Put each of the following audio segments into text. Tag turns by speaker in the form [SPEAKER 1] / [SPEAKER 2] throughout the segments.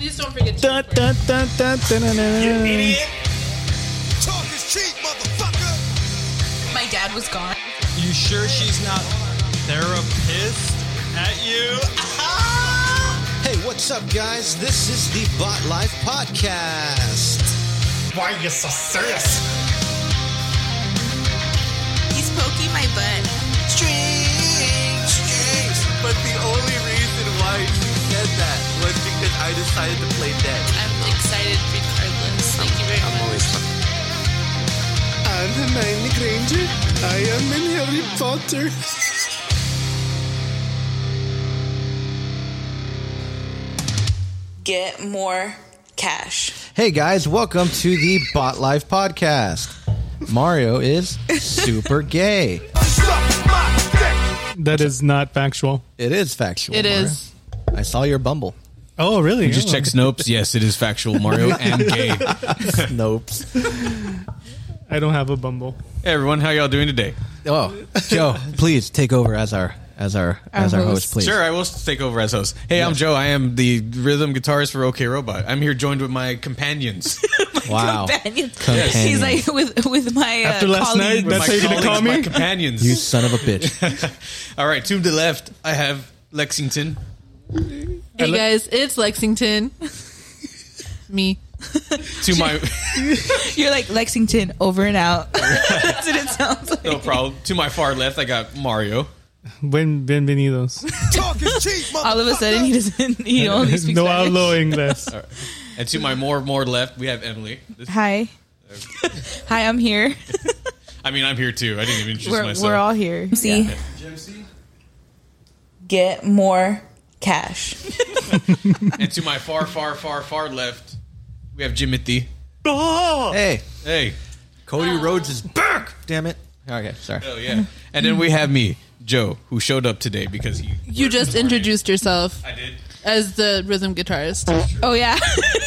[SPEAKER 1] just don't forget
[SPEAKER 2] Dun,
[SPEAKER 1] Cheeseburger.
[SPEAKER 2] dun, dun, dun, dun, dun, dun,
[SPEAKER 3] You
[SPEAKER 2] dun.
[SPEAKER 3] idiot.
[SPEAKER 4] Talk is cheap, motherfucker.
[SPEAKER 1] My dad was gone.
[SPEAKER 5] You sure she's not therapist at you?
[SPEAKER 4] Hey, what's up, guys? This is the Bot Life Podcast.
[SPEAKER 3] Why are you so serious?
[SPEAKER 1] He's poking my butt.
[SPEAKER 4] Strings, strings.
[SPEAKER 6] But the only reason why she said that was because I decided to play dead.
[SPEAKER 1] I'm excited regardless. Thank you very much.
[SPEAKER 4] I'm Hermione Granger. I am in Harry Potter.
[SPEAKER 1] Get more cash.
[SPEAKER 4] Hey, guys, welcome to the Bot Life Podcast. Mario is super gay.
[SPEAKER 2] That is not factual.
[SPEAKER 4] It is factual.
[SPEAKER 1] It
[SPEAKER 4] Mario.
[SPEAKER 1] is.
[SPEAKER 4] I saw your bumble.
[SPEAKER 2] Oh, really?
[SPEAKER 7] He just
[SPEAKER 2] Oh.
[SPEAKER 7] check Snopes. Yes, it is factual. Mario and gay. Hey,
[SPEAKER 4] Nope.
[SPEAKER 2] I don't have a Bumble.
[SPEAKER 7] everyone, how y'all doing today?
[SPEAKER 4] Oh, Joe, please take over as our as our, as our host,
[SPEAKER 1] host.
[SPEAKER 4] please.
[SPEAKER 7] Sure, I will take over as host. Hey, I'm Joe. I am the rhythm guitarist for OK Robot. I'm here joined with my companions.
[SPEAKER 4] Wow.
[SPEAKER 1] Companions.
[SPEAKER 4] Companions.
[SPEAKER 1] He's like with with my uh,
[SPEAKER 2] After last
[SPEAKER 1] colleague.
[SPEAKER 2] night, That's how
[SPEAKER 7] my
[SPEAKER 2] you're gonna
[SPEAKER 7] colleagues,
[SPEAKER 2] call me?
[SPEAKER 7] My companions.
[SPEAKER 4] You son of a bitch.
[SPEAKER 7] All right, to the left, I have Lexington.
[SPEAKER 8] Hey guys, it's Lexington. Me.
[SPEAKER 7] To my
[SPEAKER 1] You're like Lexington over and out. That's what it sounds like.
[SPEAKER 7] no problem. To my far left, I got Mario.
[SPEAKER 2] Buen, bienvenidos.
[SPEAKER 4] Talk is cheap,
[SPEAKER 1] All of a sudden, he doesn't. Oh, He only speaks
[SPEAKER 2] no
[SPEAKER 1] Spanish.
[SPEAKER 2] hablo inglés.
[SPEAKER 7] And to my more more left, we have Emily. This-
[SPEAKER 1] Hi. Hi, I'm here.
[SPEAKER 7] I mean, I'm here too. I didn't even introduce
[SPEAKER 8] We're,
[SPEAKER 7] myself.
[SPEAKER 8] we're all here.
[SPEAKER 1] See, get more cash.
[SPEAKER 7] and to my far far far far left, we have Jimothy.
[SPEAKER 4] Hey,
[SPEAKER 7] Hey,
[SPEAKER 4] Oh. Cody Rhodes is back. Damn it. Okay, sorry.
[SPEAKER 7] oh yeah. And then we have me, Joe, who showed up today because he.
[SPEAKER 8] You just introduced yourself
[SPEAKER 7] I did.
[SPEAKER 8] as the rhythm guitarist.
[SPEAKER 1] Oh yeah,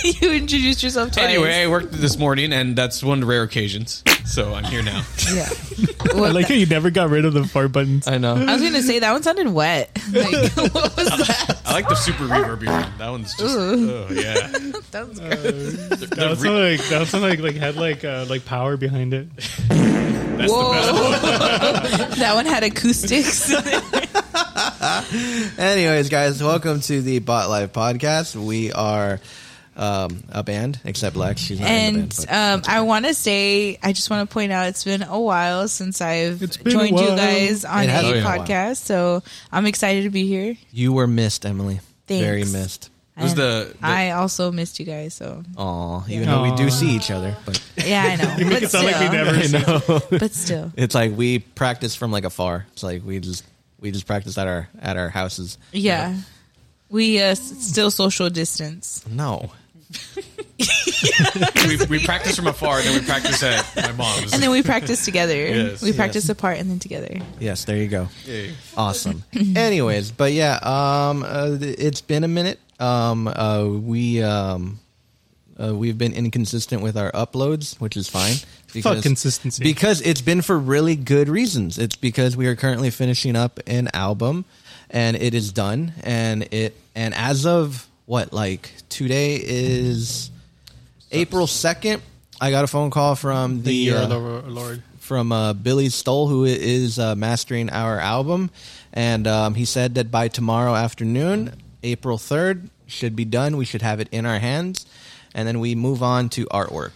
[SPEAKER 1] you introduced yourself twice.
[SPEAKER 7] Anyway, I worked this morning, and that's one of the rare occasions. So I'm here now.
[SPEAKER 2] I like how you never got rid of the fart buttons.
[SPEAKER 4] I know.
[SPEAKER 1] I was gonna say that one sounded wet. Like, what was that?
[SPEAKER 7] I like the super reverb. ear. That one's just. Oh yeah.
[SPEAKER 1] Sounds gross.
[SPEAKER 2] That was like that was like like had like uh, like power behind it.
[SPEAKER 1] Whoa, that one had acoustics.
[SPEAKER 4] Anyways, guys, welcome to the Bot Life Podcast. We are um, a band, except Lex. She's not in the
[SPEAKER 1] and
[SPEAKER 4] band. but-
[SPEAKER 1] um, I want to say, I just want to point out, it's been a while since I've
[SPEAKER 2] It's been a
[SPEAKER 1] joined you
[SPEAKER 2] while.
[SPEAKER 1] guys on
[SPEAKER 4] It
[SPEAKER 1] a
[SPEAKER 4] has been a while.
[SPEAKER 1] podcast. So I'm excited to be here.
[SPEAKER 4] you were missed, Emily.
[SPEAKER 1] Thanks.
[SPEAKER 4] Very missed.
[SPEAKER 1] I
[SPEAKER 7] was
[SPEAKER 1] am-
[SPEAKER 7] the- the-
[SPEAKER 1] I also missed you guys. So
[SPEAKER 4] Aw, even though we
[SPEAKER 2] Aw.
[SPEAKER 4] do see each other, but
[SPEAKER 1] yeah, I know.
[SPEAKER 2] Make
[SPEAKER 1] but,
[SPEAKER 2] it
[SPEAKER 1] still,
[SPEAKER 2] sound like we never.
[SPEAKER 1] but still,
[SPEAKER 4] it's like we practice from like afar. It's like we just we just practice at our at our houses.
[SPEAKER 1] yeah, we uh, s- still social distance.
[SPEAKER 4] No,
[SPEAKER 7] we, we practice from afar, and then we practice at my mom's.
[SPEAKER 1] And then we practice together.
[SPEAKER 7] Yes.
[SPEAKER 1] we practice apart and then together.
[SPEAKER 4] Yes, there you go. Awesome. Anyways, but yeah, um, uh, th- it's been a minute. Um, uh, we um, uh, we've been inconsistent with our uploads, which is fine.
[SPEAKER 2] consistency.
[SPEAKER 4] Because it's been for really good reasons. It's because we are currently finishing up an album, and it is done. And it and as of what like today is April second. I got a phone call from the,
[SPEAKER 2] Year
[SPEAKER 4] uh,
[SPEAKER 2] of the Ro- Lord.
[SPEAKER 4] from uh, Billy Stoll, who is uh, mastering our album, and um, he said that by tomorrow afternoon, April third, should be done. We should have it in our hands, and then we move on to artwork.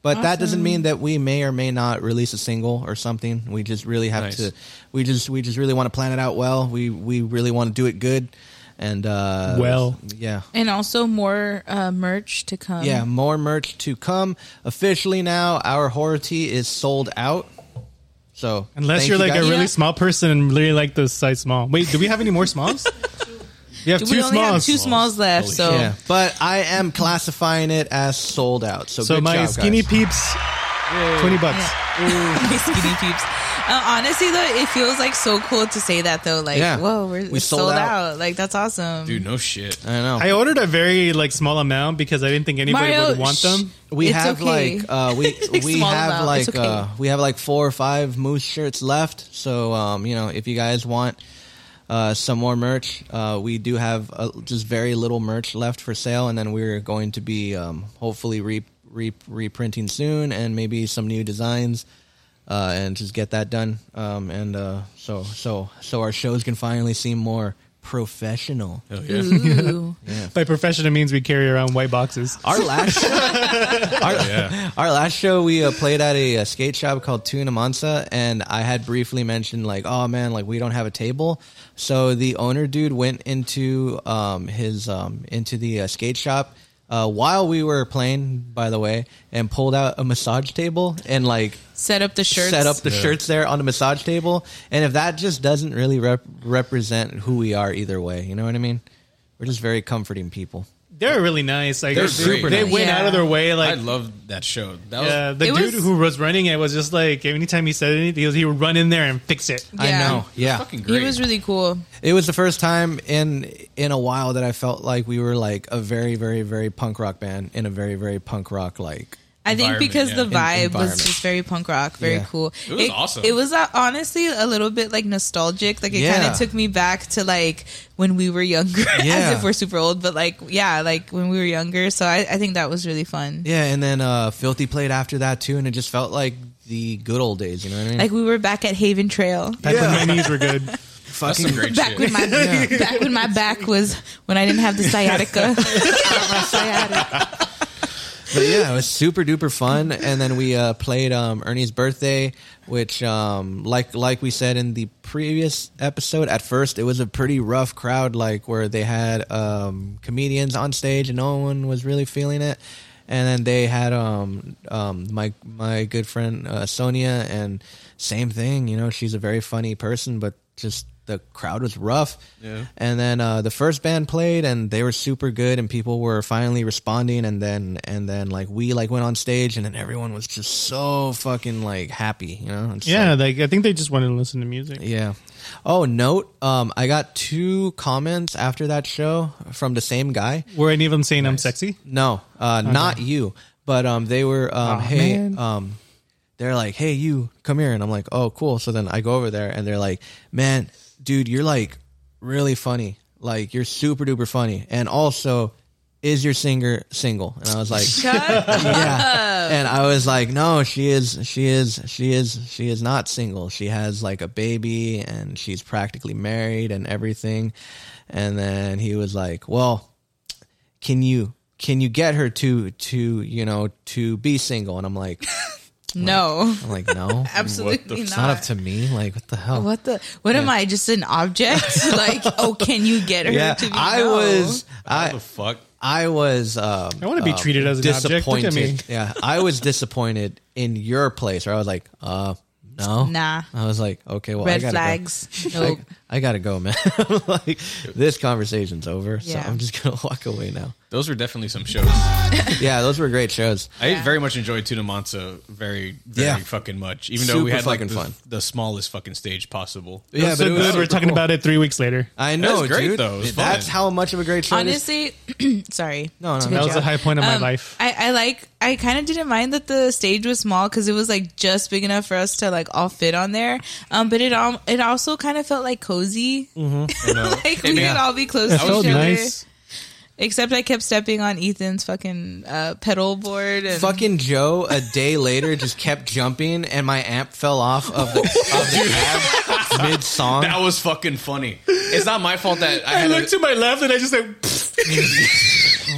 [SPEAKER 4] But that doesn't mean that we may or may not release a single or something. We just really have
[SPEAKER 7] Nice.
[SPEAKER 4] to. We just we just really want to plan it out well. We we really want to do it good, and uh,
[SPEAKER 2] Well.
[SPEAKER 4] yeah.
[SPEAKER 1] And also more uh, merch to come.
[SPEAKER 2] Um,
[SPEAKER 4] Yeah, more merch to come. Officially now, our horror tea is sold out. So
[SPEAKER 2] Unless
[SPEAKER 4] thank
[SPEAKER 2] you're
[SPEAKER 4] you
[SPEAKER 2] like a
[SPEAKER 4] guys.
[SPEAKER 2] really
[SPEAKER 1] Yeah.
[SPEAKER 2] small person and really like the size small. Wait, do we have any more smalls? We have
[SPEAKER 1] Do
[SPEAKER 2] two
[SPEAKER 1] we only have
[SPEAKER 2] smalls.
[SPEAKER 1] two smalls left. So
[SPEAKER 4] Yeah, but I am classifying it as sold out. So,
[SPEAKER 2] so
[SPEAKER 4] good
[SPEAKER 2] my
[SPEAKER 4] job,
[SPEAKER 2] skinny
[SPEAKER 4] guys.
[SPEAKER 2] peeps, twenty bucks.
[SPEAKER 1] my skinny peeps. Uh, honestly, though, it feels like so cool to say that. Though, like,
[SPEAKER 4] Yeah.
[SPEAKER 1] whoa, we're
[SPEAKER 4] We
[SPEAKER 1] it's
[SPEAKER 4] sold
[SPEAKER 1] sold, out.
[SPEAKER 4] out.
[SPEAKER 1] Like, that's awesome.
[SPEAKER 7] Dude, no shit.
[SPEAKER 4] I know.
[SPEAKER 2] I ordered a very like small amount because I didn't think anybody
[SPEAKER 1] Mario,
[SPEAKER 2] would want
[SPEAKER 1] shh.
[SPEAKER 2] them.
[SPEAKER 4] we
[SPEAKER 1] It's
[SPEAKER 4] have
[SPEAKER 1] okay.
[SPEAKER 4] like uh, we
[SPEAKER 1] Like
[SPEAKER 4] we
[SPEAKER 1] small
[SPEAKER 4] have
[SPEAKER 1] amount. It's
[SPEAKER 4] like
[SPEAKER 1] okay.
[SPEAKER 4] uh, we have like four or five moose shirts left. So um, you know, if you guys want uh, some more merch. Uh, we do have uh, just very little merch left for sale, and then we're going to be um, hopefully re- re- reprinting soon, and maybe some new designs, uh, and just get that done. Um, and uh, so so so our shows can finally seem more professional.
[SPEAKER 8] Ooh.
[SPEAKER 2] By professional means we carry around white boxes.
[SPEAKER 4] Our last show, our, our last show, we uh, played at a, uh skate shop called Tuna Mansa, and I had briefly mentioned like, oh man, like we don't have a table. So the owner dude went into um, his um, into the uh, skate shop uh, while we were playing, by the way, and pulled out a massage table and like
[SPEAKER 1] Set up the shirts.
[SPEAKER 4] set up the shirts there on the massage table. And if that just doesn't really rep- represent who we are either way, you know what I mean? We're just very comforting people.
[SPEAKER 2] They're really nice. Like
[SPEAKER 9] They're
[SPEAKER 2] they-
[SPEAKER 9] super
[SPEAKER 2] They
[SPEAKER 9] nice.
[SPEAKER 2] went
[SPEAKER 1] Yeah.
[SPEAKER 2] out of their way.
[SPEAKER 9] I
[SPEAKER 2] Like
[SPEAKER 9] love that show. That was
[SPEAKER 2] yeah, the
[SPEAKER 1] It
[SPEAKER 2] dude
[SPEAKER 1] was-
[SPEAKER 2] who was running it was just like anytime he said anything, he, was, he would run in there and fix it.
[SPEAKER 1] Yeah.
[SPEAKER 4] I know. Yeah.
[SPEAKER 9] fucking great.
[SPEAKER 1] He was really cool.
[SPEAKER 4] It was the first time in in a while that I felt like we were like a very very very punk rock band in a very very punk rock like
[SPEAKER 1] I think
[SPEAKER 9] Environment,
[SPEAKER 1] because
[SPEAKER 9] yeah.
[SPEAKER 1] the
[SPEAKER 9] En-
[SPEAKER 1] vibe was
[SPEAKER 4] environment.
[SPEAKER 1] just very punk rock, very
[SPEAKER 4] Yeah.
[SPEAKER 1] cool.
[SPEAKER 9] It was awesome.
[SPEAKER 1] It was uh, honestly a little bit like nostalgic. Like it
[SPEAKER 4] Yeah.
[SPEAKER 1] kind of took me back to like when we were younger,
[SPEAKER 4] Yeah.
[SPEAKER 1] as if we're super old, but like yeah, like when we were younger. So I, I think that was really fun.
[SPEAKER 4] yeah and then uh Filthy played after that too and it just felt like the good old days you know what I mean
[SPEAKER 1] Like we were back at Haven Trail.
[SPEAKER 2] Back when my knees were good.
[SPEAKER 9] that's some great
[SPEAKER 1] Back
[SPEAKER 9] shit.
[SPEAKER 1] when my back when my back was when I didn't have the sciatica. My sciatica.
[SPEAKER 4] but yeah it was super duper fun and then we uh played um Ernie's birthday which um like like we said in the previous episode at first it was a pretty rough crowd like where they had um comedians on stage and no one was really feeling it and then they had um um my my good friend uh, Sonia and same thing you know she's a very funny person but just the crowd was rough yeah. and then uh, the first band played and they were super good and people were finally responding and then and then like we like went on stage and then everyone was just so fucking like happy you know It's
[SPEAKER 2] Yeah, like I think they just wanted to listen to music.
[SPEAKER 4] yeah. Oh, note. Um, I got two comments after that show from the same guy.
[SPEAKER 2] Were any of them saying I'm sexy?
[SPEAKER 4] No, uh, not you. But um, they were um,
[SPEAKER 2] Aw,
[SPEAKER 4] hey,
[SPEAKER 2] man.
[SPEAKER 4] um, they're like, hey, you come here, and I'm like, oh, cool. So then I go over there, and they're like, man, dude, you're like really funny. Like you're super duper funny, and also. Is your singer single? And I was like, yeah. And I was like, no, she is, she is, she is, she is not single. She has like a baby and she's practically married and everything. And then he was like, well, can you, can you get her to, to, you know, to be single? And I'm like,
[SPEAKER 1] No,
[SPEAKER 4] I'm like, no,
[SPEAKER 1] absolutely
[SPEAKER 4] it's
[SPEAKER 1] not.
[SPEAKER 4] not up to me. Like, what the hell?
[SPEAKER 1] what the? What am I? Just an object? like, oh, can you get her
[SPEAKER 4] yeah.
[SPEAKER 1] to be?
[SPEAKER 4] I
[SPEAKER 1] No.
[SPEAKER 4] was,
[SPEAKER 9] What
[SPEAKER 4] I,
[SPEAKER 9] the fuck?
[SPEAKER 4] I was, um,
[SPEAKER 2] I want to be treated as an object. Look
[SPEAKER 4] disappointed.
[SPEAKER 2] at me.
[SPEAKER 4] Yeah, I was disappointed in your place where I was like, uh, no,
[SPEAKER 1] Nah.
[SPEAKER 4] I was like, okay, well, I
[SPEAKER 1] red
[SPEAKER 4] gotta
[SPEAKER 1] flags.
[SPEAKER 4] Go.
[SPEAKER 1] Nope.
[SPEAKER 4] I, I gotta go, man. like this conversation's over,
[SPEAKER 1] Yeah.
[SPEAKER 4] so I'm just gonna walk away now.
[SPEAKER 9] Those were definitely some shows.
[SPEAKER 4] Yeah, those were great shows.
[SPEAKER 9] I very much enjoyed Tuna Mansa very, very
[SPEAKER 4] Yeah.
[SPEAKER 9] fucking much. Even though we
[SPEAKER 4] Super
[SPEAKER 9] had like
[SPEAKER 4] fucking
[SPEAKER 9] the,
[SPEAKER 4] fun.
[SPEAKER 9] the smallest fucking stage possible.
[SPEAKER 4] Yeah,
[SPEAKER 2] so
[SPEAKER 4] it
[SPEAKER 2] good.
[SPEAKER 4] was
[SPEAKER 2] We're
[SPEAKER 4] super
[SPEAKER 2] talking
[SPEAKER 4] cool.
[SPEAKER 2] about it three weeks later.
[SPEAKER 4] I know,
[SPEAKER 9] was great,
[SPEAKER 4] dude.
[SPEAKER 9] though. It was
[SPEAKER 4] That's
[SPEAKER 9] fun.
[SPEAKER 4] how much of a great show. this-
[SPEAKER 1] Honestly, sorry.
[SPEAKER 4] no, no,
[SPEAKER 1] To
[SPEAKER 4] that
[SPEAKER 2] That was
[SPEAKER 1] cut you
[SPEAKER 2] the
[SPEAKER 1] off.
[SPEAKER 2] high point of my
[SPEAKER 1] Um,
[SPEAKER 2] life.
[SPEAKER 1] I, I like. I kind of didn't mind that the stage was small because it was like just big enough for us to like all fit on there. Um, but it all it also kind of felt like cozy.
[SPEAKER 4] Mm.
[SPEAKER 1] like we could all be close
[SPEAKER 2] It
[SPEAKER 1] to
[SPEAKER 2] felt
[SPEAKER 1] each other.
[SPEAKER 2] nice.
[SPEAKER 1] Except I kept stepping on Ethan's fucking uh, pedal board and
[SPEAKER 4] Fucking Joe, a day later, just kept jumping, and my amp fell off of the, of the amp mid song.
[SPEAKER 9] That was fucking funny. It's not my fault that I, had a-
[SPEAKER 2] my left and I just like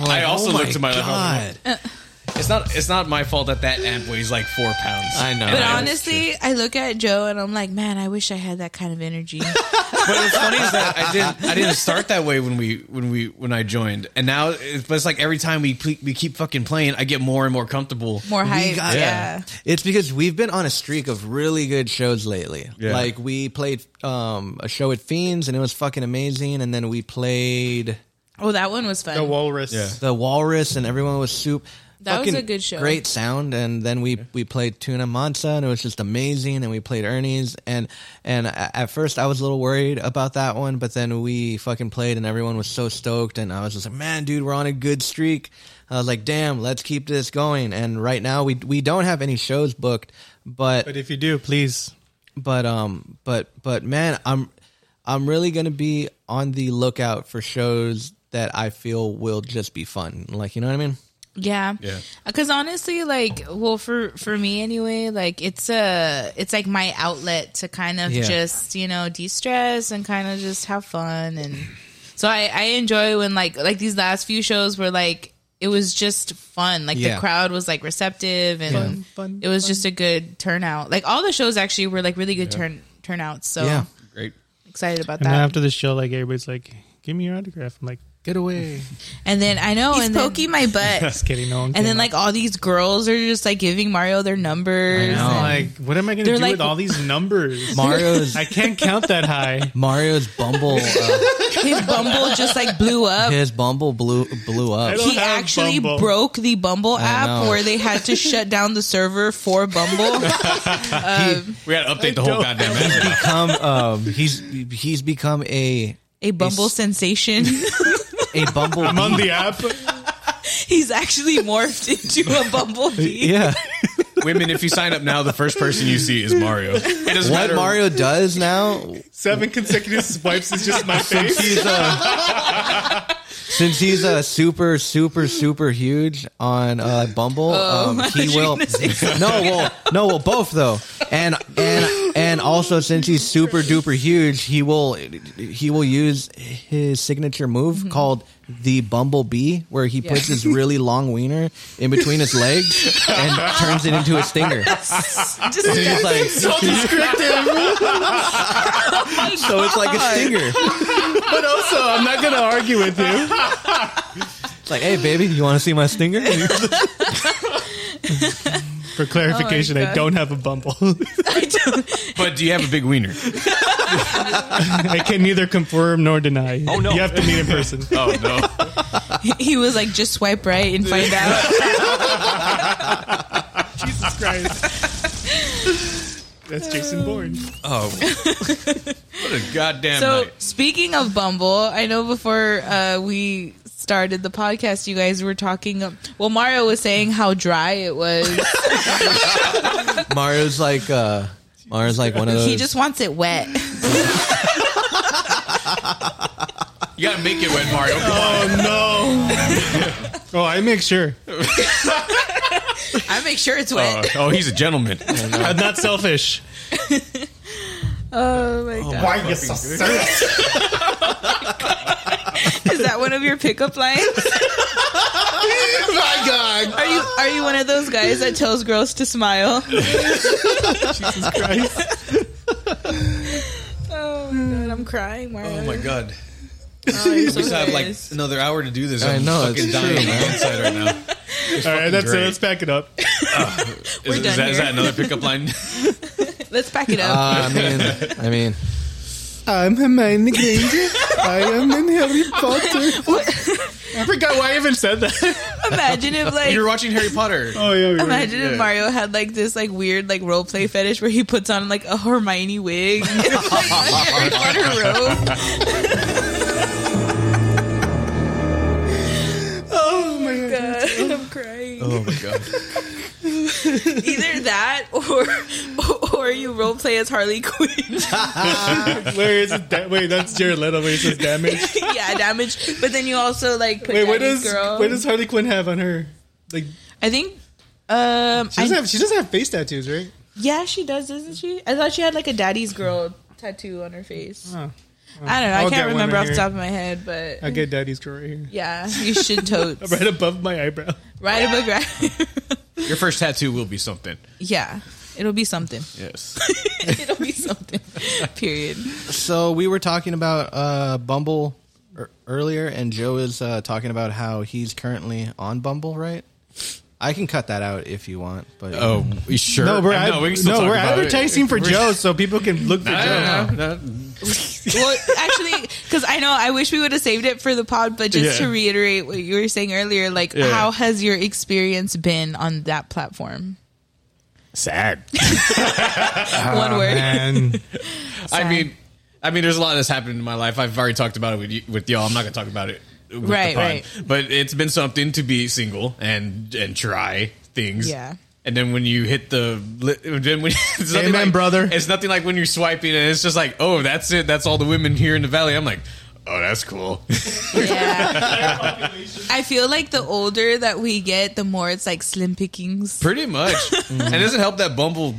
[SPEAKER 9] I also looked to my left. I was
[SPEAKER 4] "Oh God. left.
[SPEAKER 9] like, It's not. It's not my fault that that amp weighs like four pounds.
[SPEAKER 4] I know.
[SPEAKER 1] But
[SPEAKER 9] And I-
[SPEAKER 1] honestly, I look at Joe and I'm like, man, I wish I had that kind of energy.
[SPEAKER 9] But what's funny is that I didn't I didn't start that way when we when we when I joined, and now it's, but it's like every time we ple- we keep fucking playing, I get more and more comfortable.
[SPEAKER 1] More
[SPEAKER 4] We
[SPEAKER 1] hype.
[SPEAKER 4] got-
[SPEAKER 1] yeah.
[SPEAKER 4] It's because we've been on a streak of really good shows lately.
[SPEAKER 9] Yeah.
[SPEAKER 4] Like we played um, a show at Fiends and it was fucking amazing. And then we played
[SPEAKER 1] Oh, that one was fun.
[SPEAKER 2] the walrus.
[SPEAKER 9] Yeah.
[SPEAKER 4] the Walrus and everyone was soup.
[SPEAKER 1] That was a good show.
[SPEAKER 4] Great sound. And then we we played Tuna Mansa and it was just amazing. And we played Ernie's and and a- at first I was a little worried about that one, but then we fucking played and everyone was so stoked. And I was just like, man, dude, we're on a good streak. I was like, damn, let's keep this going. And right now we we don't have any shows booked, but
[SPEAKER 2] But if you do, please.
[SPEAKER 4] but um but but man i'm I'm really gonna be on the lookout for shows that I feel will just be fun. Like you know what I mean?
[SPEAKER 1] Yeah.
[SPEAKER 9] Yeah.
[SPEAKER 1] Cuz honestly like well for for me anyway, like it's a it's like my outlet to kind of
[SPEAKER 4] Yeah.
[SPEAKER 1] just, you know, de-stress and kind of just have fun and so I I enjoy when like like these last few shows were like it was just fun. Like
[SPEAKER 4] Yeah.
[SPEAKER 1] the crowd was like receptive and
[SPEAKER 4] Fun, fun,
[SPEAKER 1] it was just a good turnout. Like all the shows actually were like really good turn turnouts. So
[SPEAKER 4] Yeah.
[SPEAKER 9] Great.
[SPEAKER 1] excited about
[SPEAKER 2] And then
[SPEAKER 1] that.
[SPEAKER 2] after the show, like everybody's like, "Give me your autograph." I'm like, "Get away!"
[SPEAKER 1] and then I know
[SPEAKER 8] He's
[SPEAKER 1] and then-
[SPEAKER 8] poking my butt.
[SPEAKER 2] Just kidding. No one.
[SPEAKER 1] and then
[SPEAKER 2] came.
[SPEAKER 1] like all these girls are just like giving Mario their numbers.
[SPEAKER 4] know.
[SPEAKER 1] and-
[SPEAKER 2] like, what am I gonna
[SPEAKER 1] They're
[SPEAKER 2] do
[SPEAKER 1] like-
[SPEAKER 2] with all these numbers?
[SPEAKER 4] Mario's
[SPEAKER 2] I can't count that high.
[SPEAKER 4] Mario's Bumble uh,
[SPEAKER 1] his Bumble just like blew up.
[SPEAKER 4] his Bumble blew blew
[SPEAKER 2] I
[SPEAKER 4] up.
[SPEAKER 2] don't
[SPEAKER 1] He
[SPEAKER 2] have
[SPEAKER 1] actually
[SPEAKER 2] Bumble.
[SPEAKER 1] broke the Bumble app
[SPEAKER 4] know.
[SPEAKER 1] where they had to shut down the server for Bumble.
[SPEAKER 9] We got to update the whole goddamn app.
[SPEAKER 4] Become um he's he's become a
[SPEAKER 1] A Bumble sensation.
[SPEAKER 4] a Bumble
[SPEAKER 2] I'm on the app.
[SPEAKER 1] He's actually morphed into a Bumble bee.
[SPEAKER 4] yeah.
[SPEAKER 9] Women, if you sign up now, the first person you see is Mario. It doesn't
[SPEAKER 4] What
[SPEAKER 9] matter.
[SPEAKER 4] Mario does now
[SPEAKER 2] Seven consecutive swipes is just my
[SPEAKER 4] since
[SPEAKER 2] face.
[SPEAKER 4] he's uh, since he's uh, super super super huge on uh, Bumble, um,
[SPEAKER 1] I thought
[SPEAKER 4] he
[SPEAKER 1] you
[SPEAKER 4] will
[SPEAKER 1] were
[SPEAKER 4] no
[SPEAKER 1] gonna say
[SPEAKER 4] well no well both though, and and and also since he's super duper huge, he will he will use his signature move called the bumblebee, where he puts his really long wiener in between his legs and turns it into a stinger.
[SPEAKER 1] Just-
[SPEAKER 4] He's like, so it's like a stinger.
[SPEAKER 2] But also, I'm not gonna argue with you.
[SPEAKER 4] It's like, hey baby, you want to see my stinger?
[SPEAKER 2] For clarification, I
[SPEAKER 1] Oh God.
[SPEAKER 2] don't have a Bumble.
[SPEAKER 9] But do you have a big wiener?
[SPEAKER 2] I can neither confirm nor deny. Oh
[SPEAKER 9] no.
[SPEAKER 2] you have to meet in person.
[SPEAKER 9] Oh no!
[SPEAKER 1] he was like, just swipe right and find out.
[SPEAKER 2] Jesus Christ. That's Jason Bourne.
[SPEAKER 9] Oh, what a goddamn
[SPEAKER 1] So
[SPEAKER 9] night!
[SPEAKER 1] speaking of Bumble, I know before uh, we started the podcast, you guys were talking. Well, Mario was saying how dry it was.
[SPEAKER 4] Mario's like uh Mario's like one of those.
[SPEAKER 1] he just wants it wet.
[SPEAKER 9] You gotta make it wet, Mario. Come on.
[SPEAKER 2] Oh no. Oh, I make sure.
[SPEAKER 1] I make sure it's wet.
[SPEAKER 9] oh, he's a gentleman.
[SPEAKER 2] I'm not selfish.
[SPEAKER 1] Oh my god!
[SPEAKER 3] Why you so serious?
[SPEAKER 1] Is that one of your pickup lines?
[SPEAKER 3] My God.
[SPEAKER 1] Are you are you one of those guys that tells girls to smile?
[SPEAKER 2] Jesus Christ.
[SPEAKER 1] Oh god, I'm crying, Mario.
[SPEAKER 9] Oh my god!
[SPEAKER 1] Oh, you're so
[SPEAKER 9] We still have like
[SPEAKER 1] pissed.
[SPEAKER 9] another hour to do this.
[SPEAKER 4] I
[SPEAKER 9] I'm
[SPEAKER 4] know,
[SPEAKER 9] fucking
[SPEAKER 4] it's
[SPEAKER 9] dying
[SPEAKER 4] true,
[SPEAKER 9] on the
[SPEAKER 4] man.
[SPEAKER 9] inside right now.
[SPEAKER 2] All right, that's
[SPEAKER 9] great.
[SPEAKER 2] it. Let's pack it up.
[SPEAKER 1] We're
[SPEAKER 9] Is,
[SPEAKER 1] done
[SPEAKER 9] is, that,
[SPEAKER 1] here.
[SPEAKER 9] is that another pickup line?
[SPEAKER 1] Let's pack it up.
[SPEAKER 4] Uh, I mean, I mean,
[SPEAKER 2] I'm Hermione Granger. I am in Harry Potter. I forgot why I even said that.
[SPEAKER 1] imagine if like
[SPEAKER 9] You're watching Harry Potter.
[SPEAKER 2] Oh yeah, we were.
[SPEAKER 1] imagine if Mario had like this like weird like role play fetish where he puts on like a Hermione wig and like a Harry Potter robe. Oh my god, I'm crying.
[SPEAKER 9] Oh my god!
[SPEAKER 1] Either that or or you role play as Harley Quinn.
[SPEAKER 2] Where is it? Da- wait, that's Jared Leto. Where he says damage.
[SPEAKER 1] yeah, damage. But then you also like put
[SPEAKER 2] Wait, what
[SPEAKER 1] Daddy's
[SPEAKER 2] does
[SPEAKER 1] girl.
[SPEAKER 2] what does Harley Quinn have on her? Like
[SPEAKER 1] I think. Um,
[SPEAKER 2] she doesn't
[SPEAKER 1] I-
[SPEAKER 2] have she doesn't have face tattoos, right?
[SPEAKER 1] yeah, she does, doesn't she? I thought she had like a daddy's girl tattoo on her face. I don't know. I'll
[SPEAKER 2] I'll
[SPEAKER 1] I can
[SPEAKER 2] get
[SPEAKER 1] not
[SPEAKER 2] one
[SPEAKER 1] remember
[SPEAKER 2] right
[SPEAKER 1] off the
[SPEAKER 2] here.
[SPEAKER 1] top of my head, but
[SPEAKER 2] I get Daddy's girl right here,
[SPEAKER 1] yeah, you should totes
[SPEAKER 2] right above my eyebrow.
[SPEAKER 1] right above right.
[SPEAKER 9] Your first tattoo will be something.
[SPEAKER 1] yeah, it'll be something.
[SPEAKER 9] Yes.
[SPEAKER 1] it'll be something. Period.
[SPEAKER 4] so we were talking about uh, Bumble er- earlier, and Joe is uh, talking about how he's currently on Bumble, right? I can cut that out if you want, but
[SPEAKER 9] Oh, you sure.
[SPEAKER 2] No, we're
[SPEAKER 9] I-
[SPEAKER 2] ad-
[SPEAKER 9] no,
[SPEAKER 2] no,
[SPEAKER 9] we can still talk
[SPEAKER 2] we're
[SPEAKER 9] about it.
[SPEAKER 2] advertising for Joe, so people can look for
[SPEAKER 9] No,
[SPEAKER 2] Joe.
[SPEAKER 9] no, no.
[SPEAKER 1] Well, actually, because I know I wish we would have saved it for the pod, but just
[SPEAKER 2] Yeah.
[SPEAKER 1] to reiterate what you were saying earlier, like how has your experience been on that platform?
[SPEAKER 2] Sad.
[SPEAKER 1] One word.
[SPEAKER 2] And
[SPEAKER 9] I mean, I mean, there's a lot that's happened in my life. I've already talked about it with, you, with y'all. I'm not going to talk about it, with the
[SPEAKER 1] Right,
[SPEAKER 9] pod.
[SPEAKER 1] right.
[SPEAKER 9] But it's been something to be single and and try things.
[SPEAKER 1] Yeah.
[SPEAKER 7] And then when you hit the, li- then when it's nothing
[SPEAKER 2] Amen,
[SPEAKER 7] like-
[SPEAKER 2] brother.
[SPEAKER 7] It's nothing like when you're swiping and it's just like, oh, that's it. That's all the women here in the valley. I'm like, oh, that's cool.
[SPEAKER 1] Yeah. I feel like the older that we get, the more it's like slim pickings.
[SPEAKER 7] Pretty much. and it doesn't help that Bumble,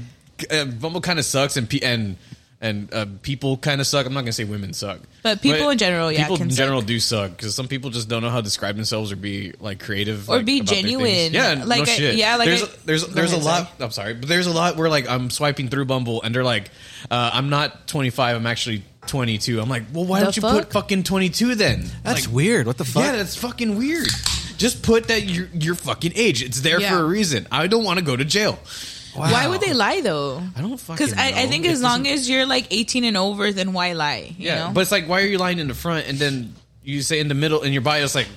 [SPEAKER 7] uh, Bumble kind of sucks and pe- and and uh, people kind of suck. I'm not gonna say women suck,
[SPEAKER 1] But people in general, yeah,
[SPEAKER 7] people
[SPEAKER 1] can
[SPEAKER 7] in
[SPEAKER 1] suck.
[SPEAKER 7] general do suck because some people just don't know how to describe themselves or be like creative
[SPEAKER 1] Or
[SPEAKER 7] like,
[SPEAKER 1] be
[SPEAKER 7] about their things.
[SPEAKER 1] genuine.
[SPEAKER 7] Yeah, like no
[SPEAKER 1] Like I-
[SPEAKER 7] shit.
[SPEAKER 1] yeah, like
[SPEAKER 7] there's
[SPEAKER 1] I-
[SPEAKER 7] there's
[SPEAKER 1] Go
[SPEAKER 7] there's
[SPEAKER 1] ahead,
[SPEAKER 7] a lot. I'm sorry, but there's a lot where like I'm swiping through Bumble and they're like, uh, I'm not 25. I'm actually 22. I'm like, well, why
[SPEAKER 10] The
[SPEAKER 7] don't you put
[SPEAKER 10] fuck?
[SPEAKER 7] fucking 22 then?
[SPEAKER 4] That's
[SPEAKER 7] Like,
[SPEAKER 4] weird. What the fuck?
[SPEAKER 7] yeah, that's fucking weird. Just put that you're, you're fucking age. It's there
[SPEAKER 10] Yeah.
[SPEAKER 7] for a reason. I don't want to go to jail.
[SPEAKER 1] Why would they lie though?
[SPEAKER 7] I don't fucking
[SPEAKER 1] Because I, I
[SPEAKER 7] know.
[SPEAKER 1] think
[SPEAKER 7] It
[SPEAKER 1] as long
[SPEAKER 7] doesn't-
[SPEAKER 1] as you're like 18 and over, then why lie? You
[SPEAKER 7] yeah,
[SPEAKER 1] know?
[SPEAKER 7] but it's like why are you lying in the front and then you say in the middle and your bio is like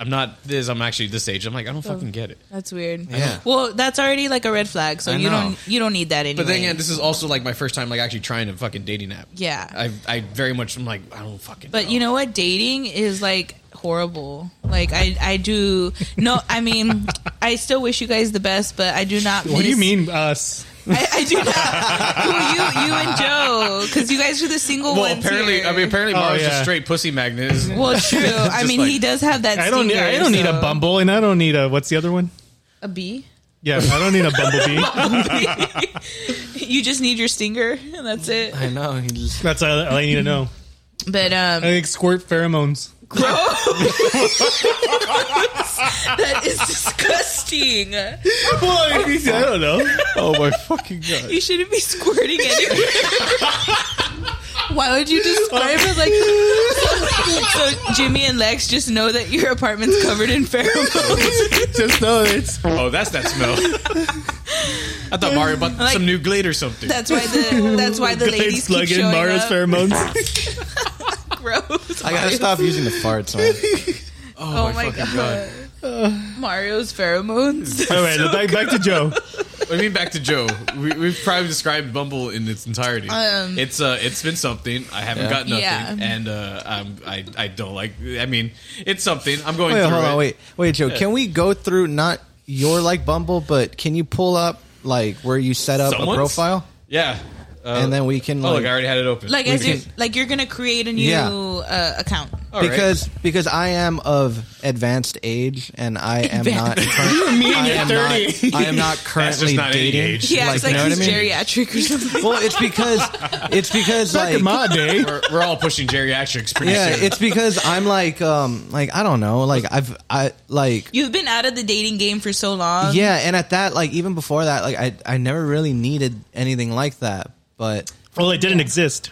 [SPEAKER 7] I'm not this. I'm actually this age. I'm like I don't fucking get it.
[SPEAKER 1] that's weird.
[SPEAKER 4] Yeah.
[SPEAKER 1] Well, that's already like a red flag. So
[SPEAKER 4] I
[SPEAKER 1] you
[SPEAKER 4] know.
[SPEAKER 1] don't you don't need that anyway.
[SPEAKER 7] But then again, this is also like my first time like actually trying a fucking dating app.
[SPEAKER 1] Yeah.
[SPEAKER 7] I I very much I'm like I don't fucking.
[SPEAKER 1] But you know what? Dating is like horrible. Like I, I do no. I mean, I still wish you guys the best, but I do not.
[SPEAKER 2] What do you
[SPEAKER 1] miss-
[SPEAKER 2] mean us?
[SPEAKER 1] I, I do not. Who you, you and Joe, because you guys are the single
[SPEAKER 7] well,
[SPEAKER 1] ones.
[SPEAKER 7] apparently
[SPEAKER 1] here.
[SPEAKER 7] I mean apparently
[SPEAKER 2] Oh,
[SPEAKER 7] Mara's just
[SPEAKER 2] yeah.
[SPEAKER 7] straight pussy magnet. Isn't it?
[SPEAKER 1] Well, true. I
[SPEAKER 7] Just
[SPEAKER 1] mean,
[SPEAKER 7] like-
[SPEAKER 1] he does have that.
[SPEAKER 2] I don't need.
[SPEAKER 1] stinger,
[SPEAKER 2] I don't need a
[SPEAKER 1] so-
[SPEAKER 2] bumble, and I don't need a what's the other one?
[SPEAKER 1] A bee.
[SPEAKER 2] Yeah, I don't need a bumblebee.
[SPEAKER 1] You just need your stinger, and that's it.
[SPEAKER 4] I know. He just,
[SPEAKER 2] That's all, all I need to know.
[SPEAKER 1] But um,
[SPEAKER 2] I think squirt pheromones.
[SPEAKER 1] that is disgusting.
[SPEAKER 2] Well, I don't know.
[SPEAKER 7] oh my fucking god!
[SPEAKER 1] You shouldn't be squirting anywhere.
[SPEAKER 10] Why would you describe it like
[SPEAKER 1] so Jimmy and Lex just know that your apartment's covered in pheromones.
[SPEAKER 2] Just know it's
[SPEAKER 7] Oh, that's that smell. I thought Mario bought
[SPEAKER 1] Like-
[SPEAKER 7] some new Glade or something.
[SPEAKER 1] That's why the that's why the ladies keep
[SPEAKER 2] slugging
[SPEAKER 1] showing
[SPEAKER 2] Mara's
[SPEAKER 1] up.
[SPEAKER 2] pheromones.
[SPEAKER 1] Gross.
[SPEAKER 4] I gotta stop using the farts, man.
[SPEAKER 1] Oh, my god. Mario's
[SPEAKER 4] Hmm.
[SPEAKER 1] pheromones.
[SPEAKER 2] All right, back, back to Joe.
[SPEAKER 7] I mean, back to Joe. We, we've probably described Bumble in its entirety.
[SPEAKER 1] Um,
[SPEAKER 7] it's uh, it's been something. I haven't
[SPEAKER 4] Yeah.
[SPEAKER 7] got nothing,
[SPEAKER 1] Yeah.
[SPEAKER 7] and uh, I'm, I I don't like. I mean, it's something. I'm going
[SPEAKER 4] Wait,
[SPEAKER 7] through
[SPEAKER 4] hold
[SPEAKER 7] it.
[SPEAKER 4] on, wait, wait, Joe. Can we go through not your like Bumble, but can you pull up like where you set up a
[SPEAKER 7] Someone's?
[SPEAKER 4] profile,
[SPEAKER 7] Yeah. Uh,
[SPEAKER 4] and then we can
[SPEAKER 7] oh,
[SPEAKER 4] like
[SPEAKER 7] look, I already had it open.
[SPEAKER 1] like
[SPEAKER 4] We
[SPEAKER 1] as you
[SPEAKER 4] can-
[SPEAKER 1] like you're gonna create a new
[SPEAKER 4] Yeah. Oh,
[SPEAKER 1] uh, account.
[SPEAKER 7] All right.
[SPEAKER 4] because because I am of advanced age and I am not. Current, I, am not I am not
[SPEAKER 7] that's just
[SPEAKER 4] currently
[SPEAKER 7] not any
[SPEAKER 4] dating.
[SPEAKER 7] age.
[SPEAKER 1] Yeah, it's like
[SPEAKER 4] you know
[SPEAKER 1] he's
[SPEAKER 4] what I mean?
[SPEAKER 1] geriatric or something.
[SPEAKER 4] Well, it's because it's because
[SPEAKER 2] Back in my
[SPEAKER 4] like
[SPEAKER 2] day,
[SPEAKER 7] We're, we're all pushing geriatrics pretty
[SPEAKER 4] yeah,
[SPEAKER 7] soon.
[SPEAKER 4] it's because I'm like um like I don't know like I've I like
[SPEAKER 1] You've been out of the dating game for so long.
[SPEAKER 4] yeah, and at that like even before that like I I never really needed anything like that, but.
[SPEAKER 2] well, it didn't exist.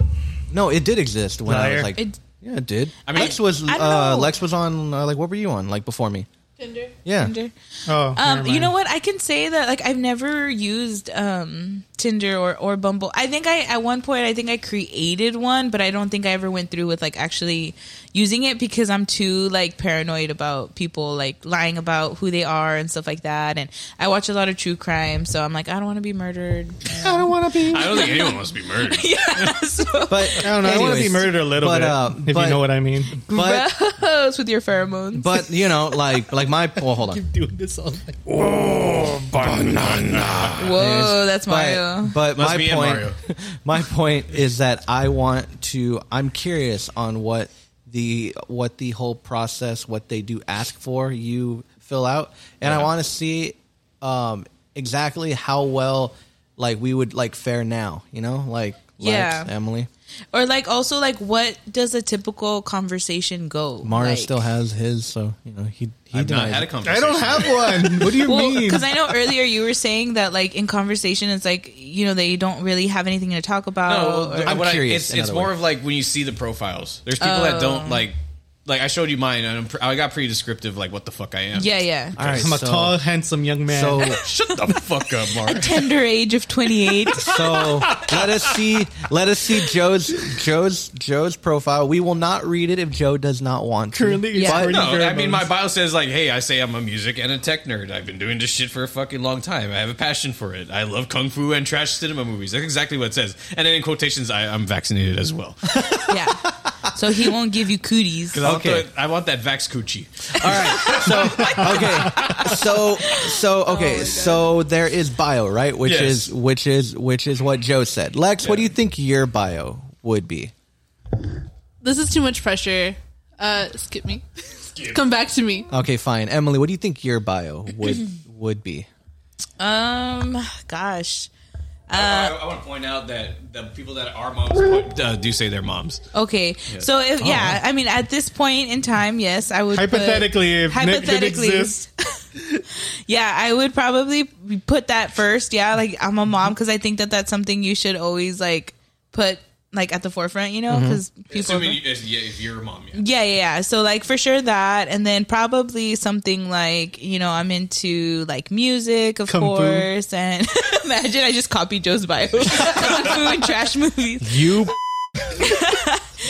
[SPEAKER 4] No, it did exist when I
[SPEAKER 2] Liar.
[SPEAKER 4] was like,
[SPEAKER 1] It-
[SPEAKER 4] yeah, it did.
[SPEAKER 7] I mean-
[SPEAKER 4] Lex was
[SPEAKER 1] I don't
[SPEAKER 4] uh,
[SPEAKER 1] know.
[SPEAKER 4] Lex was on uh, like what were you on like before me?
[SPEAKER 10] Tinder?
[SPEAKER 4] Yeah,
[SPEAKER 1] Tinder.
[SPEAKER 2] Oh,
[SPEAKER 1] Um, you know what? I can say that like I've never used um, Tinder or, or Bumble. I think I at one point I think I created one, but I don't think I ever went through with like actually using it because I'm too like paranoid about people like lying about who they are and stuff like that. And I watch a lot of true crime, so I'm like I don't want to be murdered.
[SPEAKER 4] I don't want to be.
[SPEAKER 7] I don't think anyone wants to be murdered.
[SPEAKER 1] yeah, so
[SPEAKER 4] But
[SPEAKER 2] I don't know. I want to be
[SPEAKER 4] anyways,
[SPEAKER 2] murdered a little
[SPEAKER 4] but,
[SPEAKER 2] bit,
[SPEAKER 4] uh,
[SPEAKER 2] if
[SPEAKER 4] but-
[SPEAKER 2] you know what I mean.
[SPEAKER 4] But
[SPEAKER 1] gross with your pheromones.
[SPEAKER 4] but you know like like my well hold on.
[SPEAKER 2] Doing this all night.
[SPEAKER 1] Whoa, that's uh, Mario.
[SPEAKER 4] But, but
[SPEAKER 7] Must
[SPEAKER 4] my
[SPEAKER 7] be in
[SPEAKER 4] point,
[SPEAKER 7] Mario.
[SPEAKER 4] my point is that I want to. I'm curious on what the what the whole process, what they do ask for, you fill out, and I
[SPEAKER 7] Yeah.
[SPEAKER 4] want to see um, exactly how well like we would like fare now. You know, like
[SPEAKER 1] Yeah.
[SPEAKER 4] Lex, Emily,
[SPEAKER 1] or like also like what does a typical conversation go?
[SPEAKER 4] Mara
[SPEAKER 1] Like-
[SPEAKER 4] still has his, so you know he he
[SPEAKER 7] I've not
[SPEAKER 4] denies
[SPEAKER 7] had a
[SPEAKER 4] it.
[SPEAKER 2] I
[SPEAKER 7] conversation.
[SPEAKER 2] don't have one. What do you
[SPEAKER 1] Well,
[SPEAKER 2] mean?
[SPEAKER 1] because I know earlier you were saying that like in conversation, it's like you know they don't really have anything to talk
[SPEAKER 7] No,
[SPEAKER 1] about.
[SPEAKER 7] well,
[SPEAKER 1] or-
[SPEAKER 4] I'm
[SPEAKER 7] what I-
[SPEAKER 4] curious,
[SPEAKER 7] it's it's
[SPEAKER 4] another
[SPEAKER 7] more
[SPEAKER 4] way.
[SPEAKER 7] of like when you see the profiles. There's people that
[SPEAKER 1] Oh.
[SPEAKER 7] don't like. Like I showed you mine, and I'm pre- I got pretty descriptive, like what the fuck I am.
[SPEAKER 1] yeah, yeah.
[SPEAKER 4] All right,
[SPEAKER 2] I'm a
[SPEAKER 4] so-
[SPEAKER 2] tall, handsome young man.
[SPEAKER 4] So
[SPEAKER 7] Shut the fuck up, Mark.
[SPEAKER 1] Tender age of 28.
[SPEAKER 4] So let us see. Let us see Joe's Joe's Joe's profile. We will not read it if Joe does not want to.
[SPEAKER 2] Currently
[SPEAKER 1] Yeah.
[SPEAKER 2] exporting
[SPEAKER 7] No, I mean
[SPEAKER 2] pheromones.
[SPEAKER 7] my bio says like, hey, I say I'm a music and a tech nerd. I've been doing this shit for a fucking long time. I have a passion for it. I love kung fu and trash cinema movies. That's exactly what it says. And then in quotations, I, I'm vaccinated as well.
[SPEAKER 1] yeah. so he won't give you cooties.
[SPEAKER 9] I want
[SPEAKER 4] Okay.
[SPEAKER 9] the- I want that Vax Coochie.
[SPEAKER 4] All right. So okay. So so okay. so there is bio, right? Which
[SPEAKER 9] Yes.
[SPEAKER 4] is which is which is what Joe said. Lex, what do you think your bio would be?
[SPEAKER 8] This is too much pressure. Uh, skip me. Come back to me.
[SPEAKER 2] Uh,
[SPEAKER 4] Okay, fine. Emily, what do you think your bio would would be?
[SPEAKER 1] Um, gosh.
[SPEAKER 9] I, I want to point out that the people that are moms uh, do say they're moms.
[SPEAKER 1] Okay. So if yeah, I mean at this point in time, yes, I would put-
[SPEAKER 2] Hypothetically, if Nick did exist.
[SPEAKER 1] yeah, I would probably put that first. Yeah, like I'm a mom because I think that that's something you should always like put like at the forefront, you know,
[SPEAKER 2] Mm-hmm.
[SPEAKER 1] because people.
[SPEAKER 9] Assuming you, if, yeah, if you're a mom, yeah.
[SPEAKER 1] Yeah, yeah, yeah. So like for sure that, and then probably something like you know I'm into like music, of
[SPEAKER 2] Kung fu.
[SPEAKER 1] course, and imagine I just copied Joe's bio, kung fu and trash movies.
[SPEAKER 4] You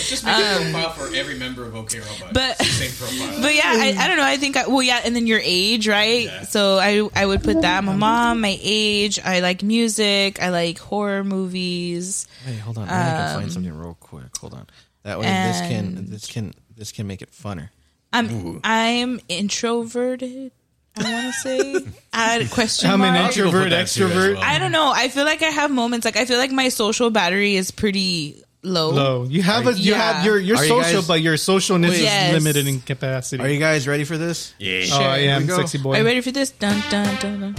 [SPEAKER 9] Just make a profile for every member of OK Robot.
[SPEAKER 1] but-
[SPEAKER 9] It's the Um, same profile.
[SPEAKER 1] But yeah, I, I don't know. I think I, well, yeah, and then your age, right?
[SPEAKER 9] Yeah.
[SPEAKER 1] So I I would put that. My mom, my age. I like music. I like horror movies.
[SPEAKER 4] Hey, hold on. I can find something real quick. Hold on. That way this can this can this can make it funner.
[SPEAKER 1] I'm I'm introverted. I want to say. I question
[SPEAKER 2] I'm an
[SPEAKER 1] mark.
[SPEAKER 2] introvert,
[SPEAKER 9] Put that too as
[SPEAKER 2] extrovert.
[SPEAKER 9] well.
[SPEAKER 1] I don't know. I feel like I have moments. Like I feel like my social battery is pretty low.
[SPEAKER 2] Low. You have a you
[SPEAKER 1] Yeah.
[SPEAKER 2] have your your
[SPEAKER 4] Are you
[SPEAKER 2] social,
[SPEAKER 4] guys-
[SPEAKER 2] but your socialness is
[SPEAKER 1] Yes.
[SPEAKER 2] limited in capacity.
[SPEAKER 4] Are you guys ready for this?
[SPEAKER 2] oh, I am
[SPEAKER 4] Here we go.
[SPEAKER 2] sexy boy.
[SPEAKER 1] Are you ready for this? Dun dun dun. dun.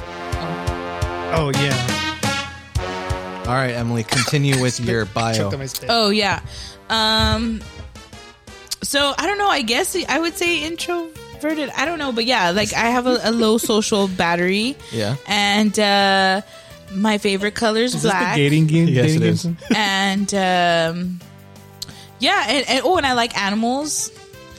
[SPEAKER 2] Oh yeah.
[SPEAKER 4] All right, Emily, continue with your bio.
[SPEAKER 2] Choked on my spit.
[SPEAKER 1] Oh yeah. Um. So I don't know. I guess I would say introverted. I don't know, but yeah, like I have a, a low social battery.
[SPEAKER 4] Yeah.
[SPEAKER 1] And uh, my favorite color is
[SPEAKER 2] Is this the
[SPEAKER 1] black.
[SPEAKER 2] dating game?
[SPEAKER 4] Yes,
[SPEAKER 2] dating
[SPEAKER 4] it is.
[SPEAKER 2] game?
[SPEAKER 1] and um, yeah, and, and oh, and I like animals.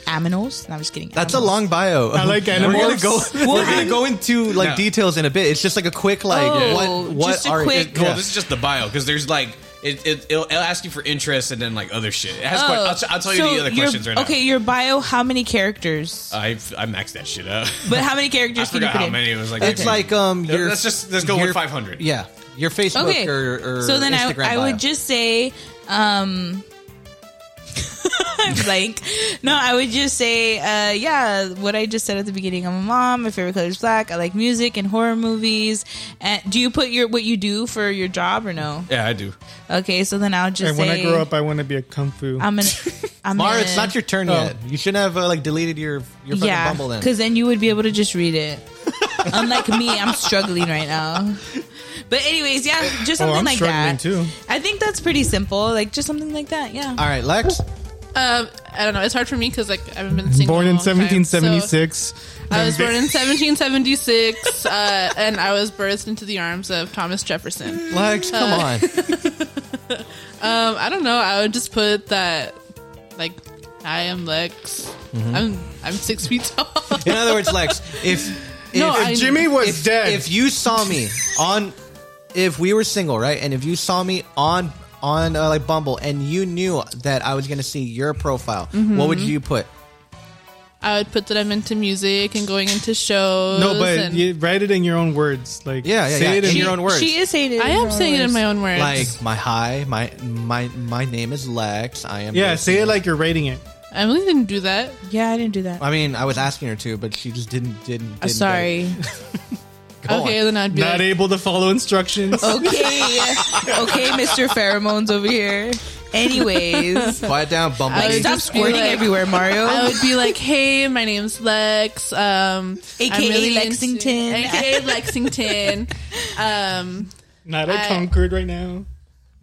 [SPEAKER 1] Aminals. No, I'm just kidding.
[SPEAKER 4] That's a
[SPEAKER 1] Animals.
[SPEAKER 4] long bio. I
[SPEAKER 2] like
[SPEAKER 4] We're gonna
[SPEAKER 2] animals.
[SPEAKER 4] go. We're gonna go into like
[SPEAKER 9] Yeah.
[SPEAKER 4] details in a bit. It's just like a quick like
[SPEAKER 1] Oh,
[SPEAKER 4] what what
[SPEAKER 1] just a
[SPEAKER 4] are
[SPEAKER 1] quick-
[SPEAKER 9] Well,
[SPEAKER 4] yeah.
[SPEAKER 9] this is just the bio because there's like it, it it'll, it'll ask you for interest and then like other shit. It has. que- I'll, t- I'll tell you
[SPEAKER 1] Oh, So
[SPEAKER 9] the other
[SPEAKER 1] your-
[SPEAKER 9] questions right now.
[SPEAKER 1] Okay, your bio. How many characters?
[SPEAKER 9] I I maxed that shit up.
[SPEAKER 1] But how many
[SPEAKER 9] I
[SPEAKER 1] characters can you
[SPEAKER 9] forgot
[SPEAKER 1] put
[SPEAKER 9] how
[SPEAKER 1] in?
[SPEAKER 9] many it was. Like
[SPEAKER 4] It's
[SPEAKER 9] okay.
[SPEAKER 4] like um. Your,
[SPEAKER 9] let's just let's go
[SPEAKER 4] your-
[SPEAKER 9] with 500.
[SPEAKER 4] Yeah, your Facebook
[SPEAKER 1] Okay.
[SPEAKER 4] or, or
[SPEAKER 1] so then I,
[SPEAKER 4] Instagram
[SPEAKER 1] I
[SPEAKER 4] bio.
[SPEAKER 1] would just say, um, blank. No, I would just say, uh, yeah, what I just said at the beginning. I'm a mom. My favorite color is black. I like music and horror movies. And do you put your what you do for your job or no?
[SPEAKER 9] Yeah, I do.
[SPEAKER 1] Okay, so then I'll just
[SPEAKER 2] And
[SPEAKER 1] say,
[SPEAKER 2] when I grow up, I want to be a kung fu.
[SPEAKER 1] I'm an. I'm
[SPEAKER 4] Mara,
[SPEAKER 1] an-
[SPEAKER 4] it's not your turn yet.
[SPEAKER 9] Oh.
[SPEAKER 4] You shouldn't have uh, like deleted your your fucking
[SPEAKER 1] yeah,
[SPEAKER 4] Bumble then.
[SPEAKER 1] because then you would be able to just read it. Unlike me, I'm struggling right now. But anyways, yeah, just
[SPEAKER 2] oh,
[SPEAKER 1] something
[SPEAKER 2] I'm
[SPEAKER 1] like
[SPEAKER 2] struggling
[SPEAKER 1] that.
[SPEAKER 2] too.
[SPEAKER 1] I think that's pretty simple. Like just something like that. Yeah.
[SPEAKER 4] All right, Lex.
[SPEAKER 8] Um, I don't know. It's hard for me because like I haven't been single
[SPEAKER 2] Born
[SPEAKER 8] a
[SPEAKER 2] in
[SPEAKER 8] long time,
[SPEAKER 2] 1776.
[SPEAKER 8] so I was born in 1776, uh, and I was birthed into the arms of Thomas Jefferson.
[SPEAKER 4] Lex,
[SPEAKER 1] Uh.
[SPEAKER 4] come on.
[SPEAKER 8] Um, I don't know. I would just put that like I am Lex.
[SPEAKER 2] Mm-hmm.
[SPEAKER 8] I'm I'm six feet tall.
[SPEAKER 4] In other words, Lex, if if,
[SPEAKER 8] No, I-
[SPEAKER 2] Jimmy was dead.
[SPEAKER 4] if you saw me on if we were single, right, and if you saw me on on uh, like Bumble and you knew that I was gonna see your profile, what
[SPEAKER 2] Mm-hmm.
[SPEAKER 4] would you put?
[SPEAKER 8] I would put that I'm into music and going into shows.
[SPEAKER 2] no, but
[SPEAKER 8] and
[SPEAKER 2] you write it in your own words. Like
[SPEAKER 4] Yeah, yeah,
[SPEAKER 2] say
[SPEAKER 4] yeah.
[SPEAKER 2] it in
[SPEAKER 4] She-
[SPEAKER 2] your own words.
[SPEAKER 1] She is saying it.
[SPEAKER 8] I
[SPEAKER 1] in her
[SPEAKER 8] am
[SPEAKER 1] own
[SPEAKER 8] saying it in
[SPEAKER 1] words.
[SPEAKER 8] my own words.
[SPEAKER 4] Like my hi, my my my name is Lex. I am
[SPEAKER 2] yeah,
[SPEAKER 4] this
[SPEAKER 2] say
[SPEAKER 4] and
[SPEAKER 2] it
[SPEAKER 4] this.
[SPEAKER 2] like you're rating it.
[SPEAKER 8] I really didn't do that.
[SPEAKER 1] Yeah, I didn't do that.
[SPEAKER 4] I mean, I was asking her to, but she just didn't didn't. didn't
[SPEAKER 1] I'm sorry.
[SPEAKER 4] get it. Go
[SPEAKER 8] Uh, okay,
[SPEAKER 4] on.
[SPEAKER 8] then I'd be
[SPEAKER 2] Not
[SPEAKER 8] like,
[SPEAKER 2] able to follow instructions.
[SPEAKER 1] okay. Okay, Mr. Pheromones over here. Anyways.
[SPEAKER 4] quiet down, Bumble.
[SPEAKER 8] I
[SPEAKER 1] Like,
[SPEAKER 8] would
[SPEAKER 1] stop
[SPEAKER 8] just be
[SPEAKER 1] squirting
[SPEAKER 8] like-
[SPEAKER 1] everywhere, Mario.
[SPEAKER 8] I would be like, "Hey, my name's Lex, um,
[SPEAKER 1] AKA
[SPEAKER 8] into-
[SPEAKER 1] Lexington.
[SPEAKER 8] aka Lexington. Um,
[SPEAKER 2] Not a
[SPEAKER 8] I-
[SPEAKER 2] Concord right now.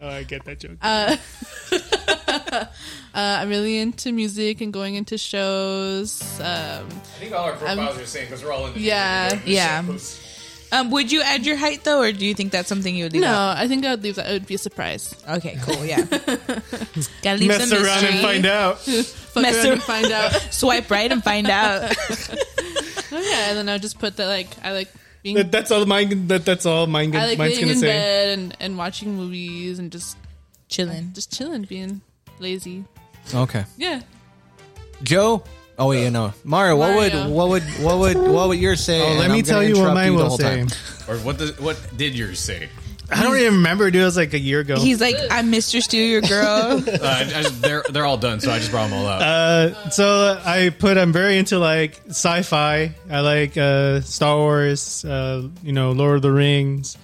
[SPEAKER 2] Oh, I get that joke.
[SPEAKER 8] uh, I'm really into music and going into shows. Um,
[SPEAKER 9] I think all our profiles are the same because we're all in.
[SPEAKER 8] yeah,
[SPEAKER 1] yeah. Um, would you add your height though, or do you think that's something you would leave out?
[SPEAKER 8] no, I think I'd leave that. It would be a surprise.
[SPEAKER 1] Okay, cool. Yeah. Gotta leave
[SPEAKER 2] Mess
[SPEAKER 1] some mystery.
[SPEAKER 2] around and find out.
[SPEAKER 8] Fuck
[SPEAKER 1] Mess
[SPEAKER 8] around and
[SPEAKER 1] around.
[SPEAKER 8] find out.
[SPEAKER 1] Swipe right and find out.
[SPEAKER 8] Oh, yeah, and then I would just put that like I like being
[SPEAKER 2] That- that's all mine. That, that's all mine.
[SPEAKER 8] I like
[SPEAKER 2] mine's
[SPEAKER 8] being
[SPEAKER 2] gonna
[SPEAKER 8] in
[SPEAKER 2] say.
[SPEAKER 8] bed and, and watching movies and just
[SPEAKER 1] Chilling.
[SPEAKER 8] just chilling, being lazy.
[SPEAKER 4] okay,
[SPEAKER 8] Yeah,
[SPEAKER 4] Joe. Oh wait, you know, Mario. What
[SPEAKER 8] Mario.
[SPEAKER 4] would what would what would what would yours say?
[SPEAKER 2] Oh,
[SPEAKER 4] And
[SPEAKER 2] let
[SPEAKER 4] I'm
[SPEAKER 2] me
[SPEAKER 4] gonna
[SPEAKER 2] tell you what
[SPEAKER 4] interrupt
[SPEAKER 2] mine
[SPEAKER 4] the
[SPEAKER 2] will
[SPEAKER 4] whole
[SPEAKER 2] say.
[SPEAKER 4] time.
[SPEAKER 9] Or what does what did yours say?
[SPEAKER 2] I don't even remember, dude. It was like a year ago.
[SPEAKER 1] He's like, I'm Mr. Steal Your Girl.
[SPEAKER 7] Uh, I- I just- they're they're all done, so I just brought them all up.
[SPEAKER 4] Uh,
[SPEAKER 2] so uh, I put I'm very into like sci-fi. I like uh, Star Wars. Uh, you know, Lord of the Rings.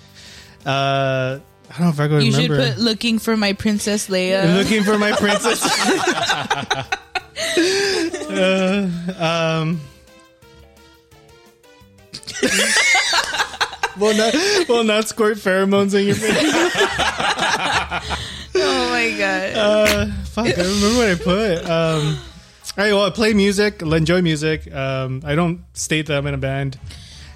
[SPEAKER 2] Uh, I don't know if I can
[SPEAKER 1] you should
[SPEAKER 2] remember.
[SPEAKER 1] put looking for my Princess Leia.
[SPEAKER 2] Looking for my princess. Uh, um. well, not well, not squirt pheromones in your face.
[SPEAKER 1] oh my god.
[SPEAKER 2] Uh, fuck, I don't remember what I put. Um, all right, well, I play music, I enjoy music. Um, I don't state that I'm in a band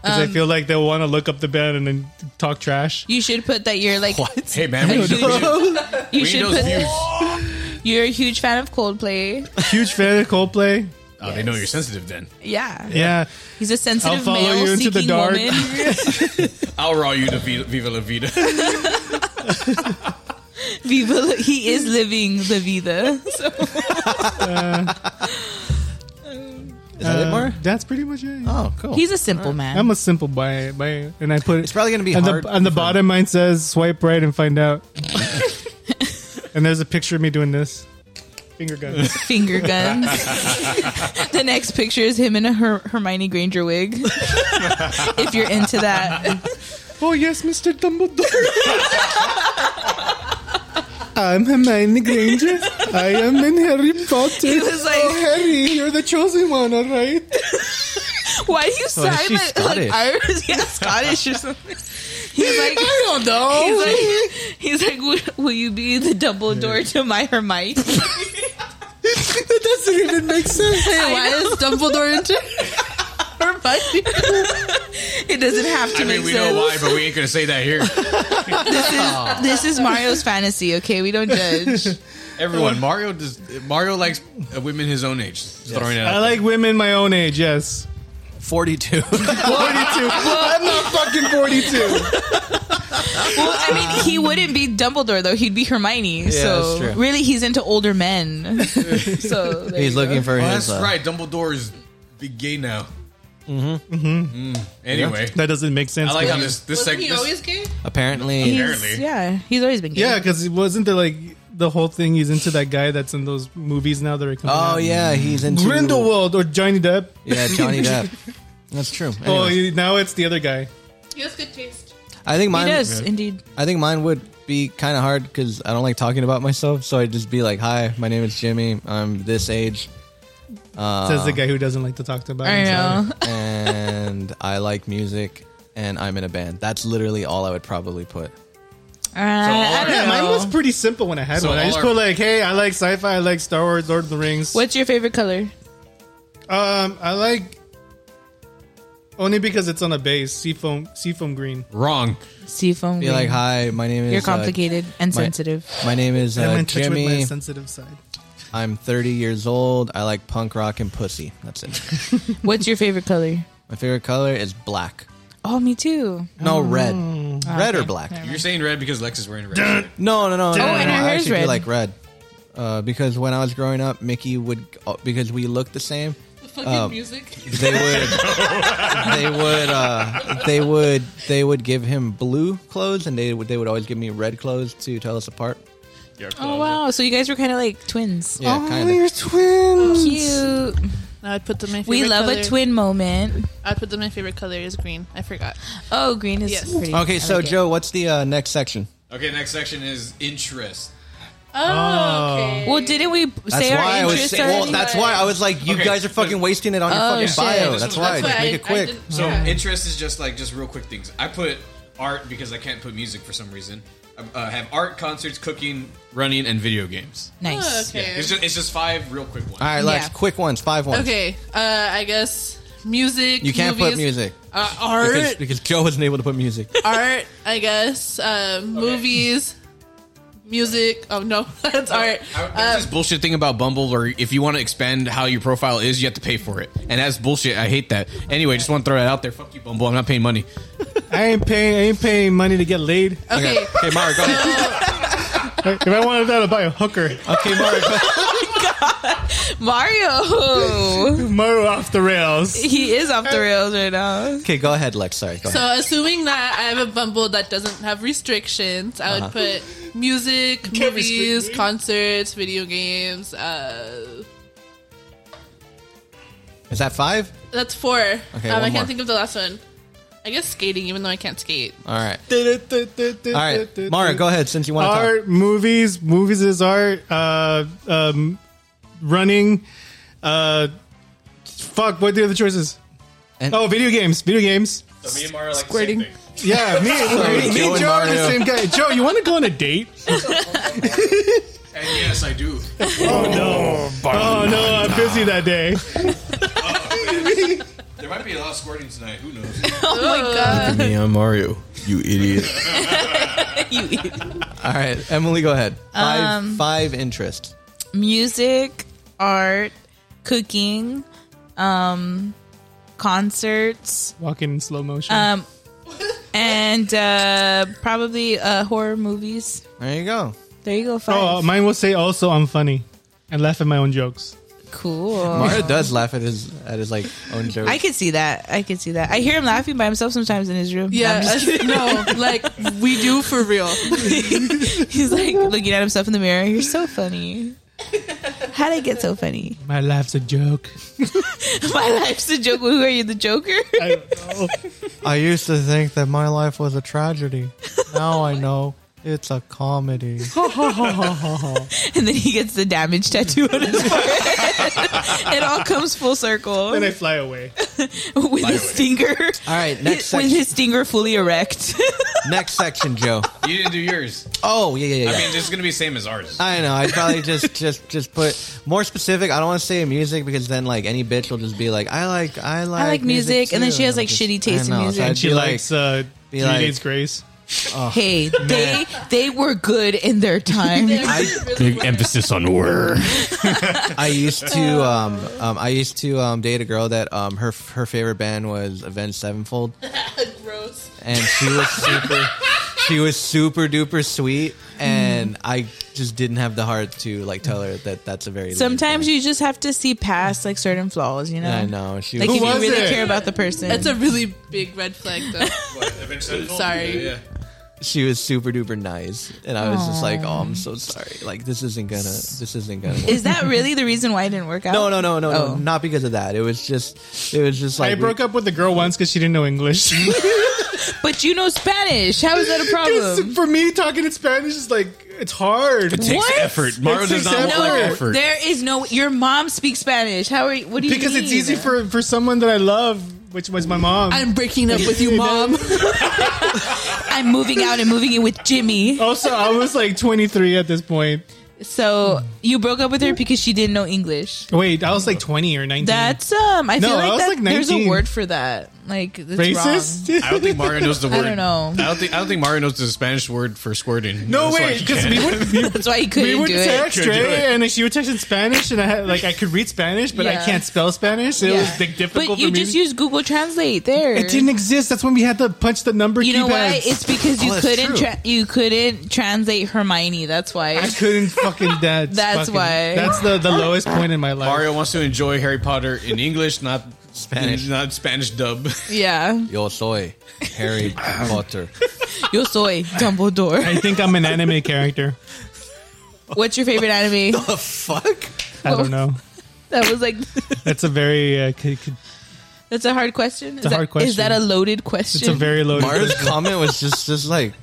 [SPEAKER 2] because I feel like they'll want to look up the band and then talk trash.
[SPEAKER 1] you should put that you're like
[SPEAKER 7] hey man, we, should- we should,
[SPEAKER 1] you
[SPEAKER 7] we need
[SPEAKER 1] should
[SPEAKER 7] those
[SPEAKER 1] put
[SPEAKER 7] views.
[SPEAKER 1] you're a huge fan of Coldplay.
[SPEAKER 2] Huge fan of Coldplay.
[SPEAKER 7] Oh, they know you're sensitive then.
[SPEAKER 1] Yeah.
[SPEAKER 2] Yeah,
[SPEAKER 1] He's a sensitive
[SPEAKER 2] I'll follow
[SPEAKER 1] male
[SPEAKER 2] you into
[SPEAKER 1] seeking
[SPEAKER 2] the dark.
[SPEAKER 1] woman.
[SPEAKER 7] I'll raw you to Viva, Viva La Vida.
[SPEAKER 1] Viva, la- he is living the vida. So
[SPEAKER 4] Is that it,
[SPEAKER 2] Uh,
[SPEAKER 4] Mara?
[SPEAKER 2] that's pretty much it.
[SPEAKER 4] Oh, cool.
[SPEAKER 1] he's a simple man.
[SPEAKER 2] I'm a simple boy, boy, and I put
[SPEAKER 4] it's probably gonna be
[SPEAKER 2] on
[SPEAKER 4] hard.
[SPEAKER 2] the, on the
[SPEAKER 4] for-
[SPEAKER 2] bottom. Mine says swipe right and find out. and there's a picture of me doing this finger gun.
[SPEAKER 1] Finger guns. the next picture is him in a Her- Hermione Granger wig. if you're into that,
[SPEAKER 2] oh yes, Mr. Dumbledore. I'm Hermione Granger. I am in Harry Potter.
[SPEAKER 1] he was
[SPEAKER 2] Oh,
[SPEAKER 1] like,
[SPEAKER 2] Harry, you're the chosen one, all right?
[SPEAKER 1] "Why
[SPEAKER 2] Oh,
[SPEAKER 1] do you sign
[SPEAKER 4] she's
[SPEAKER 1] it like
[SPEAKER 4] Scottish.
[SPEAKER 1] Irish? Yeah, Scottish or something." He's like, "I don't
[SPEAKER 2] Oh.
[SPEAKER 1] know." He's like, he's like "Will- "Will you be the double door to my Hermione?"
[SPEAKER 2] That doesn't even make sense.
[SPEAKER 8] Why is Dumbledore into Hermione?
[SPEAKER 1] It doesn't have to
[SPEAKER 7] I
[SPEAKER 1] make
[SPEAKER 7] mean, we
[SPEAKER 1] sense.
[SPEAKER 7] know why, but we ain't gonna say that here.
[SPEAKER 1] This is this is Mario's fantasy. Okay, we don't judge.
[SPEAKER 7] Everyone, Mario does. Mario likes uh, women his own age. Just Throwing it out.
[SPEAKER 2] I like women my own age, yes.
[SPEAKER 4] 42.
[SPEAKER 2] 42. I'm not fucking 42.
[SPEAKER 1] Well, I mean, he wouldn't be Dumbledore though; he'd be Hermione. so
[SPEAKER 4] that's true.
[SPEAKER 1] really, he's into older men. so there
[SPEAKER 4] he's
[SPEAKER 1] you go.
[SPEAKER 4] looking for
[SPEAKER 7] Oh,
[SPEAKER 4] his.
[SPEAKER 7] that's
[SPEAKER 4] uh,
[SPEAKER 7] right. Dumbledore is big gay now. Mm-hmm. Mm. Anyway,
[SPEAKER 2] That doesn't make sense.
[SPEAKER 7] I like
[SPEAKER 2] but-
[SPEAKER 7] how this this
[SPEAKER 8] Wasn't
[SPEAKER 7] segment.
[SPEAKER 8] he always gay?
[SPEAKER 4] Apparently,
[SPEAKER 1] He's-
[SPEAKER 7] Apparently.
[SPEAKER 1] yeah, he's always been. Gay.
[SPEAKER 2] Yeah, because wasn't there like the whole thing? He's into that guy that's in those movies now that are coming.
[SPEAKER 4] Oh
[SPEAKER 2] out.
[SPEAKER 4] yeah, he's into
[SPEAKER 2] Grindelwald or Johnny Depp.
[SPEAKER 4] Yeah, Johnny Depp. That's true.
[SPEAKER 2] Oh,
[SPEAKER 4] Anyways,
[SPEAKER 2] he- now it's the other guy.
[SPEAKER 8] He has good taste.
[SPEAKER 4] I think
[SPEAKER 1] he
[SPEAKER 4] mine.
[SPEAKER 1] does indeed.
[SPEAKER 4] I think mine would be kind of hard because I don't like talking about myself. So I'd just be like, "Hi, my name is Jimmy. I'm this age,
[SPEAKER 2] Says the guy who doesn't like to talk about.
[SPEAKER 1] I
[SPEAKER 2] himself.
[SPEAKER 1] know. Uh,
[SPEAKER 4] and I like music, and I'm in a band." That's literally all I would probably put.
[SPEAKER 1] Uh, I don't
[SPEAKER 2] Yeah, mine
[SPEAKER 1] know.
[SPEAKER 2] was pretty simple when I had
[SPEAKER 7] So
[SPEAKER 2] one. I
[SPEAKER 7] all
[SPEAKER 2] just
[SPEAKER 7] our-
[SPEAKER 2] put like, "Hey, I like sci-fi. I like Star Wars, Lord of the Rings."
[SPEAKER 1] What's your favorite color?
[SPEAKER 2] Um, I like only because it's on a base seafoam seafoam green.
[SPEAKER 4] Uh,
[SPEAKER 7] wrong.
[SPEAKER 1] Seafoam.
[SPEAKER 4] Be
[SPEAKER 1] green.
[SPEAKER 4] like, "Hi, my name is."
[SPEAKER 1] You're
[SPEAKER 4] uh,
[SPEAKER 1] complicated and
[SPEAKER 4] my-
[SPEAKER 1] sensitive.
[SPEAKER 4] my name is
[SPEAKER 2] I'm
[SPEAKER 4] uh,
[SPEAKER 2] in touch with my
[SPEAKER 4] Jimmy.
[SPEAKER 2] sensitive side.
[SPEAKER 4] I'm 30 years old. I like punk rock and pussy. That's it.
[SPEAKER 1] What's your favorite color?
[SPEAKER 4] my favorite color is black.
[SPEAKER 1] Oh, me too.
[SPEAKER 4] No, red. red or
[SPEAKER 1] Mm. okay. Oh,
[SPEAKER 4] black.
[SPEAKER 7] You're saying red because Lex is wearing red.
[SPEAKER 4] No, no, no. no,
[SPEAKER 1] and her
[SPEAKER 4] no, I
[SPEAKER 1] hair's
[SPEAKER 4] actually
[SPEAKER 1] red.
[SPEAKER 4] do like red. Uh, because when I was growing up, Mickey would uh, because we looked the same.
[SPEAKER 8] Fucking music.
[SPEAKER 4] They would, they would, uh, they would, they would give him blue clothes, and they would they would always give me red clothes to tell us apart.
[SPEAKER 1] Oh wow! So you guys were kind of like twins.
[SPEAKER 4] Yeah, kind of.
[SPEAKER 1] Cute.
[SPEAKER 8] No, I'd put that my favorite
[SPEAKER 1] We love
[SPEAKER 8] color.
[SPEAKER 1] a twin moment.
[SPEAKER 8] I'd put that my favorite color is green. I forgot.
[SPEAKER 1] Oh, green is
[SPEAKER 8] Yes.
[SPEAKER 1] pretty. I
[SPEAKER 4] Okay, so
[SPEAKER 1] like it.
[SPEAKER 4] Joe, what's the uh, next section?
[SPEAKER 7] Okay, next section is interest.
[SPEAKER 8] Oh, okay.
[SPEAKER 1] Well, didn't we
[SPEAKER 4] That's
[SPEAKER 1] say
[SPEAKER 4] why I
[SPEAKER 1] our
[SPEAKER 4] was.
[SPEAKER 1] interests
[SPEAKER 4] Say,
[SPEAKER 1] already?
[SPEAKER 4] well, that's why I was like, you
[SPEAKER 7] Okay.
[SPEAKER 4] guys are fucking wasting it on your
[SPEAKER 1] Oh,
[SPEAKER 4] fucking
[SPEAKER 1] shit.
[SPEAKER 4] bio.
[SPEAKER 7] This
[SPEAKER 4] That's
[SPEAKER 7] was-
[SPEAKER 4] why.
[SPEAKER 7] that's
[SPEAKER 4] Just
[SPEAKER 8] why
[SPEAKER 4] make
[SPEAKER 8] I-
[SPEAKER 4] it quick.
[SPEAKER 8] I didn't-
[SPEAKER 7] So
[SPEAKER 8] yeah.
[SPEAKER 7] interest is just like just real quick things. I put art because I can't put music for some reason. I uh, have art, concerts, cooking, running, and video games.
[SPEAKER 1] nice.
[SPEAKER 8] Oh, okay.
[SPEAKER 7] It's just it's just five real quick ones.
[SPEAKER 4] All right, Lex,
[SPEAKER 1] Yeah.
[SPEAKER 4] quick ones, five ones.
[SPEAKER 8] Okay, uh, I guess music.
[SPEAKER 4] You can't
[SPEAKER 8] movies,
[SPEAKER 4] put music
[SPEAKER 8] Uh,
[SPEAKER 4] because,
[SPEAKER 8] art,
[SPEAKER 4] because Joe wasn't able to put music.
[SPEAKER 8] art. I guess uh, movies, music. Oh no, that's art.
[SPEAKER 7] I,
[SPEAKER 8] Uh,
[SPEAKER 7] there's this bullshit thing about Bumble, where if you want to expand how your profile is, you have to pay for it, and that's bullshit. I hate that. Anyway, just want to throw that out there. Fuck you, Bumble. I'm not paying money.
[SPEAKER 2] I ain't paying. I ain't paying money to get laid.
[SPEAKER 8] okay,
[SPEAKER 4] Okay, Mara, go ahead.
[SPEAKER 2] if I wanted that, I'd buy a hooker.
[SPEAKER 4] Okay, Mara, go
[SPEAKER 1] Mario.
[SPEAKER 2] Mario off the rails.
[SPEAKER 1] He is off the rails right now.
[SPEAKER 4] Okay, go ahead, Lex. Sorry. Go ahead.
[SPEAKER 8] So, assuming that I have a Bumble that doesn't have restrictions, I would
[SPEAKER 4] Uh-huh.
[SPEAKER 8] put music,
[SPEAKER 2] can't
[SPEAKER 8] movies,
[SPEAKER 2] restrict me.
[SPEAKER 8] concerts, video games. Uh,
[SPEAKER 4] Is that five?
[SPEAKER 8] that's four. um, I
[SPEAKER 4] one
[SPEAKER 8] can't
[SPEAKER 4] more.
[SPEAKER 8] think of the last one. I guess skating, even though I can't skate.
[SPEAKER 4] All right.
[SPEAKER 2] All
[SPEAKER 4] All right. Mara, go ahead since you want to talk.
[SPEAKER 2] Art, movies, movies is art. Uh, um, running. Uh, fuck. What are the other choices?
[SPEAKER 4] And-
[SPEAKER 2] oh, video games. Video games.
[SPEAKER 7] So me and Mario like
[SPEAKER 8] Squirting.
[SPEAKER 7] the same thing.
[SPEAKER 2] Yeah, me, me,
[SPEAKER 4] Joe
[SPEAKER 2] me and
[SPEAKER 4] and
[SPEAKER 2] Joe are
[SPEAKER 4] Mario.
[SPEAKER 2] the same guy. Joe, you want to go on a date?
[SPEAKER 7] And yes, I do.
[SPEAKER 2] Oh no, I'm busy that day.
[SPEAKER 7] There might be a lot of squirting tonight. Who knows?
[SPEAKER 9] Me, I'm Mario. You idiot.
[SPEAKER 4] All right, Emily, go ahead. Five,
[SPEAKER 1] Um,
[SPEAKER 4] five interests.
[SPEAKER 1] Music, art, cooking, um, concerts, um,
[SPEAKER 2] Walking in slow motion.
[SPEAKER 1] Uh, and uh, probably uh, horror movies.
[SPEAKER 4] There you go.
[SPEAKER 1] There you go. Five.
[SPEAKER 4] um,
[SPEAKER 2] oh, mine will say also I'm funny and laugh at my own jokes.
[SPEAKER 1] cool.
[SPEAKER 4] Mara does laugh at his at his like own joke.
[SPEAKER 1] I could see that. I could see that. I hear him laughing by himself sometimes in his room.
[SPEAKER 8] Yeah,
[SPEAKER 1] I'm just-
[SPEAKER 8] uh, no, like we do for real.
[SPEAKER 1] he's like looking at himself in the mirror. You're so funny. How'd I get so funny?
[SPEAKER 2] My laugh's a joke.
[SPEAKER 1] My life's a joke. Who are you, the Joker?
[SPEAKER 2] I don't know.
[SPEAKER 4] I used to think that my life was a tragedy. Now I know it's a comedy.
[SPEAKER 1] and then he gets the damage tattoo on his forehead. it all comes full circle
[SPEAKER 2] Then I fly away.
[SPEAKER 1] with his stinger.
[SPEAKER 4] All right, next
[SPEAKER 1] with
[SPEAKER 4] section.
[SPEAKER 1] his stinger fully erect.
[SPEAKER 4] next section, Joe.
[SPEAKER 7] You didn't do yours.
[SPEAKER 4] Oh yeah, yeah, yeah.
[SPEAKER 7] I mean, this is gonna be same as ours.
[SPEAKER 4] I know. I'd probably just just just put more specific. I don't want to say music because then like any bitch will just be like, I like I like
[SPEAKER 1] I like music, and then
[SPEAKER 4] too.
[SPEAKER 1] she has, like,
[SPEAKER 4] Just-
[SPEAKER 1] shitty taste
[SPEAKER 4] I
[SPEAKER 1] in
[SPEAKER 4] know,
[SPEAKER 1] music.
[SPEAKER 4] So I'd
[SPEAKER 2] She
[SPEAKER 4] be like,
[SPEAKER 2] likes uh,
[SPEAKER 4] be
[SPEAKER 2] Three
[SPEAKER 4] like-
[SPEAKER 2] Days Grace.
[SPEAKER 4] Oh,
[SPEAKER 1] hey, they they were good in their time.
[SPEAKER 9] Big emphasis on word.
[SPEAKER 4] I used to um, um I used to um date a girl that um her her favorite band was Avenged Sevenfold,
[SPEAKER 8] Gross.
[SPEAKER 4] and she was super she was super duper sweet, and
[SPEAKER 1] Mm-hmm.
[SPEAKER 4] I just didn't have the heart to like tell her that that's a very lame
[SPEAKER 1] Sometimes
[SPEAKER 4] band.
[SPEAKER 1] you just have to see past like certain flaws, you know.
[SPEAKER 4] I know she
[SPEAKER 1] Like
[SPEAKER 4] was,
[SPEAKER 1] if you
[SPEAKER 2] was
[SPEAKER 1] really
[SPEAKER 2] it?
[SPEAKER 1] care about the person,
[SPEAKER 8] That's a really big red flag, though.
[SPEAKER 7] What, eventually?
[SPEAKER 8] Sorry.
[SPEAKER 7] Yeah.
[SPEAKER 4] she was super duper nice, and I was just like, oh, I'm so sorry, like this isn't gonna this isn't gonna. Work.
[SPEAKER 1] is that really the reason why it didn't work out?
[SPEAKER 4] No, no, no, no,
[SPEAKER 1] Oh.
[SPEAKER 4] no, not because of that. It was just, it was just like
[SPEAKER 2] I broke up with the girl once because she didn't know English.
[SPEAKER 1] But you know Spanish. How is that a problem?
[SPEAKER 2] For me, talking in Spanish is like it's hard.
[SPEAKER 9] It takes
[SPEAKER 1] What?
[SPEAKER 9] effort. Mario does
[SPEAKER 2] takes
[SPEAKER 9] not
[SPEAKER 2] effort.
[SPEAKER 9] want
[SPEAKER 1] No,
[SPEAKER 9] effort.
[SPEAKER 1] there is no. Your mom speaks Spanish. How are you? What do you
[SPEAKER 2] because it's
[SPEAKER 1] mean?
[SPEAKER 2] easy for for someone that I love, which was my mom.
[SPEAKER 8] I'm breaking up with you, mom.
[SPEAKER 1] I'm moving out and moving in with Jimmy.
[SPEAKER 2] also, I was like 23 at this point.
[SPEAKER 1] So you broke up with her because she didn't know English.
[SPEAKER 4] Mm-hmm.
[SPEAKER 2] Wait, I was like 20 or 19.
[SPEAKER 1] That's um. I
[SPEAKER 2] No,
[SPEAKER 1] feel like,
[SPEAKER 2] I was,
[SPEAKER 1] that,
[SPEAKER 2] like,
[SPEAKER 1] there's a
[SPEAKER 2] 19.
[SPEAKER 1] word for that. Like it's wrong.
[SPEAKER 2] racist.
[SPEAKER 9] I don't think Mario knows the word.
[SPEAKER 1] I don't know.
[SPEAKER 9] I don't think I don't think Mario knows the Spanish word for squirting.
[SPEAKER 2] No
[SPEAKER 9] That's why
[SPEAKER 2] way,
[SPEAKER 9] he
[SPEAKER 2] because
[SPEAKER 9] can't.
[SPEAKER 2] we would we,
[SPEAKER 1] That's why you
[SPEAKER 2] we
[SPEAKER 1] couldn't
[SPEAKER 2] would
[SPEAKER 1] do it.
[SPEAKER 2] text
[SPEAKER 9] Couldn't do
[SPEAKER 2] right,
[SPEAKER 9] it.
[SPEAKER 2] and she would text in Spanish, and I had like I could read Spanish, but
[SPEAKER 1] Yeah.
[SPEAKER 2] I can't spell Spanish. It
[SPEAKER 1] Yeah.
[SPEAKER 2] was like, difficult
[SPEAKER 1] But
[SPEAKER 2] for
[SPEAKER 1] you
[SPEAKER 2] me.
[SPEAKER 1] just used Google Translate there.
[SPEAKER 2] it didn't exist. That's when we had to punch the number.
[SPEAKER 1] You know why?
[SPEAKER 2] keypads.
[SPEAKER 1] It's because
[SPEAKER 2] Oh,
[SPEAKER 1] you
[SPEAKER 4] that's
[SPEAKER 1] couldn't
[SPEAKER 4] true.
[SPEAKER 1] tra- you couldn't translate Hermione. That's why.
[SPEAKER 2] I couldn't fucking. That's
[SPEAKER 1] That's
[SPEAKER 2] fucking-
[SPEAKER 1] why.
[SPEAKER 2] That's the the lowest point in my life.
[SPEAKER 9] Mario wants to enjoy Harry Potter in English, not
[SPEAKER 4] Spanish.
[SPEAKER 9] not Spanish dub.
[SPEAKER 1] Yeah.
[SPEAKER 4] yo soy Harry Potter.
[SPEAKER 1] Yo soy Dumbledore.
[SPEAKER 2] I think I'm an anime character.
[SPEAKER 1] What's your favorite anime?
[SPEAKER 4] The fuck?
[SPEAKER 2] I don't know.
[SPEAKER 1] That was like
[SPEAKER 2] That's a very uh, c- c-
[SPEAKER 1] that's a hard question. Is
[SPEAKER 2] a
[SPEAKER 1] that-
[SPEAKER 2] hard question.
[SPEAKER 1] Is that a loaded question?
[SPEAKER 2] it's a very low. All
[SPEAKER 4] Mario's comment was just just like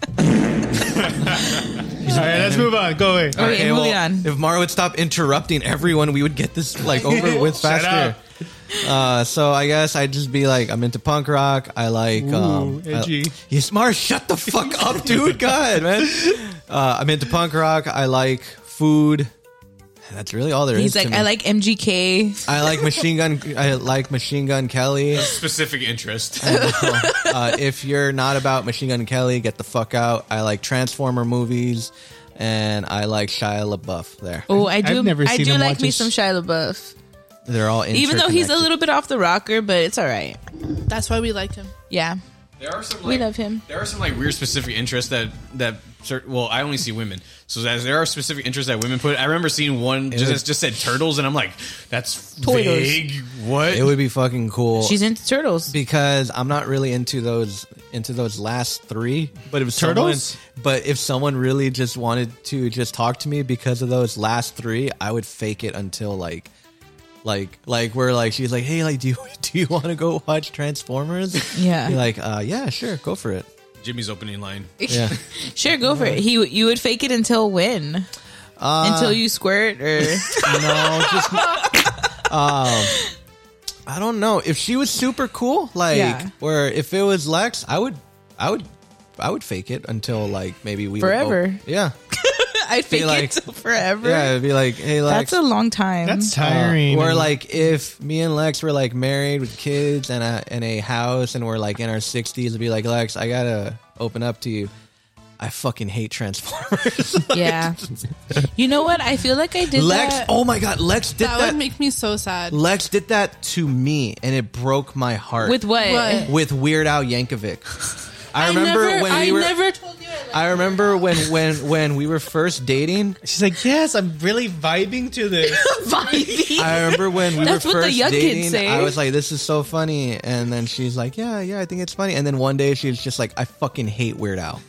[SPEAKER 2] right, let's move on. Go away.
[SPEAKER 1] Okay,
[SPEAKER 4] Hey, well,
[SPEAKER 1] moving on.
[SPEAKER 4] If Mara would stop interrupting everyone, we would get this like over with
[SPEAKER 2] Shut
[SPEAKER 4] faster. Uh, so I guess I'd just be like, I'm into punk rock. I like um,
[SPEAKER 2] Ooh, edgy.
[SPEAKER 4] I- yes, Mara, shut the fuck up, dude. God, man. Uh, I'm into punk rock. I like food. That's really all there is.
[SPEAKER 1] He's like,
[SPEAKER 4] to me.
[SPEAKER 1] I like MGK.
[SPEAKER 4] I like Machine Gun. I like Machine Gun Kelly.
[SPEAKER 7] Specific interest.
[SPEAKER 4] uh, if you're not about Machine Gun Kelly, get the fuck out. I like Transformer movies, and I like Shia LaBeouf. There,
[SPEAKER 1] Oh, I do.
[SPEAKER 2] I've never
[SPEAKER 1] I
[SPEAKER 2] seen
[SPEAKER 1] do
[SPEAKER 2] him
[SPEAKER 1] like
[SPEAKER 2] watch
[SPEAKER 1] me
[SPEAKER 2] his-
[SPEAKER 1] some Shia LaBeouf.
[SPEAKER 4] they're all
[SPEAKER 1] Even though he's a
[SPEAKER 4] interconnected.
[SPEAKER 1] little bit off the rocker, but it's all right.
[SPEAKER 8] That's why we liked him.
[SPEAKER 1] Yeah.
[SPEAKER 7] There are some. Like,
[SPEAKER 1] We love him.
[SPEAKER 7] There are some like weird specific interests that that. cer- Well, I only see women, so as there are specific interests that women put. I remember seeing one just,
[SPEAKER 4] was-
[SPEAKER 7] just said turtles, and I'm like, that's
[SPEAKER 1] Toidos.
[SPEAKER 7] vague. What?
[SPEAKER 4] It would be fucking cool.
[SPEAKER 1] She's into turtles.
[SPEAKER 4] because I'm not really into those into those last three. But if
[SPEAKER 2] Turtles?
[SPEAKER 4] someone, but if someone really just wanted to just talk to me because of those last three, I would fake it until like. Like, like, where like she's like, hey, like, do you do you want to go watch Transformers?
[SPEAKER 1] Yeah.
[SPEAKER 4] Be like, uh, yeah, sure, go for it.
[SPEAKER 7] Jimmy's opening line.
[SPEAKER 4] Yeah,
[SPEAKER 1] Sure, go for it. He you would fake it until when?
[SPEAKER 2] Uh,
[SPEAKER 1] until you squirt or
[SPEAKER 4] no, just, um, I don't know if she was super cool, like,
[SPEAKER 1] Yeah.
[SPEAKER 4] or if it was Lex, I would, I would, I would fake it until like maybe we would go-
[SPEAKER 1] Forever.
[SPEAKER 4] yeah,
[SPEAKER 1] I'd fake
[SPEAKER 4] like-
[SPEAKER 1] it till forever.
[SPEAKER 4] Yeah, it'd be like, hey, Lex.
[SPEAKER 1] That's a long time.
[SPEAKER 2] That's
[SPEAKER 4] uh,
[SPEAKER 2] tiring.
[SPEAKER 4] or like if me and Lex were like married with kids and a and a house and we're like in our sixties, it'd be like Lex, I gotta open up to you. I fucking hate Transformers.
[SPEAKER 1] yeah. you know what? I feel like I did
[SPEAKER 4] Lex,
[SPEAKER 1] that.
[SPEAKER 4] oh my god, Lex did
[SPEAKER 8] That
[SPEAKER 4] that.
[SPEAKER 8] would make me so sad.
[SPEAKER 4] Lex did that to me, and it broke my heart.
[SPEAKER 1] with what?
[SPEAKER 8] What?
[SPEAKER 4] with Weird Al Yankovic. I remember
[SPEAKER 8] never,
[SPEAKER 4] when
[SPEAKER 8] I
[SPEAKER 4] we were.
[SPEAKER 8] never told you. I,
[SPEAKER 4] I remember when when when we were first dating.
[SPEAKER 2] She's like, yes, I'm really vibing to this.
[SPEAKER 1] Vibing.
[SPEAKER 4] I remember when we
[SPEAKER 1] That's
[SPEAKER 4] were
[SPEAKER 1] what the
[SPEAKER 4] first
[SPEAKER 1] young kids
[SPEAKER 4] dating,
[SPEAKER 1] say.
[SPEAKER 4] I was like, "This is so funny," and then she's like, "Yeah, yeah, I think it's funny." And then one day she's just like, "I fucking hate Weird Al,"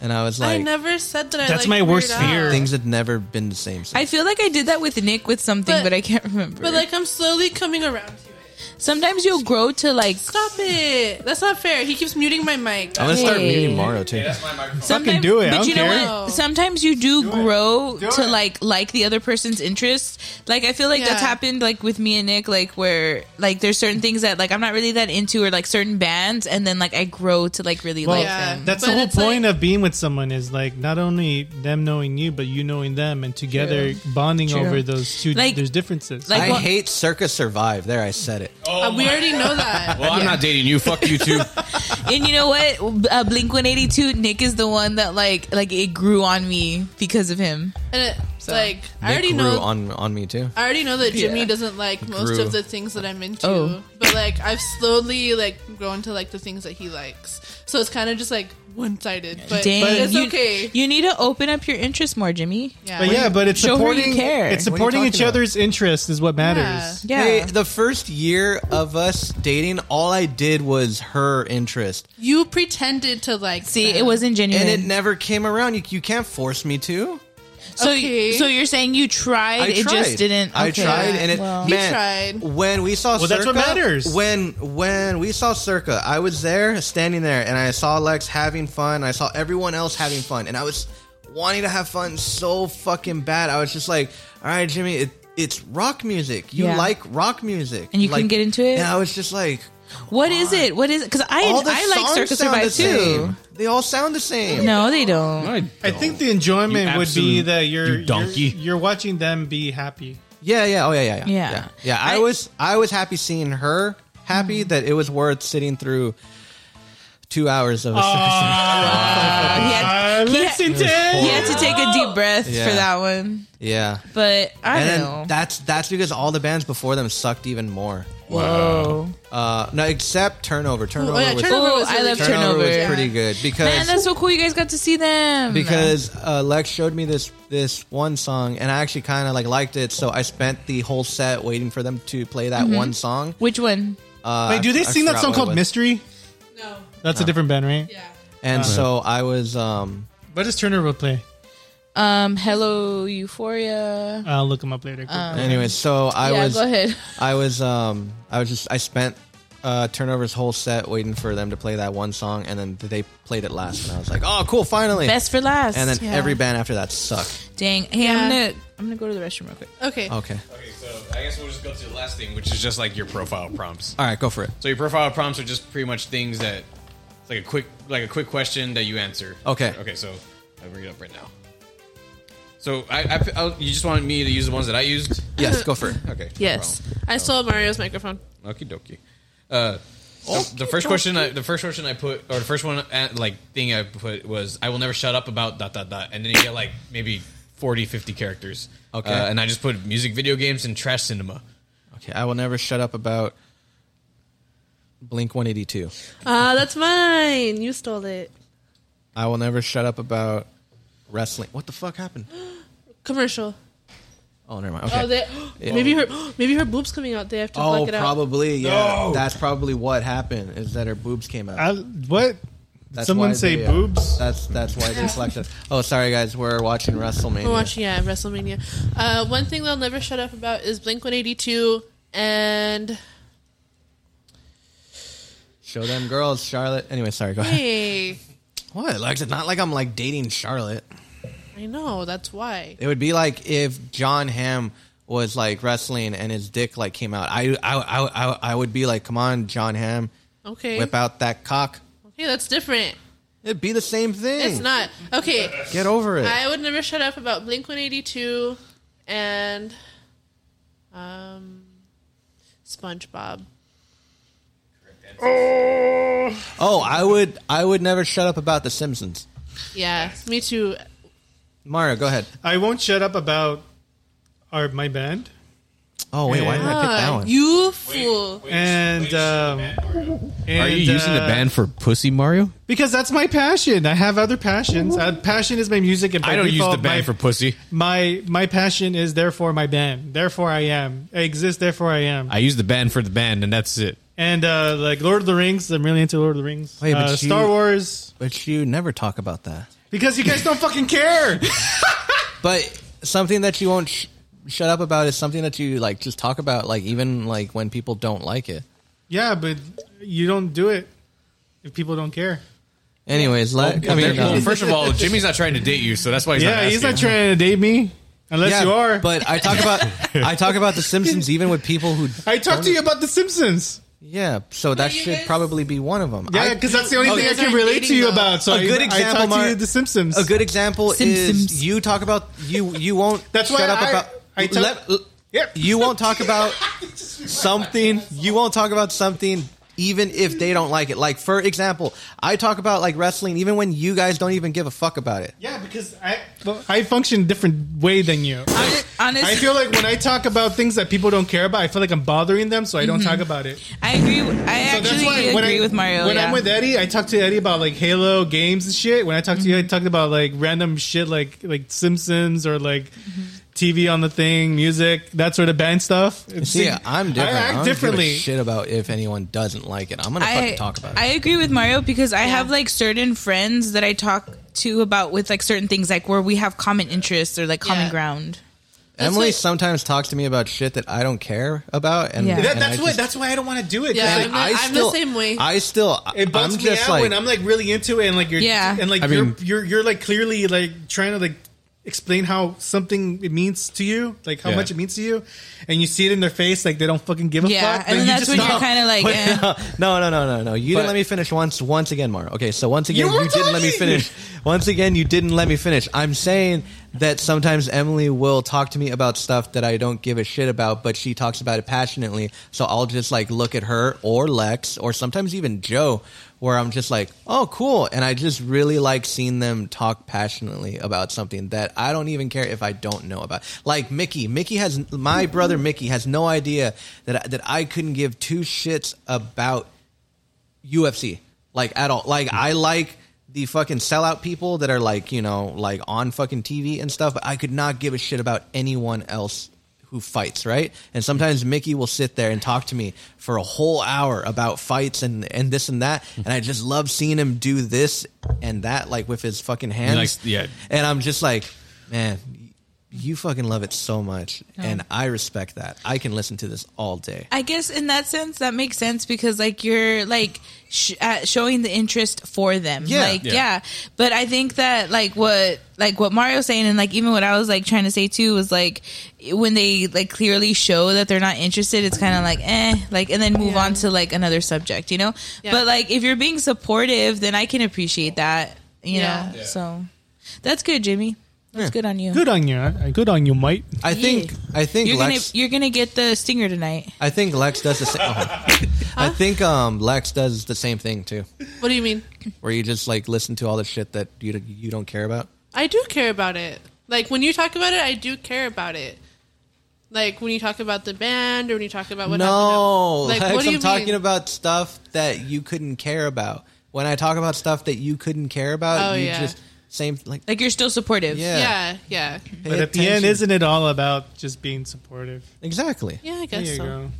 [SPEAKER 4] and I was
[SPEAKER 8] like, I
[SPEAKER 4] like,
[SPEAKER 8] never said that. I
[SPEAKER 2] That's
[SPEAKER 8] liked
[SPEAKER 2] my
[SPEAKER 8] Weird
[SPEAKER 2] worst
[SPEAKER 8] Al.
[SPEAKER 2] fear.
[SPEAKER 4] "Things had never been the same." Since.
[SPEAKER 1] I feel like I did that with Nick with something, but,
[SPEAKER 8] But-
[SPEAKER 1] I can't remember.
[SPEAKER 8] But like, I'm slowly coming around to it.
[SPEAKER 1] sometimes you'll grow to like
[SPEAKER 8] Stop it. That's not fair. He keeps muting my mic.
[SPEAKER 4] I'm gonna start
[SPEAKER 1] Hey.
[SPEAKER 4] meeting Mario too.
[SPEAKER 1] Sometimes,
[SPEAKER 2] do it. I
[SPEAKER 1] But
[SPEAKER 2] don't
[SPEAKER 1] you know
[SPEAKER 2] care.
[SPEAKER 1] what? Sometimes you do, grow
[SPEAKER 2] Do
[SPEAKER 1] to
[SPEAKER 2] it.
[SPEAKER 1] like like the other person's interests. Like I feel like that's
[SPEAKER 8] Yeah.
[SPEAKER 1] happened like with me and Nick, like where like there's certain things that like I'm not really that into or like certain bands and then like I grow to like really
[SPEAKER 2] Well,
[SPEAKER 1] like
[SPEAKER 8] Yeah.
[SPEAKER 1] them.
[SPEAKER 2] That's the
[SPEAKER 8] But
[SPEAKER 2] whole
[SPEAKER 8] it's like-
[SPEAKER 2] point of being with someone is like not only them knowing you, but you knowing them, and together bonding
[SPEAKER 1] True.
[SPEAKER 2] over those two.
[SPEAKER 1] Like-
[SPEAKER 2] there's differences.
[SPEAKER 1] like
[SPEAKER 4] I
[SPEAKER 1] what-
[SPEAKER 4] hate Circus Survive. There, I said it.
[SPEAKER 8] Uh, we already know that.
[SPEAKER 7] Oh Well, I'm not dating you. Fuck you too.
[SPEAKER 1] And you know what? Uh, Blink 182 Nick is the one that like like it grew on me because of him.
[SPEAKER 8] And it, like, I
[SPEAKER 4] Nick
[SPEAKER 8] already
[SPEAKER 4] grew
[SPEAKER 8] know.
[SPEAKER 4] on on me too.
[SPEAKER 8] I already know that Jimmy
[SPEAKER 1] Yeah.
[SPEAKER 8] doesn't like most
[SPEAKER 4] Grew.
[SPEAKER 8] of the things that I'm into,
[SPEAKER 1] Oh.
[SPEAKER 8] but like I've slowly like grown to like the things that he likes. So it's kind of just like one sided, but,
[SPEAKER 1] Dang,
[SPEAKER 8] but it's
[SPEAKER 1] you,
[SPEAKER 8] okay.
[SPEAKER 1] You need to open up your interest more, Jimmy.
[SPEAKER 8] yeah.
[SPEAKER 2] but yeah, but it's
[SPEAKER 1] Show her you
[SPEAKER 2] supporting.
[SPEAKER 1] care.
[SPEAKER 2] It's
[SPEAKER 4] What are you
[SPEAKER 2] supporting each
[SPEAKER 4] talking about?
[SPEAKER 2] other's interests is what
[SPEAKER 8] Yeah.
[SPEAKER 2] matters.
[SPEAKER 1] Yeah.
[SPEAKER 4] Hey, the first year of us dating, all I did was her interest,
[SPEAKER 8] you pretended to like.
[SPEAKER 1] See,
[SPEAKER 8] them.
[SPEAKER 1] it wasn't genuine.
[SPEAKER 4] and it never came around. You, you can't force me to.
[SPEAKER 1] so,
[SPEAKER 8] Okay.
[SPEAKER 1] so you're saying you tried,
[SPEAKER 4] I
[SPEAKER 1] it
[SPEAKER 4] tried.
[SPEAKER 1] just didn't.
[SPEAKER 4] I
[SPEAKER 1] okay.
[SPEAKER 4] tried, and it
[SPEAKER 1] Well.
[SPEAKER 8] You
[SPEAKER 4] man.
[SPEAKER 8] tried.
[SPEAKER 4] When we saw,
[SPEAKER 2] Well,
[SPEAKER 4] Circa,
[SPEAKER 2] that's what matters.
[SPEAKER 4] When when we saw Circa, I was there, standing there, and I saw Lex having fun. I saw everyone else having fun, and I was wanting to have fun so fucking bad. I was just like, "All right, Jimmy, it, it's rock music. You
[SPEAKER 1] Yeah.
[SPEAKER 4] like rock music,
[SPEAKER 1] And you
[SPEAKER 4] like,
[SPEAKER 1] couldn't get into it?
[SPEAKER 4] And I was just like,
[SPEAKER 1] What is it? What is it? Because I
[SPEAKER 4] "All the
[SPEAKER 1] I like
[SPEAKER 4] songs
[SPEAKER 1] Circus
[SPEAKER 4] sound the
[SPEAKER 1] Survive too.
[SPEAKER 4] same. They all sound the same."
[SPEAKER 1] No, they don't.
[SPEAKER 2] I think the enjoyment
[SPEAKER 7] You
[SPEAKER 2] would be
[SPEAKER 7] absolute-
[SPEAKER 2] that you're
[SPEAKER 7] you donkey.
[SPEAKER 2] You're, you're watching them be happy.
[SPEAKER 4] Yeah, yeah, oh yeah, yeah, yeah,
[SPEAKER 1] Yeah.
[SPEAKER 4] yeah. Yeah, I,
[SPEAKER 1] I-
[SPEAKER 4] was, I was happy seeing her happy that it was worth sitting through two hours of. A
[SPEAKER 1] he, had, he, had, he had to take a deep breath
[SPEAKER 4] Yeah.
[SPEAKER 1] for that one.
[SPEAKER 4] yeah,
[SPEAKER 1] But I don't
[SPEAKER 4] and then
[SPEAKER 1] know.
[SPEAKER 4] that's that's because all the bands before them sucked even more.
[SPEAKER 1] Whoa,
[SPEAKER 4] Uh, no, except Turnover. Turnover
[SPEAKER 8] Oh, yeah,
[SPEAKER 4] was
[SPEAKER 8] Turnover
[SPEAKER 1] Oh,
[SPEAKER 8] was
[SPEAKER 1] I
[SPEAKER 8] really
[SPEAKER 1] love
[SPEAKER 8] good.
[SPEAKER 1] Turnover.
[SPEAKER 4] was
[SPEAKER 1] Yeah.
[SPEAKER 4] pretty good
[SPEAKER 1] man,
[SPEAKER 4] because
[SPEAKER 1] that's so cool! You guys got to see them
[SPEAKER 4] because uh, Lex showed me this this one song and I actually kind of like liked it, so I spent the whole set waiting for them to play that one song.
[SPEAKER 1] Which one?
[SPEAKER 4] Uh,
[SPEAKER 2] Wait, do they
[SPEAKER 4] I- I
[SPEAKER 2] sing that
[SPEAKER 4] forgot
[SPEAKER 2] song
[SPEAKER 4] what it
[SPEAKER 2] called
[SPEAKER 4] was.
[SPEAKER 2] Mystery?
[SPEAKER 8] No.
[SPEAKER 2] That's a different band, right?
[SPEAKER 8] Yeah.
[SPEAKER 4] And so I was um.
[SPEAKER 2] What does Turner will play?
[SPEAKER 1] Um, Hello Euphoria.
[SPEAKER 2] I'll look them up later. quick.
[SPEAKER 4] Anyway, so I
[SPEAKER 1] yeah,
[SPEAKER 4] was
[SPEAKER 1] go ahead.
[SPEAKER 4] I was um I was just I spent uh Turnover's whole set waiting for them to play that one song and then they played it last and I was like, "Oh, cool, finally."
[SPEAKER 1] Best for last.
[SPEAKER 4] and then
[SPEAKER 1] Yeah.
[SPEAKER 4] every band after that sucked.
[SPEAKER 1] dang. Hey,
[SPEAKER 8] Yeah.
[SPEAKER 1] I'm gonna I'm gonna go to the restroom real quick.
[SPEAKER 8] Okay.
[SPEAKER 4] Okay.
[SPEAKER 7] Okay, so I guess we'll just go to the last thing, which is just like your profile prompts.
[SPEAKER 4] All right, go for it.
[SPEAKER 7] So your profile prompts are just pretty much things that it's like a quick like a quick question that you answer.
[SPEAKER 4] Okay.
[SPEAKER 7] Okay, so I'll bring it up right now. So I, I, I'll- you just wanted me to use the ones that I used.
[SPEAKER 4] Yes, go for it.
[SPEAKER 7] Okay. no
[SPEAKER 8] Yes, I stole Mario's microphone.
[SPEAKER 7] problem. Okie dokie. Uh, the, the first question, I, the first question I put, or the first one, uh, like thing I put was, I will never shut up about dot dot dot, and then you get like maybe 40, 50 characters.
[SPEAKER 4] Okay.
[SPEAKER 7] Uh, and I just put music, video games, and trash cinema.
[SPEAKER 4] Okay, I will never shut up about Blink 182.
[SPEAKER 11] Ah, that's mine. You stole it.
[SPEAKER 4] I will never shut up about wrestling. What the fuck happened?
[SPEAKER 11] Commercial.
[SPEAKER 4] Oh, never mind. Okay.
[SPEAKER 11] Oh, they, maybe her maybe her boobs coming out. They have to
[SPEAKER 4] Oh,
[SPEAKER 11] black it out.
[SPEAKER 4] probably. Yeah, that's probably what happened. Is that her boobs came out?
[SPEAKER 2] I, what?
[SPEAKER 4] That's
[SPEAKER 2] Someone
[SPEAKER 4] why
[SPEAKER 2] say
[SPEAKER 4] they, uh,
[SPEAKER 2] boobs.
[SPEAKER 4] that's that's why they select us. Oh, sorry guys, we're watching WrestleMania.
[SPEAKER 11] We're watching yeah WrestleMania. Uh, one thing they'll never shut up about is Blink One Eighty Two and
[SPEAKER 4] Show them girls, Charlotte. Anyway, sorry. Go ahead.
[SPEAKER 11] hey,
[SPEAKER 4] What? Like it's not like I'm like dating Charlotte.
[SPEAKER 11] I know that's why.
[SPEAKER 4] It would be like if John Hamm was like wrestling and his dick like came out. I I I I, I would be like, come on, John Hamm,
[SPEAKER 11] Okay,
[SPEAKER 4] whip out that cock.
[SPEAKER 11] okay, that's different.
[SPEAKER 4] It'd be the same thing.
[SPEAKER 11] It's not okay.
[SPEAKER 4] Get over it.
[SPEAKER 11] I would never shut up about Blink One Eighty Two and um SpongeBob.
[SPEAKER 4] oh, I would I would never shut up about the Simpsons.
[SPEAKER 11] Yeah, me too.
[SPEAKER 4] Mario, go ahead.
[SPEAKER 2] I won't shut up about our my band
[SPEAKER 4] Oh wait, why did I pick that
[SPEAKER 11] Ah,
[SPEAKER 4] one?
[SPEAKER 11] you fool.
[SPEAKER 2] and. Um,
[SPEAKER 9] Are you using the
[SPEAKER 2] uh,
[SPEAKER 9] band for pussy, Mario?
[SPEAKER 2] Because that's my passion. I have other passions. Uh, passion is my music, and by
[SPEAKER 9] I don't use
[SPEAKER 2] default,
[SPEAKER 9] the band
[SPEAKER 2] my,
[SPEAKER 9] for pussy.
[SPEAKER 2] my my passion is therefore my band. Therefore, I am. I exist. Therefore, I am.
[SPEAKER 9] I use the band for the band, and that's it.
[SPEAKER 2] and uh, like Lord of the Rings, I'm really into Lord of the Rings.
[SPEAKER 4] Wait, but
[SPEAKER 2] Uh,
[SPEAKER 4] you-
[SPEAKER 2] Star Wars,
[SPEAKER 4] But you never talk about that.
[SPEAKER 2] because you guys don't fucking care.
[SPEAKER 4] But something that you won't sh- shut up about is something that you like just talk about, like even like when people don't like it.
[SPEAKER 2] yeah, but you don't do it if people don't care.
[SPEAKER 4] Anyways, let, I mean,
[SPEAKER 9] well,
[SPEAKER 4] um,
[SPEAKER 9] first of all, Jimmy's not trying to date you, so that's why he's not.
[SPEAKER 2] yeah, he's
[SPEAKER 9] asking.
[SPEAKER 2] not trying to date me unless
[SPEAKER 4] yeah,
[SPEAKER 2] you are.
[SPEAKER 4] But I talk about I talk about the Simpsons even with people who
[SPEAKER 2] I talked to you about The Simpsons.
[SPEAKER 4] yeah. So that
[SPEAKER 1] you
[SPEAKER 4] should
[SPEAKER 1] guys-
[SPEAKER 4] probably be one of them.
[SPEAKER 2] Yeah, because that's the only
[SPEAKER 4] Oh,
[SPEAKER 2] thing I
[SPEAKER 4] you
[SPEAKER 2] can
[SPEAKER 11] guys aren't
[SPEAKER 2] relate to
[SPEAKER 11] dating,
[SPEAKER 2] you
[SPEAKER 11] though.
[SPEAKER 2] about. So
[SPEAKER 4] A
[SPEAKER 2] I,
[SPEAKER 4] good
[SPEAKER 2] I
[SPEAKER 4] example,
[SPEAKER 2] talked to
[SPEAKER 4] Mar-
[SPEAKER 2] you The Simpsons.
[SPEAKER 4] a good example is
[SPEAKER 1] Simpsons.
[SPEAKER 4] you talk about you you won't
[SPEAKER 2] That's why
[SPEAKER 4] shut up
[SPEAKER 2] I-
[SPEAKER 4] about
[SPEAKER 2] I talk- Yeah.
[SPEAKER 4] you won't talk about something you won't talk about something even if they don't like it like for example i talk about like wrestling even when you guys don't even give a fuck about it
[SPEAKER 2] Yeah, because I I function a different way than you.
[SPEAKER 1] Hon- Honestly,
[SPEAKER 2] I feel like when I talk about things that people don't care about, I feel like I'm bothering them, so I don't talk about it.
[SPEAKER 1] I agree. w- I
[SPEAKER 2] So
[SPEAKER 1] actually
[SPEAKER 2] when
[SPEAKER 1] agree
[SPEAKER 2] I,
[SPEAKER 1] with Mario.
[SPEAKER 2] When
[SPEAKER 1] yeah.
[SPEAKER 2] I'm with Eddie, I talk to Eddie about like Halo games and shit. When I talk to you, I talk about like random shit like like Simpsons or like TV on the thing, music, that sort of band stuff. It's-
[SPEAKER 4] see i'm different i,
[SPEAKER 2] I act
[SPEAKER 4] don't
[SPEAKER 2] differently.
[SPEAKER 4] give a shit about if anyone doesn't like it i'm gonna
[SPEAKER 1] I
[SPEAKER 4] fucking talk about
[SPEAKER 1] I
[SPEAKER 4] it
[SPEAKER 1] agree with Mario because I have like certain friends that I talk to about with like certain things like where we have common interests or like common
[SPEAKER 11] Yeah.
[SPEAKER 1] ground.
[SPEAKER 4] emily
[SPEAKER 11] what-
[SPEAKER 4] sometimes talks to me about shit that i don't care about and,
[SPEAKER 1] Yeah.
[SPEAKER 2] That-
[SPEAKER 4] and
[SPEAKER 2] that's
[SPEAKER 4] I
[SPEAKER 2] what.
[SPEAKER 4] just-
[SPEAKER 2] That's why I don't want to do it.
[SPEAKER 11] Yeah,
[SPEAKER 2] Like,
[SPEAKER 11] I'm, not, I'm
[SPEAKER 4] still-
[SPEAKER 11] the same way.
[SPEAKER 4] i still
[SPEAKER 2] it bugs
[SPEAKER 4] i'm
[SPEAKER 2] me
[SPEAKER 4] just
[SPEAKER 2] out
[SPEAKER 4] like
[SPEAKER 2] when I'm like really into it and like you're
[SPEAKER 1] Yeah.
[SPEAKER 2] and like
[SPEAKER 9] I
[SPEAKER 2] you're,
[SPEAKER 9] mean-
[SPEAKER 2] you're you're like clearly like trying to like explain how something it means to you, like how
[SPEAKER 9] Yeah.
[SPEAKER 2] much it means to you, and you see it in their face like they don't fucking give a
[SPEAKER 1] Yeah,
[SPEAKER 2] fuck.
[SPEAKER 1] and
[SPEAKER 2] you
[SPEAKER 1] then that's
[SPEAKER 2] just
[SPEAKER 1] when you're
[SPEAKER 2] stop.
[SPEAKER 1] kind of like, eh.
[SPEAKER 4] no, no, no, no, no. You didn't
[SPEAKER 9] But-
[SPEAKER 4] let me finish once. Once again, Mara. Okay, so once again,
[SPEAKER 2] You
[SPEAKER 4] you,
[SPEAKER 2] were
[SPEAKER 4] didn't let me
[SPEAKER 2] talking!
[SPEAKER 4] finish. Once again, you didn't let me finish. I'm saying that sometimes Emily will talk to me about stuff that I don't give a shit about, but she talks about it passionately. So I'll just like look at her or Lex or sometimes even Joe, where I'm just like, oh, cool. And I just really like seeing them talk passionately about something that I don't even care if I don't know about. Like Mickey. Mickey has my brother Mickey has no idea that that I couldn't give two shits about UFC like at all. Like I like the fucking sellout people that are like you know like on fucking TV and stuff, but I could not give a shit about anyone else who fights right. And sometimes Mickey will sit there and talk to me for a whole hour about fights and and this and that, and I just love seeing him do this and that like with his fucking hands.
[SPEAKER 9] Like, yeah.
[SPEAKER 4] and I'm just like, man. You fucking love it so much, and I respect that. I can listen to this all day.
[SPEAKER 1] I guess in that sense that makes sense because like you're like sh- uh, showing the interest for them.
[SPEAKER 4] Yeah.
[SPEAKER 1] like
[SPEAKER 9] Yeah.
[SPEAKER 1] yeah. But I think that like what like what Mario's saying and like even what I was like trying to say too was like when they like clearly show that they're not interested, it's kind of like eh, like and then move
[SPEAKER 11] Yeah.
[SPEAKER 1] on to like another subject, you know.
[SPEAKER 11] Yeah.
[SPEAKER 1] But like if you're being supportive, then I can appreciate that, you
[SPEAKER 11] Yeah.
[SPEAKER 1] know. So that's good, Jimmy. That's good on you.
[SPEAKER 2] Good on you. uh, Good on you, Mike.
[SPEAKER 4] I think I think
[SPEAKER 1] You're
[SPEAKER 4] Lex,
[SPEAKER 1] gonna you're gonna get the stinger tonight.
[SPEAKER 4] I think Lex does the same. I think um, Lex does the same thing too,
[SPEAKER 11] what do you mean?
[SPEAKER 4] where you just like listen to all the shit that you you don't care about.
[SPEAKER 11] I do care about it. Like when you talk about it, I do care about it. Like when you talk about the band, or when you talk about what
[SPEAKER 4] no,
[SPEAKER 11] happened. at-
[SPEAKER 4] like,
[SPEAKER 11] Like, what do
[SPEAKER 4] I'm
[SPEAKER 11] you
[SPEAKER 4] talking
[SPEAKER 11] mean?
[SPEAKER 4] about stuff that you couldn't care about. When I talk about stuff that you couldn't care about,
[SPEAKER 11] Oh,
[SPEAKER 4] you
[SPEAKER 11] yeah.
[SPEAKER 4] just same like
[SPEAKER 1] Like you're still supportive.
[SPEAKER 4] yeah.
[SPEAKER 11] Yeah, yeah,
[SPEAKER 4] pay
[SPEAKER 2] But at the end,
[SPEAKER 4] attention.
[SPEAKER 2] isn't it all about just being supportive?
[SPEAKER 4] exactly
[SPEAKER 11] yeah. I
[SPEAKER 2] There
[SPEAKER 11] guess
[SPEAKER 2] you
[SPEAKER 11] so.
[SPEAKER 2] go.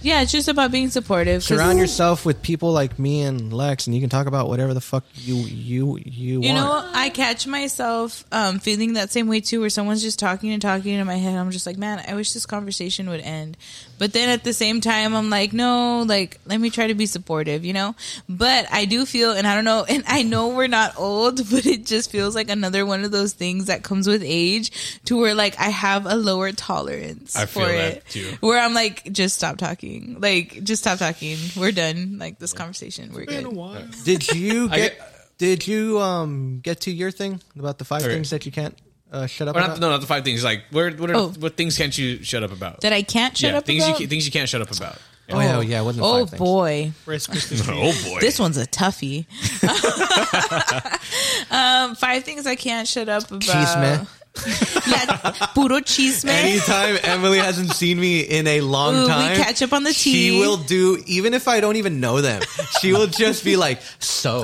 [SPEAKER 1] Yeah, it's just about being supportive. 'cause-
[SPEAKER 4] surround yourself with people like me and Lex, and you can talk about whatever the fuck you you
[SPEAKER 1] You
[SPEAKER 4] you, want.
[SPEAKER 1] know, I catch myself um, feeling that same way too, where someone's just talking and talking in my head. I'm just like, man, I wish this conversation would end. But then at the same time, I'm like, no, like, let me try to be supportive, you know? But I do feel, and I don't know, and I know we're not old, but it just feels like another one of those things that comes with age to where, like, I have a lower tolerance
[SPEAKER 7] I
[SPEAKER 1] for
[SPEAKER 7] feel that,
[SPEAKER 1] it.
[SPEAKER 7] too.
[SPEAKER 1] Where I'm like, just stop talking. Like, just stop talking. We're done. Like, this conversation, we're
[SPEAKER 2] Been a
[SPEAKER 1] good.
[SPEAKER 2] while.
[SPEAKER 4] Did you
[SPEAKER 7] I
[SPEAKER 4] get, Did you um get to your thing about the five
[SPEAKER 7] Okay.
[SPEAKER 4] things that you can't uh, shut up
[SPEAKER 7] Or
[SPEAKER 4] about?
[SPEAKER 7] not, no, not the five things. Like, where, what, are,
[SPEAKER 1] Oh.
[SPEAKER 7] what things can't you shut up about?
[SPEAKER 1] That I can't shut
[SPEAKER 7] yeah,
[SPEAKER 1] up
[SPEAKER 7] things
[SPEAKER 1] about?
[SPEAKER 7] you ca- things you can't shut up about.
[SPEAKER 4] Oh, yeah, oh, yeah, it wasn't.
[SPEAKER 1] Oh
[SPEAKER 4] five things.
[SPEAKER 1] boy,
[SPEAKER 2] Risk versus
[SPEAKER 7] Oh boy,
[SPEAKER 1] this one's a toughie. um, five things I can't shut up about.
[SPEAKER 4] Jeez, man.
[SPEAKER 1] Yeah, puro chisme.
[SPEAKER 4] Anytime Emily hasn't seen me in a long
[SPEAKER 1] Ooh, we
[SPEAKER 4] time,
[SPEAKER 1] catch up on the
[SPEAKER 4] She
[SPEAKER 1] tea.
[SPEAKER 4] will do even if I don't even know them. She will just be like, "So,"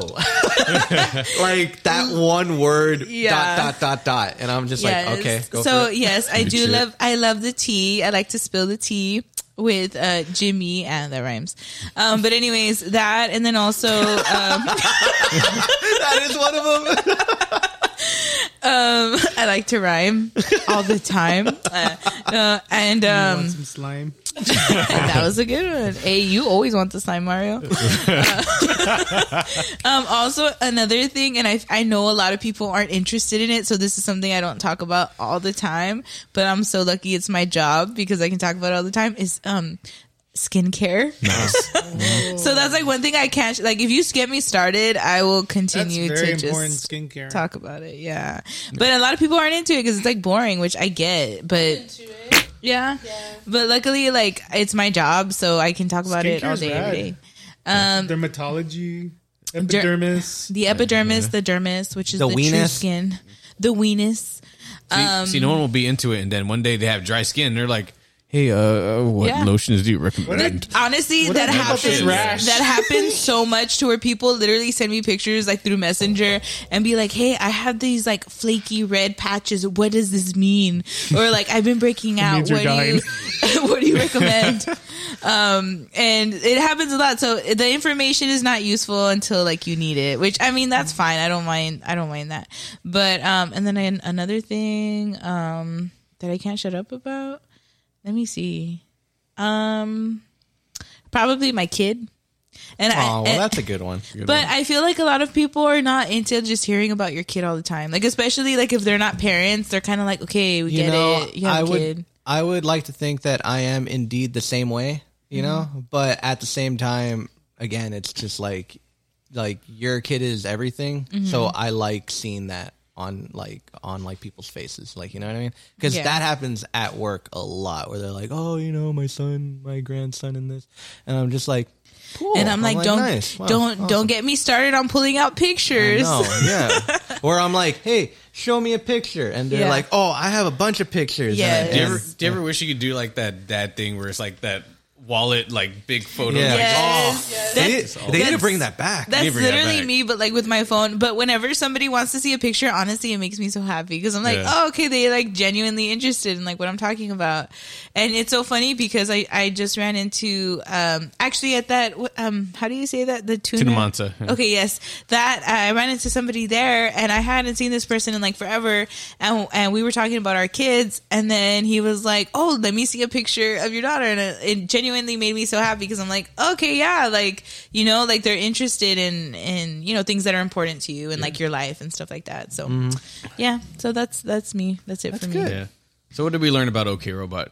[SPEAKER 4] like that one word.
[SPEAKER 1] Yeah.
[SPEAKER 4] Dot dot dot dot, and I'm just
[SPEAKER 1] yes.
[SPEAKER 4] like, okay, go
[SPEAKER 1] so
[SPEAKER 4] for it.
[SPEAKER 1] yes, I do
[SPEAKER 4] shit.
[SPEAKER 1] love. I love the tea. I like to spill the tea with uh, Jimmy, and that rhymes. Um, but anyways, that and then also um,
[SPEAKER 4] that is one of them.
[SPEAKER 1] I like to rhyme all the time. Uh, uh, and
[SPEAKER 2] You
[SPEAKER 1] um,
[SPEAKER 2] want some slime?
[SPEAKER 1] that was a good one. Hey, you always want this time, Mario. um, also, another thing, and I, I know a lot of people aren't interested in it, so this is something I don't talk about all the time, but I'm so lucky it's my job because I can talk about it all the time, is um, skincare. so that's like one thing I can't, like, if you get me started, I will
[SPEAKER 2] That's
[SPEAKER 1] continue
[SPEAKER 2] very
[SPEAKER 1] to
[SPEAKER 2] important
[SPEAKER 1] just
[SPEAKER 2] skincare.
[SPEAKER 1] talk about it. Yeah. But a lot of people aren't into it because it's like boring, which I get. But yeah. But luckily, like it's my job, so I can talk about it all
[SPEAKER 2] Skincare's
[SPEAKER 1] day, every
[SPEAKER 2] rad.
[SPEAKER 1] day. Um,
[SPEAKER 2] Dermatology, epidermis.
[SPEAKER 1] the epidermis, the dermis, which is
[SPEAKER 4] The
[SPEAKER 1] the, true
[SPEAKER 4] weenus.
[SPEAKER 1] skin, the weenus.
[SPEAKER 7] See,
[SPEAKER 1] um,
[SPEAKER 7] see, no one will be into it, and then one day they have dry skin, and they're like, "Hey, uh, uh, what
[SPEAKER 1] Yeah.
[SPEAKER 7] lotions do you recommend?"
[SPEAKER 1] Honestly,
[SPEAKER 2] What do
[SPEAKER 1] that
[SPEAKER 2] I know about this
[SPEAKER 1] happens.
[SPEAKER 2] rash?
[SPEAKER 1] That happens so much to where people literally send me pictures like through Messenger and be like, "Hey, I have these like flaky red patches. What does this mean?" Or like, "I've been breaking out.
[SPEAKER 2] means you're
[SPEAKER 1] What do you What do you recommend?" um, and it happens a lot. So the information is not useful until like you need it. Which I mean, that's fine. I don't mind. I don't mind that. But um, and then an- another thing um that I can't shut up about. Let me see. Um, probably my kid. And I,
[SPEAKER 4] Oh, well,
[SPEAKER 1] and-
[SPEAKER 4] that's a good one.
[SPEAKER 1] but I feel like a lot of people are not into just hearing about your kid all the time. Like especially like if they're not parents, they're kind of like, okay, we
[SPEAKER 4] you
[SPEAKER 1] get
[SPEAKER 4] know,
[SPEAKER 1] it. You have
[SPEAKER 4] I
[SPEAKER 1] a
[SPEAKER 4] would,
[SPEAKER 1] kid.
[SPEAKER 4] I would like to think that I am indeed the same way, you
[SPEAKER 1] Mm-hmm.
[SPEAKER 4] know. But at the same time, again, it's just like, like your kid is everything. So
[SPEAKER 1] Mm-hmm.
[SPEAKER 4] I like seeing that on like on like people's faces, like you know what I mean? Because
[SPEAKER 1] Yeah.
[SPEAKER 4] that happens at work a lot, where they're like, "Oh, you know, my son, my grandson, and this," and I'm just like, cool.
[SPEAKER 1] and I'm like, don't,
[SPEAKER 4] Oh, "Nice. Wow,
[SPEAKER 1] don't,
[SPEAKER 4] awesome."
[SPEAKER 1] don't get me started on pulling out pictures.
[SPEAKER 4] No, yeah. or I'm like, hey, show me a picture, and they're
[SPEAKER 1] Yeah.
[SPEAKER 4] like, oh, I have a bunch of pictures. And
[SPEAKER 1] Yes.
[SPEAKER 4] I
[SPEAKER 7] Do you, ever,
[SPEAKER 1] Yes.
[SPEAKER 7] do you ever wish you could do like that dad thing where it's like that wallet, like big photo?
[SPEAKER 4] Yeah.
[SPEAKER 7] like, oh.
[SPEAKER 1] Yes.
[SPEAKER 4] They,
[SPEAKER 1] That-
[SPEAKER 4] need- they need to
[SPEAKER 1] that's-
[SPEAKER 4] bring that back.
[SPEAKER 1] That's
[SPEAKER 7] bring that
[SPEAKER 1] literally
[SPEAKER 7] back.
[SPEAKER 1] me, but like with my phone. But whenever somebody wants to see a picture, honestly, it makes me so happy because I'm like,
[SPEAKER 7] Yeah.
[SPEAKER 1] oh, okay, they like genuinely interested in like what I'm talking about, and it's so funny because I I just ran into um actually at that wh- um how do you say that the tuna
[SPEAKER 7] Tunamansa, yeah.
[SPEAKER 1] Mm-hmm. okay yes that uh, I ran into somebody there and I hadn't seen this person in like forever and and we were talking about our kids and then he was like oh let me see a picture of your daughter and it, it genuinely made me so happy because I'm like okay yeah like you know like they're interested in in you know things that are important to you and like your life and stuff like that so yeah so that's that's me that's it for me
[SPEAKER 7] Yeah. So what did we learn about OK Robot?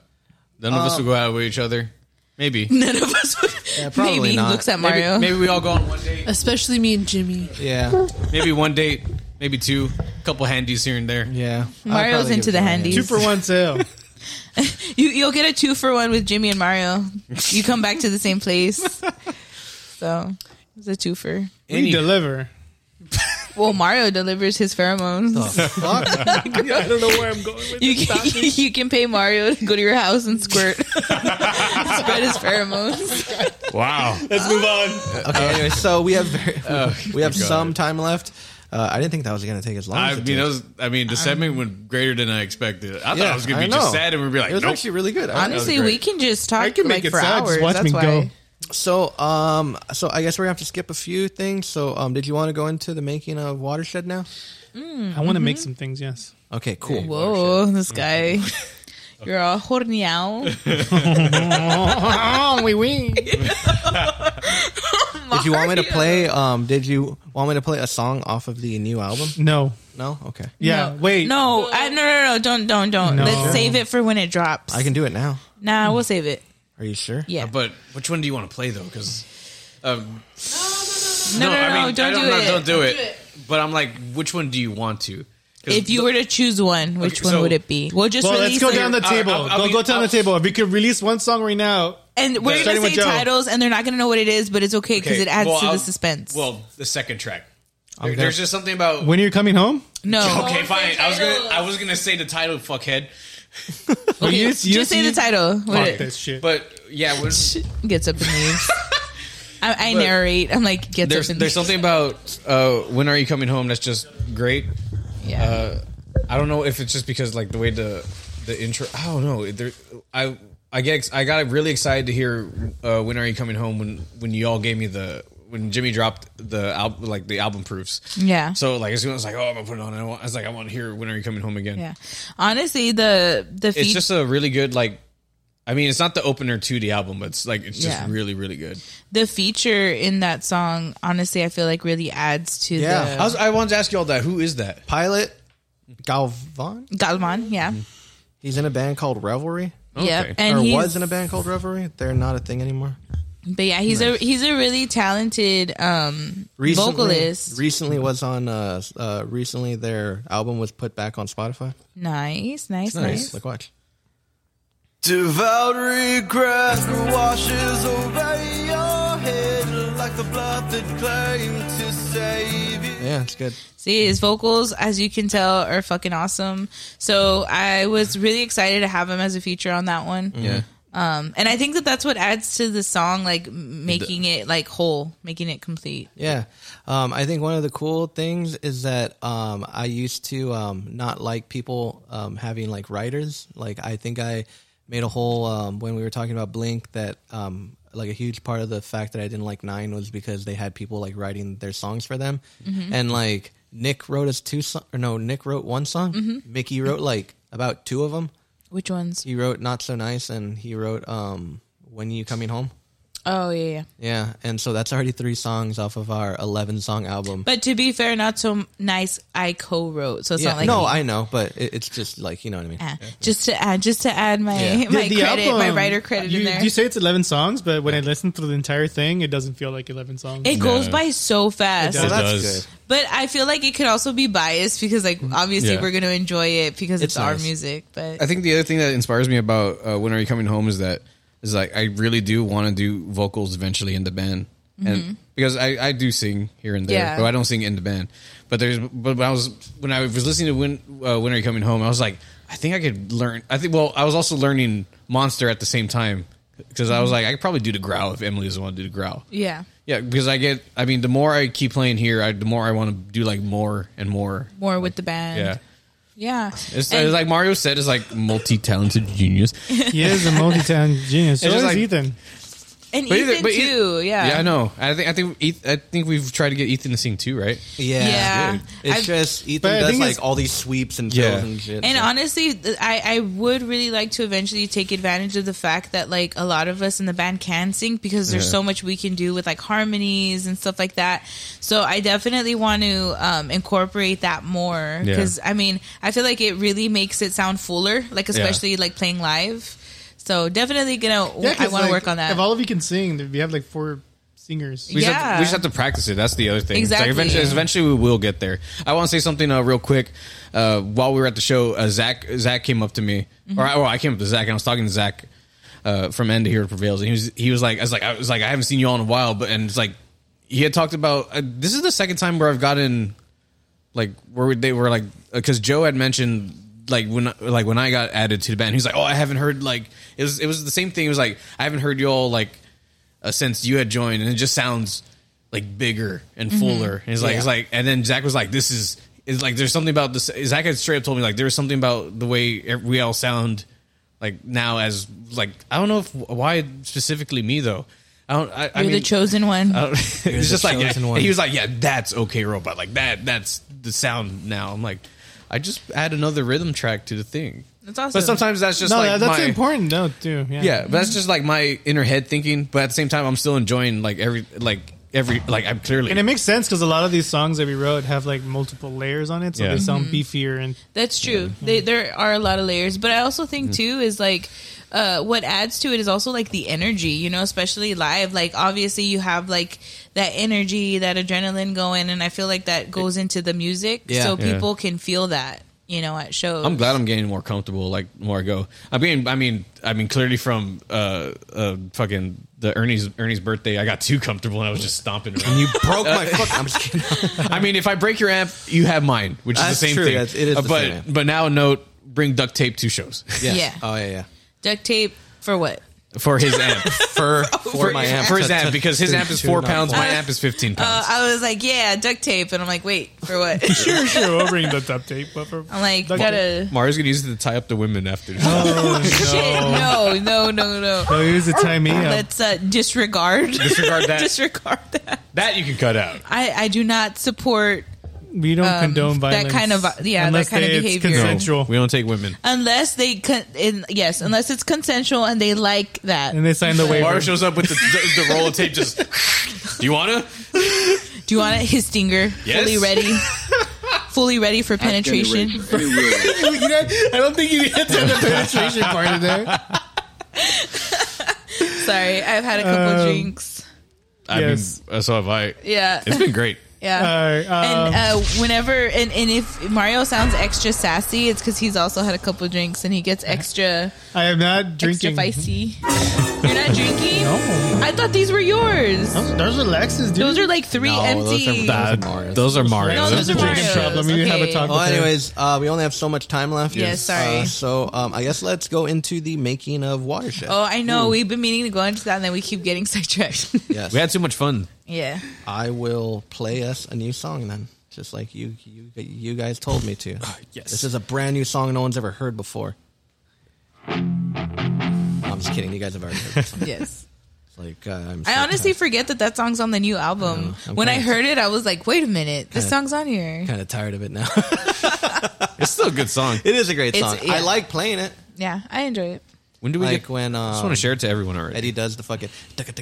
[SPEAKER 7] None of us will go out with each other. Maybe.
[SPEAKER 1] none of us would
[SPEAKER 4] probably
[SPEAKER 1] maybe
[SPEAKER 4] not.
[SPEAKER 1] looks at
[SPEAKER 7] Maybe,
[SPEAKER 1] Mario
[SPEAKER 7] maybe we all go on one date.
[SPEAKER 8] Especially me and Jimmy.
[SPEAKER 4] yeah,
[SPEAKER 7] Maybe one date. Maybe two. A couple handies here and there.
[SPEAKER 4] yeah. I'd
[SPEAKER 1] Mario's
[SPEAKER 4] probably
[SPEAKER 1] into the
[SPEAKER 4] give it to
[SPEAKER 2] Two
[SPEAKER 1] handies
[SPEAKER 2] for one sale.
[SPEAKER 1] You, you'll get a two for one with Jimmy and Mario. You come back to the same place. So it's a twofer.
[SPEAKER 2] we deliver.
[SPEAKER 1] Well, Mario delivers his pheromones.
[SPEAKER 4] Oh,
[SPEAKER 7] Oh.
[SPEAKER 4] Fuck.
[SPEAKER 2] I don't know where I'm going with
[SPEAKER 1] You
[SPEAKER 2] this.
[SPEAKER 1] can, you can pay Mario to go to your house and squirt, spread his pheromones.
[SPEAKER 7] Wow.
[SPEAKER 2] Let's move on.
[SPEAKER 4] Okay, anyway, so we have very, we have some time left. Uh, I didn't think that was going to take as long.
[SPEAKER 7] I
[SPEAKER 4] as it
[SPEAKER 7] mean,
[SPEAKER 4] did.
[SPEAKER 7] that was, I
[SPEAKER 1] Um,
[SPEAKER 7] mean, the segment went greater than I expected. I thought it was going
[SPEAKER 4] I
[SPEAKER 7] to be just
[SPEAKER 4] know.
[SPEAKER 7] sad and we'd be like,
[SPEAKER 4] it was
[SPEAKER 7] nope.
[SPEAKER 4] actually really good. I-
[SPEAKER 1] Honestly,
[SPEAKER 7] great.
[SPEAKER 1] we can just talk
[SPEAKER 2] I can
[SPEAKER 1] like
[SPEAKER 2] make it
[SPEAKER 1] for
[SPEAKER 2] sad.
[SPEAKER 1] hours.
[SPEAKER 2] Just watch
[SPEAKER 1] That's
[SPEAKER 2] me
[SPEAKER 1] why.
[SPEAKER 2] go.
[SPEAKER 4] So, um, so I guess we're gonna have to skip a few things. So, um, did you want to go into the making of Watershed now?
[SPEAKER 2] I want to
[SPEAKER 1] Mm-hmm.
[SPEAKER 2] make some things, yes.
[SPEAKER 4] Okay, cool.
[SPEAKER 1] Whoa, this guy. You're all horny out.
[SPEAKER 2] Oh, we win.
[SPEAKER 4] Did you want me to play? Um, did you want me to play a song off of the new album?
[SPEAKER 2] No.
[SPEAKER 4] No. Okay.
[SPEAKER 2] Yeah,
[SPEAKER 1] No.
[SPEAKER 2] wait.
[SPEAKER 1] No, I, no, no, no, don't, don't, don't.
[SPEAKER 2] No.
[SPEAKER 1] Let's save it for when it drops.
[SPEAKER 4] I can do it now.
[SPEAKER 1] Nah, we'll save it.
[SPEAKER 4] Are you sure?
[SPEAKER 1] Yeah.
[SPEAKER 7] But which one do you want to play, though? Because. Um,
[SPEAKER 1] no, no, no, don't, do
[SPEAKER 7] not
[SPEAKER 1] it.
[SPEAKER 7] don't do it.
[SPEAKER 11] do it.
[SPEAKER 7] But I'm like, which one do you want to? 'Cause
[SPEAKER 1] If you were to choose one, which
[SPEAKER 7] Okay,
[SPEAKER 1] one
[SPEAKER 7] so-
[SPEAKER 1] would it be? We'll just
[SPEAKER 2] Well, let's
[SPEAKER 1] release
[SPEAKER 2] go
[SPEAKER 1] it.
[SPEAKER 2] down the
[SPEAKER 7] All right,
[SPEAKER 2] table.
[SPEAKER 7] I'll- I'll
[SPEAKER 2] go
[SPEAKER 7] be-
[SPEAKER 2] go down
[SPEAKER 7] I'll-
[SPEAKER 2] the table. If we could release one song right now,
[SPEAKER 1] and we're
[SPEAKER 2] Starting
[SPEAKER 1] gonna
[SPEAKER 2] with
[SPEAKER 1] say
[SPEAKER 2] Joe.
[SPEAKER 1] titles, and they're not gonna know what it is, but it's okay because
[SPEAKER 7] Okay,
[SPEAKER 1] it adds
[SPEAKER 7] well,
[SPEAKER 1] to the
[SPEAKER 7] I'll-
[SPEAKER 1] suspense.
[SPEAKER 7] Well, the second track.
[SPEAKER 4] I'm
[SPEAKER 7] There-
[SPEAKER 4] gonna-
[SPEAKER 7] there's just something about.
[SPEAKER 2] when are you coming home?
[SPEAKER 1] no,
[SPEAKER 7] okay, fine. I was
[SPEAKER 11] title.
[SPEAKER 7] gonna. I was gonna say the title, fuckhead.
[SPEAKER 1] Okay,
[SPEAKER 2] you-
[SPEAKER 1] just,
[SPEAKER 2] you-
[SPEAKER 1] say
[SPEAKER 2] you-
[SPEAKER 1] the title. What
[SPEAKER 2] Fuck
[SPEAKER 1] it-
[SPEAKER 2] this shit.
[SPEAKER 7] But yeah, when,
[SPEAKER 1] Gets up and leaves. I, I
[SPEAKER 7] But-
[SPEAKER 1] narrate. I'm like, gets
[SPEAKER 7] there's
[SPEAKER 1] up and
[SPEAKER 7] there's
[SPEAKER 1] leaves.
[SPEAKER 7] something about uh, when are you coming home that's just great.
[SPEAKER 1] Yeah.
[SPEAKER 7] Uh, I don't know if it's just because like the way the the intro. I don't know. There, I I get ex- I got really excited to hear uh, when are you coming home when when you all gave me the when Jimmy dropped the album like the album proofs.
[SPEAKER 1] yeah.
[SPEAKER 7] So like as soon as I was like oh I'm gonna put it on I, want, I was like I want to hear when are you coming home again.
[SPEAKER 1] yeah. Honestly, the the
[SPEAKER 7] It's
[SPEAKER 1] feat-
[SPEAKER 7] just a really good like. I mean, it's not the opener to the album, but it's like it's just
[SPEAKER 1] Yeah.
[SPEAKER 7] really, really good.
[SPEAKER 1] the feature in that song, honestly, I feel like really adds to
[SPEAKER 4] Yeah.
[SPEAKER 1] the
[SPEAKER 7] I, was, I wanted to ask you all that. Who is that?
[SPEAKER 4] Pilot Galvan.
[SPEAKER 1] Galvan. Yeah.
[SPEAKER 7] Mm-hmm.
[SPEAKER 4] He's in a band called Revelry,
[SPEAKER 1] Yep.
[SPEAKER 4] or
[SPEAKER 1] And he's,
[SPEAKER 4] was in a band called Revelry. They're not a thing anymore.
[SPEAKER 1] but yeah, he's a he's a really talented um vocalist.
[SPEAKER 4] recently was on. Uh, uh, recently, their album was put back on Spotify.
[SPEAKER 1] nice, nice, nice.
[SPEAKER 4] Like, watch.
[SPEAKER 6] Devout regret washes over your head like the blood that claimed to save you.
[SPEAKER 4] Yeah, it's good.
[SPEAKER 1] See, his vocals, as you can tell, are fucking awesome. So I was really excited to have him as a feature on that one.
[SPEAKER 7] Yeah.
[SPEAKER 1] Um, and I think that that's what adds to the song, like m- making it like whole, making it complete.
[SPEAKER 4] Yeah. Um, I think one of the cool things is that um, I used to um, not like people um, having like writers. Like, I think I made a whole, um, when we were talking about Blink, that um, like a huge part of the fact that I didn't like Nine was because they had people like writing their songs for them. And like Nick wrote us two songs, or no, Nick wrote one song. Mickey wrote like about two of them.
[SPEAKER 1] Which ones?
[SPEAKER 4] He wrote Not So Nice and he wrote um, When You Coming Home.
[SPEAKER 1] Oh yeah, yeah.
[SPEAKER 4] Yeah, and so that's already three songs off of our eleven song album.
[SPEAKER 1] But to be fair, not so nice. I co-wrote, so it's
[SPEAKER 4] yeah,
[SPEAKER 1] not like
[SPEAKER 4] no,
[SPEAKER 1] he-
[SPEAKER 4] I know, but it, it's just like you know what I mean.
[SPEAKER 1] Ah, just to add, just to add my
[SPEAKER 4] Yeah.
[SPEAKER 1] my credit, my writer credit
[SPEAKER 2] you,
[SPEAKER 1] in there.
[SPEAKER 2] You say it's 11 songs, but when I listen to the entire thing, it doesn't feel like 11 songs.
[SPEAKER 1] it goes by so fast.
[SPEAKER 2] does.
[SPEAKER 4] that's
[SPEAKER 7] does.
[SPEAKER 4] good.
[SPEAKER 1] But I feel like it could also be biased because, like, obviously
[SPEAKER 7] Mm-hmm. Yeah.
[SPEAKER 1] we're going to enjoy it because it's,
[SPEAKER 4] It's
[SPEAKER 1] our
[SPEAKER 4] nice.
[SPEAKER 1] music. But
[SPEAKER 7] I think the other thing that inspires me about uh, when are you coming home is that is like I really do want to do vocals eventually in the band, and because I, I do sing here and there,
[SPEAKER 1] Mm-hmm. Yeah.
[SPEAKER 7] but I don't sing in the band. But there's but when I was when I was listening to when uh, when are you coming home, I was like I think I could learn. I think well I was also learning Monster at the same time because
[SPEAKER 1] Mm-hmm.
[SPEAKER 7] I was like I could probably do the growl if Emily doesn't want to do the growl.
[SPEAKER 1] yeah,
[SPEAKER 7] Yeah, because I get. I mean, the more I keep playing here, I, the more I want to do like more and more.
[SPEAKER 1] more with the band.
[SPEAKER 7] Yeah.
[SPEAKER 1] Yeah.
[SPEAKER 7] It's,
[SPEAKER 1] And-
[SPEAKER 7] it's like Mario said, it's like multi-talented genius.
[SPEAKER 2] he is a multi-talented genius. So
[SPEAKER 7] It's
[SPEAKER 2] is
[SPEAKER 7] just like-
[SPEAKER 2] Ethan.
[SPEAKER 1] and
[SPEAKER 7] But
[SPEAKER 1] Ethan
[SPEAKER 7] either- but either-
[SPEAKER 1] too. yeah.
[SPEAKER 7] Yeah, I know. I think I think Eth- I think we've tried to get Ethan to sing too, right?
[SPEAKER 4] Yeah,
[SPEAKER 1] Yeah.
[SPEAKER 4] it's, good. It's
[SPEAKER 1] I've-
[SPEAKER 4] just Ethan
[SPEAKER 2] But I
[SPEAKER 4] does
[SPEAKER 2] think
[SPEAKER 4] like
[SPEAKER 2] it's-
[SPEAKER 4] all these sweeps and
[SPEAKER 7] Yeah.
[SPEAKER 4] fills and shit.
[SPEAKER 1] And
[SPEAKER 4] so-
[SPEAKER 1] honestly, th- I, I would really like to eventually take advantage of the fact that like a lot of us in the band can sing because there's
[SPEAKER 7] Yeah.
[SPEAKER 1] so much we can do with like harmonies and stuff like that. So I definitely want to um, incorporate that more
[SPEAKER 7] Yeah.
[SPEAKER 1] because I mean I feel like it really makes it sound fuller, like especially like playing live. So definitely gonna I
[SPEAKER 2] 'cause,
[SPEAKER 1] want to
[SPEAKER 2] like,
[SPEAKER 1] work on that.
[SPEAKER 2] If all of you can sing, we have like four singers.
[SPEAKER 7] We just, have
[SPEAKER 1] Yeah.
[SPEAKER 7] to, we just have to practice it. That's the other thing. It's
[SPEAKER 1] Exactly.
[SPEAKER 7] Like eventually, eventually, we will get there. I want to say something uh, real quick. Uh, while we were at the show, uh, Zach Zach came up to me,
[SPEAKER 1] Mm-hmm.
[SPEAKER 7] or I, well, I came up to Zach, and I was talking to Zach uh, from End to Hero Prevails, and he was he was like, I was like, I was like, I haven't seen you all in a while, but and it's like he had talked about uh, this is the second time where I've gotten like where they were like because Joe had mentioned like when like when I got added to the band, he was like, "Oh, I haven't heard like it was it was the same thing. It was like I haven't heard y'all like uh, since you had joined, and it just sounds like bigger and
[SPEAKER 1] Mm-hmm.
[SPEAKER 7] fuller." And he's like, "It's like," and then Zach was like, "This is." Is like there's something about this. Zach had straight up told me like there was something about the way we all sound like now as like I don't know if why specifically me though. I don't. I, I
[SPEAKER 1] You're
[SPEAKER 7] mean,
[SPEAKER 1] the chosen one.
[SPEAKER 7] I don't- it's
[SPEAKER 4] the
[SPEAKER 7] just like
[SPEAKER 4] chosen
[SPEAKER 7] yeah.
[SPEAKER 4] one.
[SPEAKER 7] he was like, yeah, that's okay, robot. Like that, that's the sound now. I'm like, I just add another rhythm track to the thing.
[SPEAKER 1] That's awesome.
[SPEAKER 7] But sometimes that's just
[SPEAKER 2] no,
[SPEAKER 7] like
[SPEAKER 2] that- that's
[SPEAKER 7] my,
[SPEAKER 2] important though too. Yeah.
[SPEAKER 7] Yeah, but that's just like my inner head thinking. But at the same time, I'm still enjoying like every like every like I'm clearly
[SPEAKER 2] And it makes sense because a lot of these songs that we wrote have like multiple layers on it, so
[SPEAKER 7] Yeah.
[SPEAKER 2] they
[SPEAKER 1] Mm-hmm.
[SPEAKER 2] sound beefier and
[SPEAKER 1] That's true. They, there are a lot of layers, but I also
[SPEAKER 7] Mm.
[SPEAKER 1] think too is like uh, what adds to it is also like the energy, you know, especially live. Like obviously you have like that energy, that adrenaline going, and I feel like that goes into the music,
[SPEAKER 4] Yeah.
[SPEAKER 1] so
[SPEAKER 7] Yeah.
[SPEAKER 1] people can feel that, you know, at shows.
[SPEAKER 7] I'm glad I'm getting more comfortable. Like the more I go, I'm getting. I mean, I mean, clearly from uh, uh, fucking the Ernie's Ernie's birthday, I got too comfortable and I was just stomping around.
[SPEAKER 4] You broke my fuck. I'm just kidding.
[SPEAKER 7] I mean, if I break your amp, you have mine, which
[SPEAKER 4] That's
[SPEAKER 7] is the same
[SPEAKER 4] true.
[SPEAKER 7] thing.
[SPEAKER 4] That's- it is
[SPEAKER 7] Uh,
[SPEAKER 4] the
[SPEAKER 7] but
[SPEAKER 4] same amp.
[SPEAKER 7] but now note bring duct tape to shows
[SPEAKER 4] Yes.
[SPEAKER 1] Yeah.
[SPEAKER 4] Oh yeah, yeah.
[SPEAKER 1] Duct tape for what?
[SPEAKER 7] for his amp
[SPEAKER 4] For for my amp.
[SPEAKER 7] for his
[SPEAKER 4] To-
[SPEAKER 7] amp
[SPEAKER 4] to-
[SPEAKER 7] because his
[SPEAKER 4] to-
[SPEAKER 7] amp is
[SPEAKER 4] to
[SPEAKER 7] four
[SPEAKER 4] not
[SPEAKER 7] pounds, my
[SPEAKER 4] point.
[SPEAKER 7] amp is fifteen
[SPEAKER 1] Uh,
[SPEAKER 7] pounds.
[SPEAKER 1] I was like, yeah, duct tape, and I'm like, wait, for what?
[SPEAKER 2] sure, sure, we'll bring the duct tape. But for,
[SPEAKER 1] I'm like,
[SPEAKER 2] Duct
[SPEAKER 1] gotta
[SPEAKER 7] Mario's gonna use it to tie up the women after.
[SPEAKER 1] shit. No, no, no, no.
[SPEAKER 2] oh, here's the time me up.
[SPEAKER 1] Let's uh, disregard.
[SPEAKER 7] Disregard that.
[SPEAKER 1] disregard that.
[SPEAKER 7] that you can cut out.
[SPEAKER 1] I, I do not support
[SPEAKER 2] We don't condone
[SPEAKER 1] um, that
[SPEAKER 2] violence.
[SPEAKER 1] kind of vi- yeah, that
[SPEAKER 2] unless
[SPEAKER 1] kind of
[SPEAKER 2] they- it's
[SPEAKER 1] behavior. No.
[SPEAKER 2] consensual.
[SPEAKER 7] We don't take women.
[SPEAKER 1] unless they con- in, yes, unless it's consensual and they like that.
[SPEAKER 2] And they sign the waiver.
[SPEAKER 7] Mario shows up with the, the, the roll of tape. Just do you wanna?
[SPEAKER 1] Do you want it? His stinger
[SPEAKER 7] Yes.
[SPEAKER 1] fully ready, fully ready for penetration.
[SPEAKER 7] I don't think you get to
[SPEAKER 2] Penetration part of that.
[SPEAKER 1] Sorry, I've had a
[SPEAKER 2] Um,
[SPEAKER 1] couple drinks.
[SPEAKER 7] I
[SPEAKER 2] Yes.
[SPEAKER 7] mean, uh, so have I.
[SPEAKER 1] Yeah,
[SPEAKER 7] It's been great.
[SPEAKER 1] yeah.
[SPEAKER 2] All right, um,
[SPEAKER 1] and uh, whenever and, and if Mario sounds extra sassy, it's because he's also had a couple drinks and he gets extra
[SPEAKER 2] I am not
[SPEAKER 1] extra
[SPEAKER 2] drinking. hmm?
[SPEAKER 1] feisty. You're not drinking?
[SPEAKER 2] No.
[SPEAKER 1] I thought these were yours.
[SPEAKER 2] Those, those are Lexus, dude.
[SPEAKER 1] Those are like three
[SPEAKER 4] No,
[SPEAKER 1] empty.
[SPEAKER 4] those are bad. Marios.
[SPEAKER 7] Those are Mario.
[SPEAKER 1] No, those are
[SPEAKER 2] drinking
[SPEAKER 1] Marios.
[SPEAKER 2] problem. You have a
[SPEAKER 1] Okay.
[SPEAKER 2] talk
[SPEAKER 4] Well,
[SPEAKER 2] with her.
[SPEAKER 4] anyways, uh, we only have so much time left.
[SPEAKER 1] Yeah, sorry.
[SPEAKER 4] Uh, so um, I guess let's go into the making of Watershed.
[SPEAKER 1] Oh, I know. We've been meaning to go into that, and then we keep getting sidetracked.
[SPEAKER 4] yes.
[SPEAKER 7] We had too much fun.
[SPEAKER 1] yeah.
[SPEAKER 4] I will play us a new song then, just like you you you guys told me to.
[SPEAKER 7] Ah,
[SPEAKER 4] yes. This is a brand new song no one's ever heard before. I'm just kidding. You guys have already heard this. Song.
[SPEAKER 1] Yes.
[SPEAKER 4] It's like uh, I'm so
[SPEAKER 1] I honestly
[SPEAKER 4] tired.
[SPEAKER 1] forget that that song's on the new album.
[SPEAKER 4] I'm
[SPEAKER 1] when I
[SPEAKER 4] kinda-
[SPEAKER 1] heard it, I was like, "Wait a minute, this
[SPEAKER 4] Kinda-
[SPEAKER 1] song's on here."
[SPEAKER 4] kind of tired of it now.
[SPEAKER 7] It's still a good song.
[SPEAKER 4] it is a great
[SPEAKER 1] It's-
[SPEAKER 4] song.
[SPEAKER 1] yeah.
[SPEAKER 4] I like playing it.
[SPEAKER 1] Yeah, I enjoy it.
[SPEAKER 7] When do we
[SPEAKER 4] Like
[SPEAKER 7] get?
[SPEAKER 4] when
[SPEAKER 7] I just
[SPEAKER 4] um,
[SPEAKER 7] want to share it to everyone already.
[SPEAKER 4] Eddie does the fucking and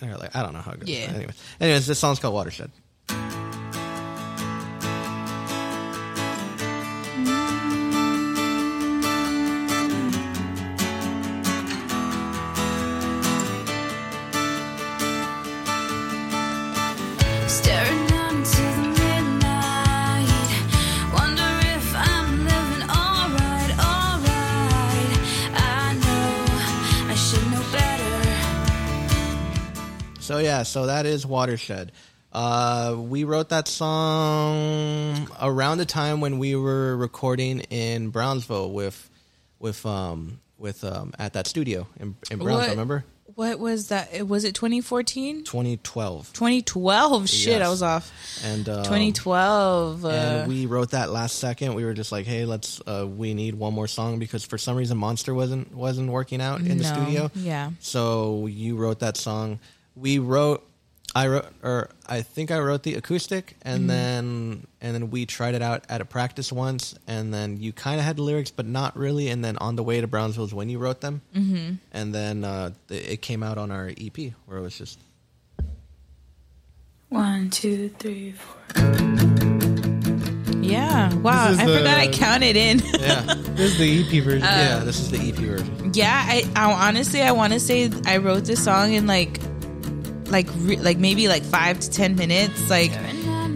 [SPEAKER 4] then or like, I don't know how it goes.
[SPEAKER 1] Yeah.
[SPEAKER 4] Anyways, anyways, this song's called Watershed.
[SPEAKER 12] Staring down into the midnight. Wonder if I'm living alright, alright. I know I should know better.
[SPEAKER 4] So yeah, so that is Watershed. Uh, we wrote that song around the time when we were recording in Brownsville with with um with um at that studio in, in Brownsville.
[SPEAKER 1] What-
[SPEAKER 4] Remember,
[SPEAKER 1] What was that? It- Was it 2014?
[SPEAKER 4] 2012,
[SPEAKER 1] 2012. Shit,
[SPEAKER 4] Yes.
[SPEAKER 1] I was off.
[SPEAKER 4] and um,
[SPEAKER 1] 2012. Uh,
[SPEAKER 4] and we wrote that last second. We were just like, "Hey, let's uh, we need one more song because for some reason Monster wasn't wasn't working out in the
[SPEAKER 1] No,
[SPEAKER 4] studio."
[SPEAKER 1] yeah.
[SPEAKER 4] So you wrote that song. We wrote I wrote or I think I wrote the acoustic and
[SPEAKER 1] Mm-hmm.
[SPEAKER 4] then and then we tried it out at a practice once and then you kind of had the lyrics but not really and then on the way to Brownsville is when you wrote them. Mm-hmm. And then uh, th- it came out on our EP where it was just
[SPEAKER 12] One, two, three, four.
[SPEAKER 1] yeah. Wow.
[SPEAKER 2] This is
[SPEAKER 1] I
[SPEAKER 2] the-
[SPEAKER 1] forgot I counted in.
[SPEAKER 4] yeah.
[SPEAKER 2] This is the EP
[SPEAKER 1] Uh,
[SPEAKER 2] version.
[SPEAKER 4] yeah, this is the EP version.
[SPEAKER 1] yeah i, I honestly i want to say i wrote this song in like like re, like maybe like five to ten minutes like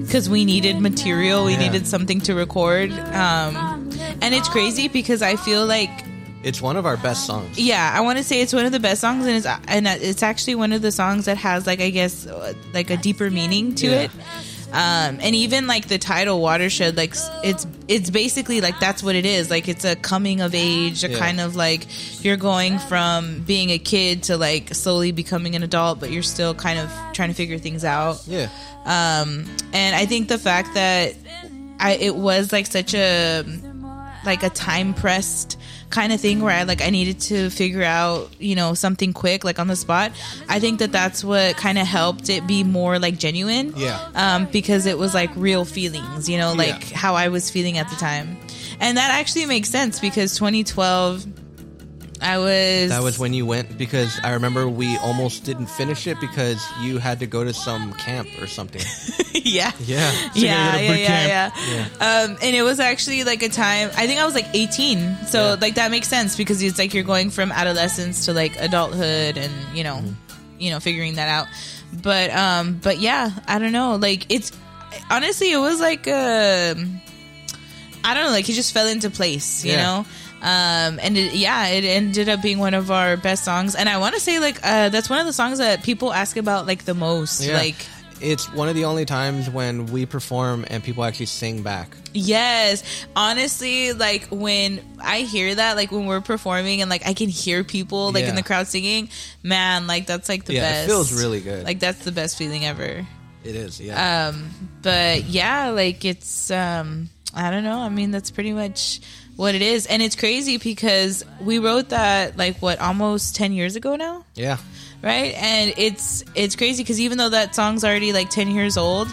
[SPEAKER 1] because we needed material we
[SPEAKER 4] Yeah.
[SPEAKER 1] needed something to record um and it's crazy because i feel like
[SPEAKER 4] It's one of our best songs.
[SPEAKER 1] Yeah, I want to say it's one of the best songs, and it's and it's actually one of the songs that has like I guess uh, like a deeper meaning to it. Um, and even like the title watershed like s- it's it's basically like that's what it is like it's a coming of age a
[SPEAKER 4] Yeah.
[SPEAKER 1] kind of like you're going from being a kid to like slowly becoming an adult but you're still kind of trying to figure things out
[SPEAKER 4] Yeah.
[SPEAKER 1] um and i think the fact that i it was like such a like a time pressed kind of thing where i like i needed to figure out you know something quick like on the spot i think that that's what kind of helped it be more like genuine
[SPEAKER 4] Yeah.
[SPEAKER 1] um because it was like real feelings you know like
[SPEAKER 4] Yeah.
[SPEAKER 1] how i was feeling at the time and that actually makes sense because 2012 i was
[SPEAKER 4] That was when you went because I remember we almost didn't finish it because you had to go to some camp or something.
[SPEAKER 1] yeah
[SPEAKER 4] Yeah.
[SPEAKER 1] yeah,
[SPEAKER 2] gotta go
[SPEAKER 1] yeah,
[SPEAKER 2] to boot
[SPEAKER 1] yeah, yeah, Um, and it was actually like a time. I think I was like 18, so like that makes sense because it's like you're going from adolescence to like adulthood, and you know,
[SPEAKER 4] Mm-hmm.
[SPEAKER 1] you know, figuring that out. But um, but yeah, I don't know. Like it's honestly, it was like um, I don't know. Like he just fell into place, you
[SPEAKER 4] Yeah.
[SPEAKER 1] know. Um, and it, yeah, it ended up being one of our best songs, and I want to say like uh, that's one of the songs that people ask about like the most,
[SPEAKER 4] Yeah.
[SPEAKER 1] like.
[SPEAKER 4] It's one of the only times when we perform and people actually sing back.
[SPEAKER 1] Yes. Honestly, like when I hear that, like when we're performing and like I can hear people like in
[SPEAKER 4] Yeah.
[SPEAKER 1] the crowd singing, man, like that's like the
[SPEAKER 4] Yeah, it
[SPEAKER 1] best.
[SPEAKER 4] feels really good.
[SPEAKER 1] Like uh, that's the best feeling ever. Um,
[SPEAKER 4] It is, yeah.
[SPEAKER 1] But yeah, like it's um I don't know. I mean, that's pretty much what it is. And it's crazy because we wrote that like what almost 10 years ago now?
[SPEAKER 4] yeah.
[SPEAKER 1] right and it's it's crazy because even though that song's already like 10 years old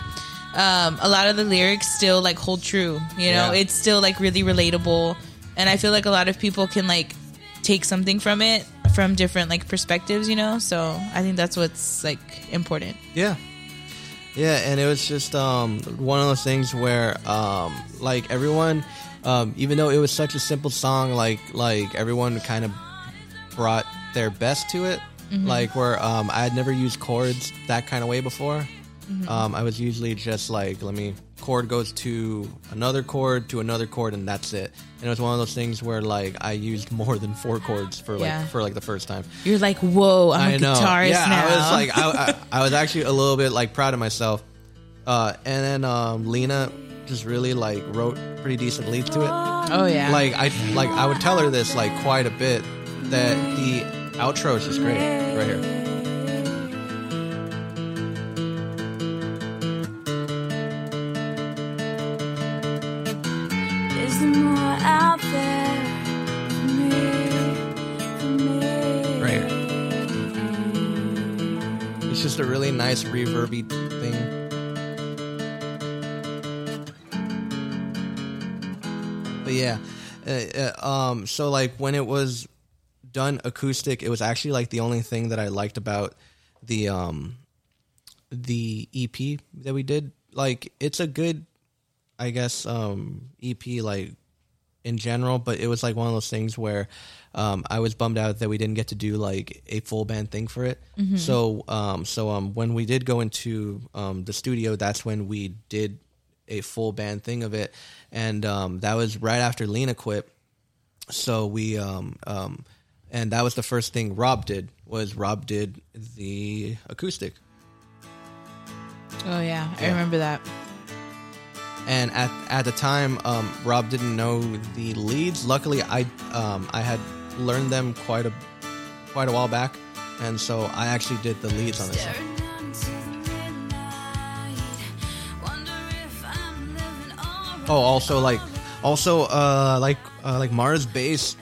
[SPEAKER 1] um, a lot of the lyrics still like hold true you know
[SPEAKER 4] Yeah.
[SPEAKER 1] it's still like really relatable and i feel like a lot of people can like take something from it from different like perspectives you know so i think that's what's like important
[SPEAKER 4] Yeah. Yeah, and it was just um, one of those things where, um, like everyone, um, even though it was such a simple song, like like everyone kind of brought their best to it. Like where um, I had never used chords that kind of way before. Um, I was usually just like, let me chord goes to another chord to another chord, and that's it. And it was one of those things where like I used more than four chords for like
[SPEAKER 1] Yeah.
[SPEAKER 4] for like the first time.
[SPEAKER 1] you're like whoa i'm a
[SPEAKER 4] I know.
[SPEAKER 1] guitarist
[SPEAKER 4] yeah,
[SPEAKER 1] now
[SPEAKER 4] I was like, I, I, I was actually a little bit like proud of myself. Uh, and then um, Lena just really like wrote pretty decent leads to it.
[SPEAKER 1] oh yeah
[SPEAKER 4] Like I like I would tell her this like quite a bit that the outro is just great right here.
[SPEAKER 12] Is there more out there for me? For me?
[SPEAKER 4] Right here. It's just a really nice reverby thing. But yeah, uh, uh, um, so like when it was done acoustic, it was actually like the only thing that I liked about the um the EP that we did. Like it's a good, I guess, um EP like in general, but it was like one of those things where um, I was bummed out that we didn't get to do like a full band thing for it. So, um, so um, when we did go into um, the studio, that's when we did a full band thing of it, and um, that was right after Lena quit. So we, um, um, and that was the first thing Rob did was Rob did the acoustic.
[SPEAKER 1] oh yeah, i
[SPEAKER 4] Yeah.
[SPEAKER 1] remember that
[SPEAKER 4] and at at the time, um, Rob didn't know the leads. Luckily, I um, I had learned them quite a quite a while back, and so I actually did the leads on this. song.
[SPEAKER 12] Staring into the midnight. Wonder if I'm living alright.
[SPEAKER 4] Oh, also like also uh, like uh, like Mars bass.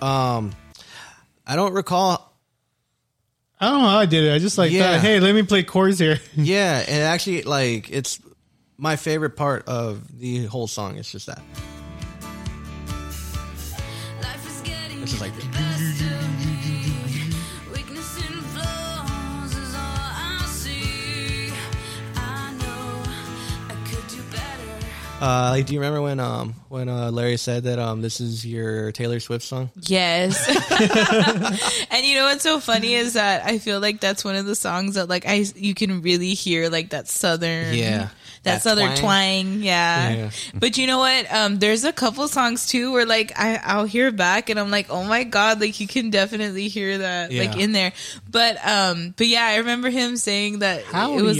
[SPEAKER 4] Um, I don't recall
[SPEAKER 2] I don't know how I did it. I just like
[SPEAKER 4] Yeah.
[SPEAKER 2] thought, hey, let me play chords here.
[SPEAKER 4] Yeah, and actually, like it's my favorite part of the whole song. It's just that.
[SPEAKER 12] Life is getting
[SPEAKER 4] It's just like
[SPEAKER 12] the best of me. Weakness in flaws is all I see. I know I could do better.
[SPEAKER 4] Uh, like, do you remember when um when uh, Larry said that um this is your Taylor Swift song?
[SPEAKER 1] Yes. and you know what's so funny is that I feel like that's one of the songs that like I you can really hear like that southern
[SPEAKER 4] Yeah.
[SPEAKER 1] That,
[SPEAKER 4] That
[SPEAKER 1] southern twang,
[SPEAKER 4] twang.
[SPEAKER 1] yeah.
[SPEAKER 4] Yeah.
[SPEAKER 1] But you know what? Um, there's a couple songs too where like I, I'll hear back and I'm like, oh my god, like you can definitely hear that like
[SPEAKER 4] Yeah.
[SPEAKER 1] in there. But um, but yeah, I remember him saying that it was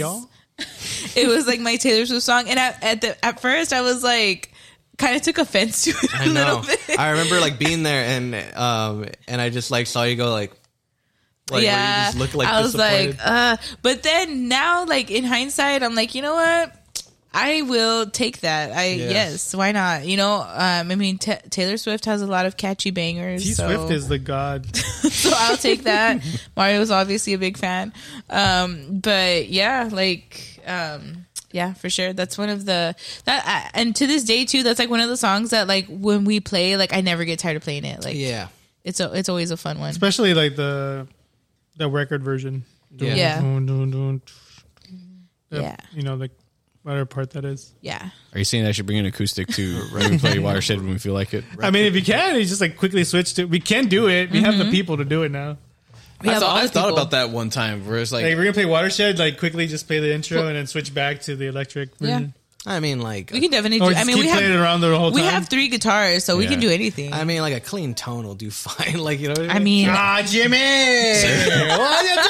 [SPEAKER 1] it was like my Taylor Swift song, and I, at the at first I was like, kind of took offense to it a
[SPEAKER 4] I
[SPEAKER 1] little
[SPEAKER 4] know.
[SPEAKER 1] bit.
[SPEAKER 4] I remember like being there and um and I just like saw you go like like where you
[SPEAKER 1] yeah,
[SPEAKER 4] just look like
[SPEAKER 1] I was like,
[SPEAKER 4] disappointed.
[SPEAKER 1] uh, but then now, like in hindsight, I'm like, you know what? I will take that. I yes,
[SPEAKER 4] Yes.
[SPEAKER 1] why not? You know, um, I mean, Ta Taylor Swift has a lot of catchy bangers.
[SPEAKER 2] T
[SPEAKER 1] so-
[SPEAKER 2] Swift is the god.
[SPEAKER 1] so I'll take that. Mario's obviously a big fan. Um, but yeah, like um yeah, for sure. That's one of the that I, and to this day too. That's like one of the songs that like when we play, like I never get tired of playing it. Like
[SPEAKER 4] yeah.
[SPEAKER 1] it's a, it's always a fun one.
[SPEAKER 2] Especially like the the record version.
[SPEAKER 4] Yeah.
[SPEAKER 1] Yeah.
[SPEAKER 2] Dun, dun, dun. The-
[SPEAKER 1] Yeah.
[SPEAKER 2] You know, the whatever part that is.
[SPEAKER 1] Yeah,
[SPEAKER 7] Are you saying I should bring an acoustic to right, play Watershed when we feel like it?
[SPEAKER 2] I mean, if you can, you just like quickly switch to. We can do it. We
[SPEAKER 1] Mm-hmm.
[SPEAKER 2] have the people to do it now.
[SPEAKER 1] we
[SPEAKER 7] I
[SPEAKER 1] have
[SPEAKER 7] thought,
[SPEAKER 1] all
[SPEAKER 7] I
[SPEAKER 1] the
[SPEAKER 7] thought
[SPEAKER 1] people.
[SPEAKER 7] about that one time where it's like,
[SPEAKER 2] Like, we're gonna play Watershed. Like, quickly just play the intro and then switch back to the electric version.
[SPEAKER 4] I mean like
[SPEAKER 1] We can definitely.
[SPEAKER 2] Or
[SPEAKER 1] Do,
[SPEAKER 2] just
[SPEAKER 1] I mean,
[SPEAKER 2] keep
[SPEAKER 1] we
[SPEAKER 2] playing it
[SPEAKER 1] have
[SPEAKER 2] around the whole
[SPEAKER 1] we
[SPEAKER 2] time.
[SPEAKER 1] have three guitars, so we
[SPEAKER 7] Yeah.
[SPEAKER 1] can do anything.
[SPEAKER 4] I mean like a clean tone will do fine. Like you know what
[SPEAKER 1] I mean,
[SPEAKER 2] ah, Jimmy.
[SPEAKER 4] what are you doing?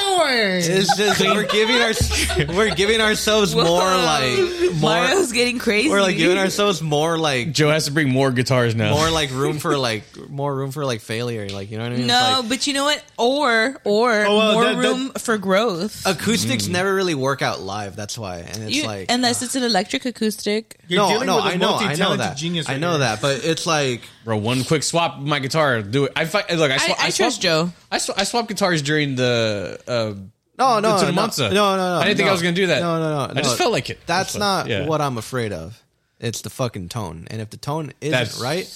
[SPEAKER 4] It's just we're giving our we're giving ourselves more like more
[SPEAKER 1] Mario's getting crazy.
[SPEAKER 4] we're like giving ourselves more like
[SPEAKER 7] Joe has to bring more guitars now.
[SPEAKER 4] more like room for like more room for like failure. Like you know what I mean? It's
[SPEAKER 1] No,
[SPEAKER 4] like-
[SPEAKER 1] but you know what? Or or
[SPEAKER 2] well,
[SPEAKER 1] more
[SPEAKER 2] that- that-
[SPEAKER 1] room for growth.
[SPEAKER 7] Mm.
[SPEAKER 4] acoustics never really work out live. That's why, and it's
[SPEAKER 1] You-
[SPEAKER 4] like
[SPEAKER 1] unless it's an electric acoustic.
[SPEAKER 2] You're
[SPEAKER 4] no,
[SPEAKER 2] dealing
[SPEAKER 4] no,
[SPEAKER 2] with a
[SPEAKER 4] I know, I know
[SPEAKER 2] multi-talented
[SPEAKER 4] that,
[SPEAKER 2] genius
[SPEAKER 4] I
[SPEAKER 2] right
[SPEAKER 4] know
[SPEAKER 2] here.
[SPEAKER 4] that, but it's like
[SPEAKER 7] Bro, one quick swap my guitar. Do it. I fi- look. I, swa-
[SPEAKER 1] I, I,
[SPEAKER 7] swap-
[SPEAKER 1] trust Joe.
[SPEAKER 7] I, sw- I swapped guitars during the. Uh,
[SPEAKER 4] no, no,
[SPEAKER 7] To the
[SPEAKER 4] no,
[SPEAKER 7] Monza.
[SPEAKER 4] no, no, no.
[SPEAKER 7] I didn't think
[SPEAKER 4] no.
[SPEAKER 7] I was gonna do that.
[SPEAKER 4] No, no, no.
[SPEAKER 7] I just
[SPEAKER 4] no.
[SPEAKER 7] felt like it.
[SPEAKER 4] That's
[SPEAKER 7] That's
[SPEAKER 4] not
[SPEAKER 7] what- yeah.
[SPEAKER 4] what I'm afraid of. It's the fucking tone, and if the tone isn't
[SPEAKER 7] That's-
[SPEAKER 4] right.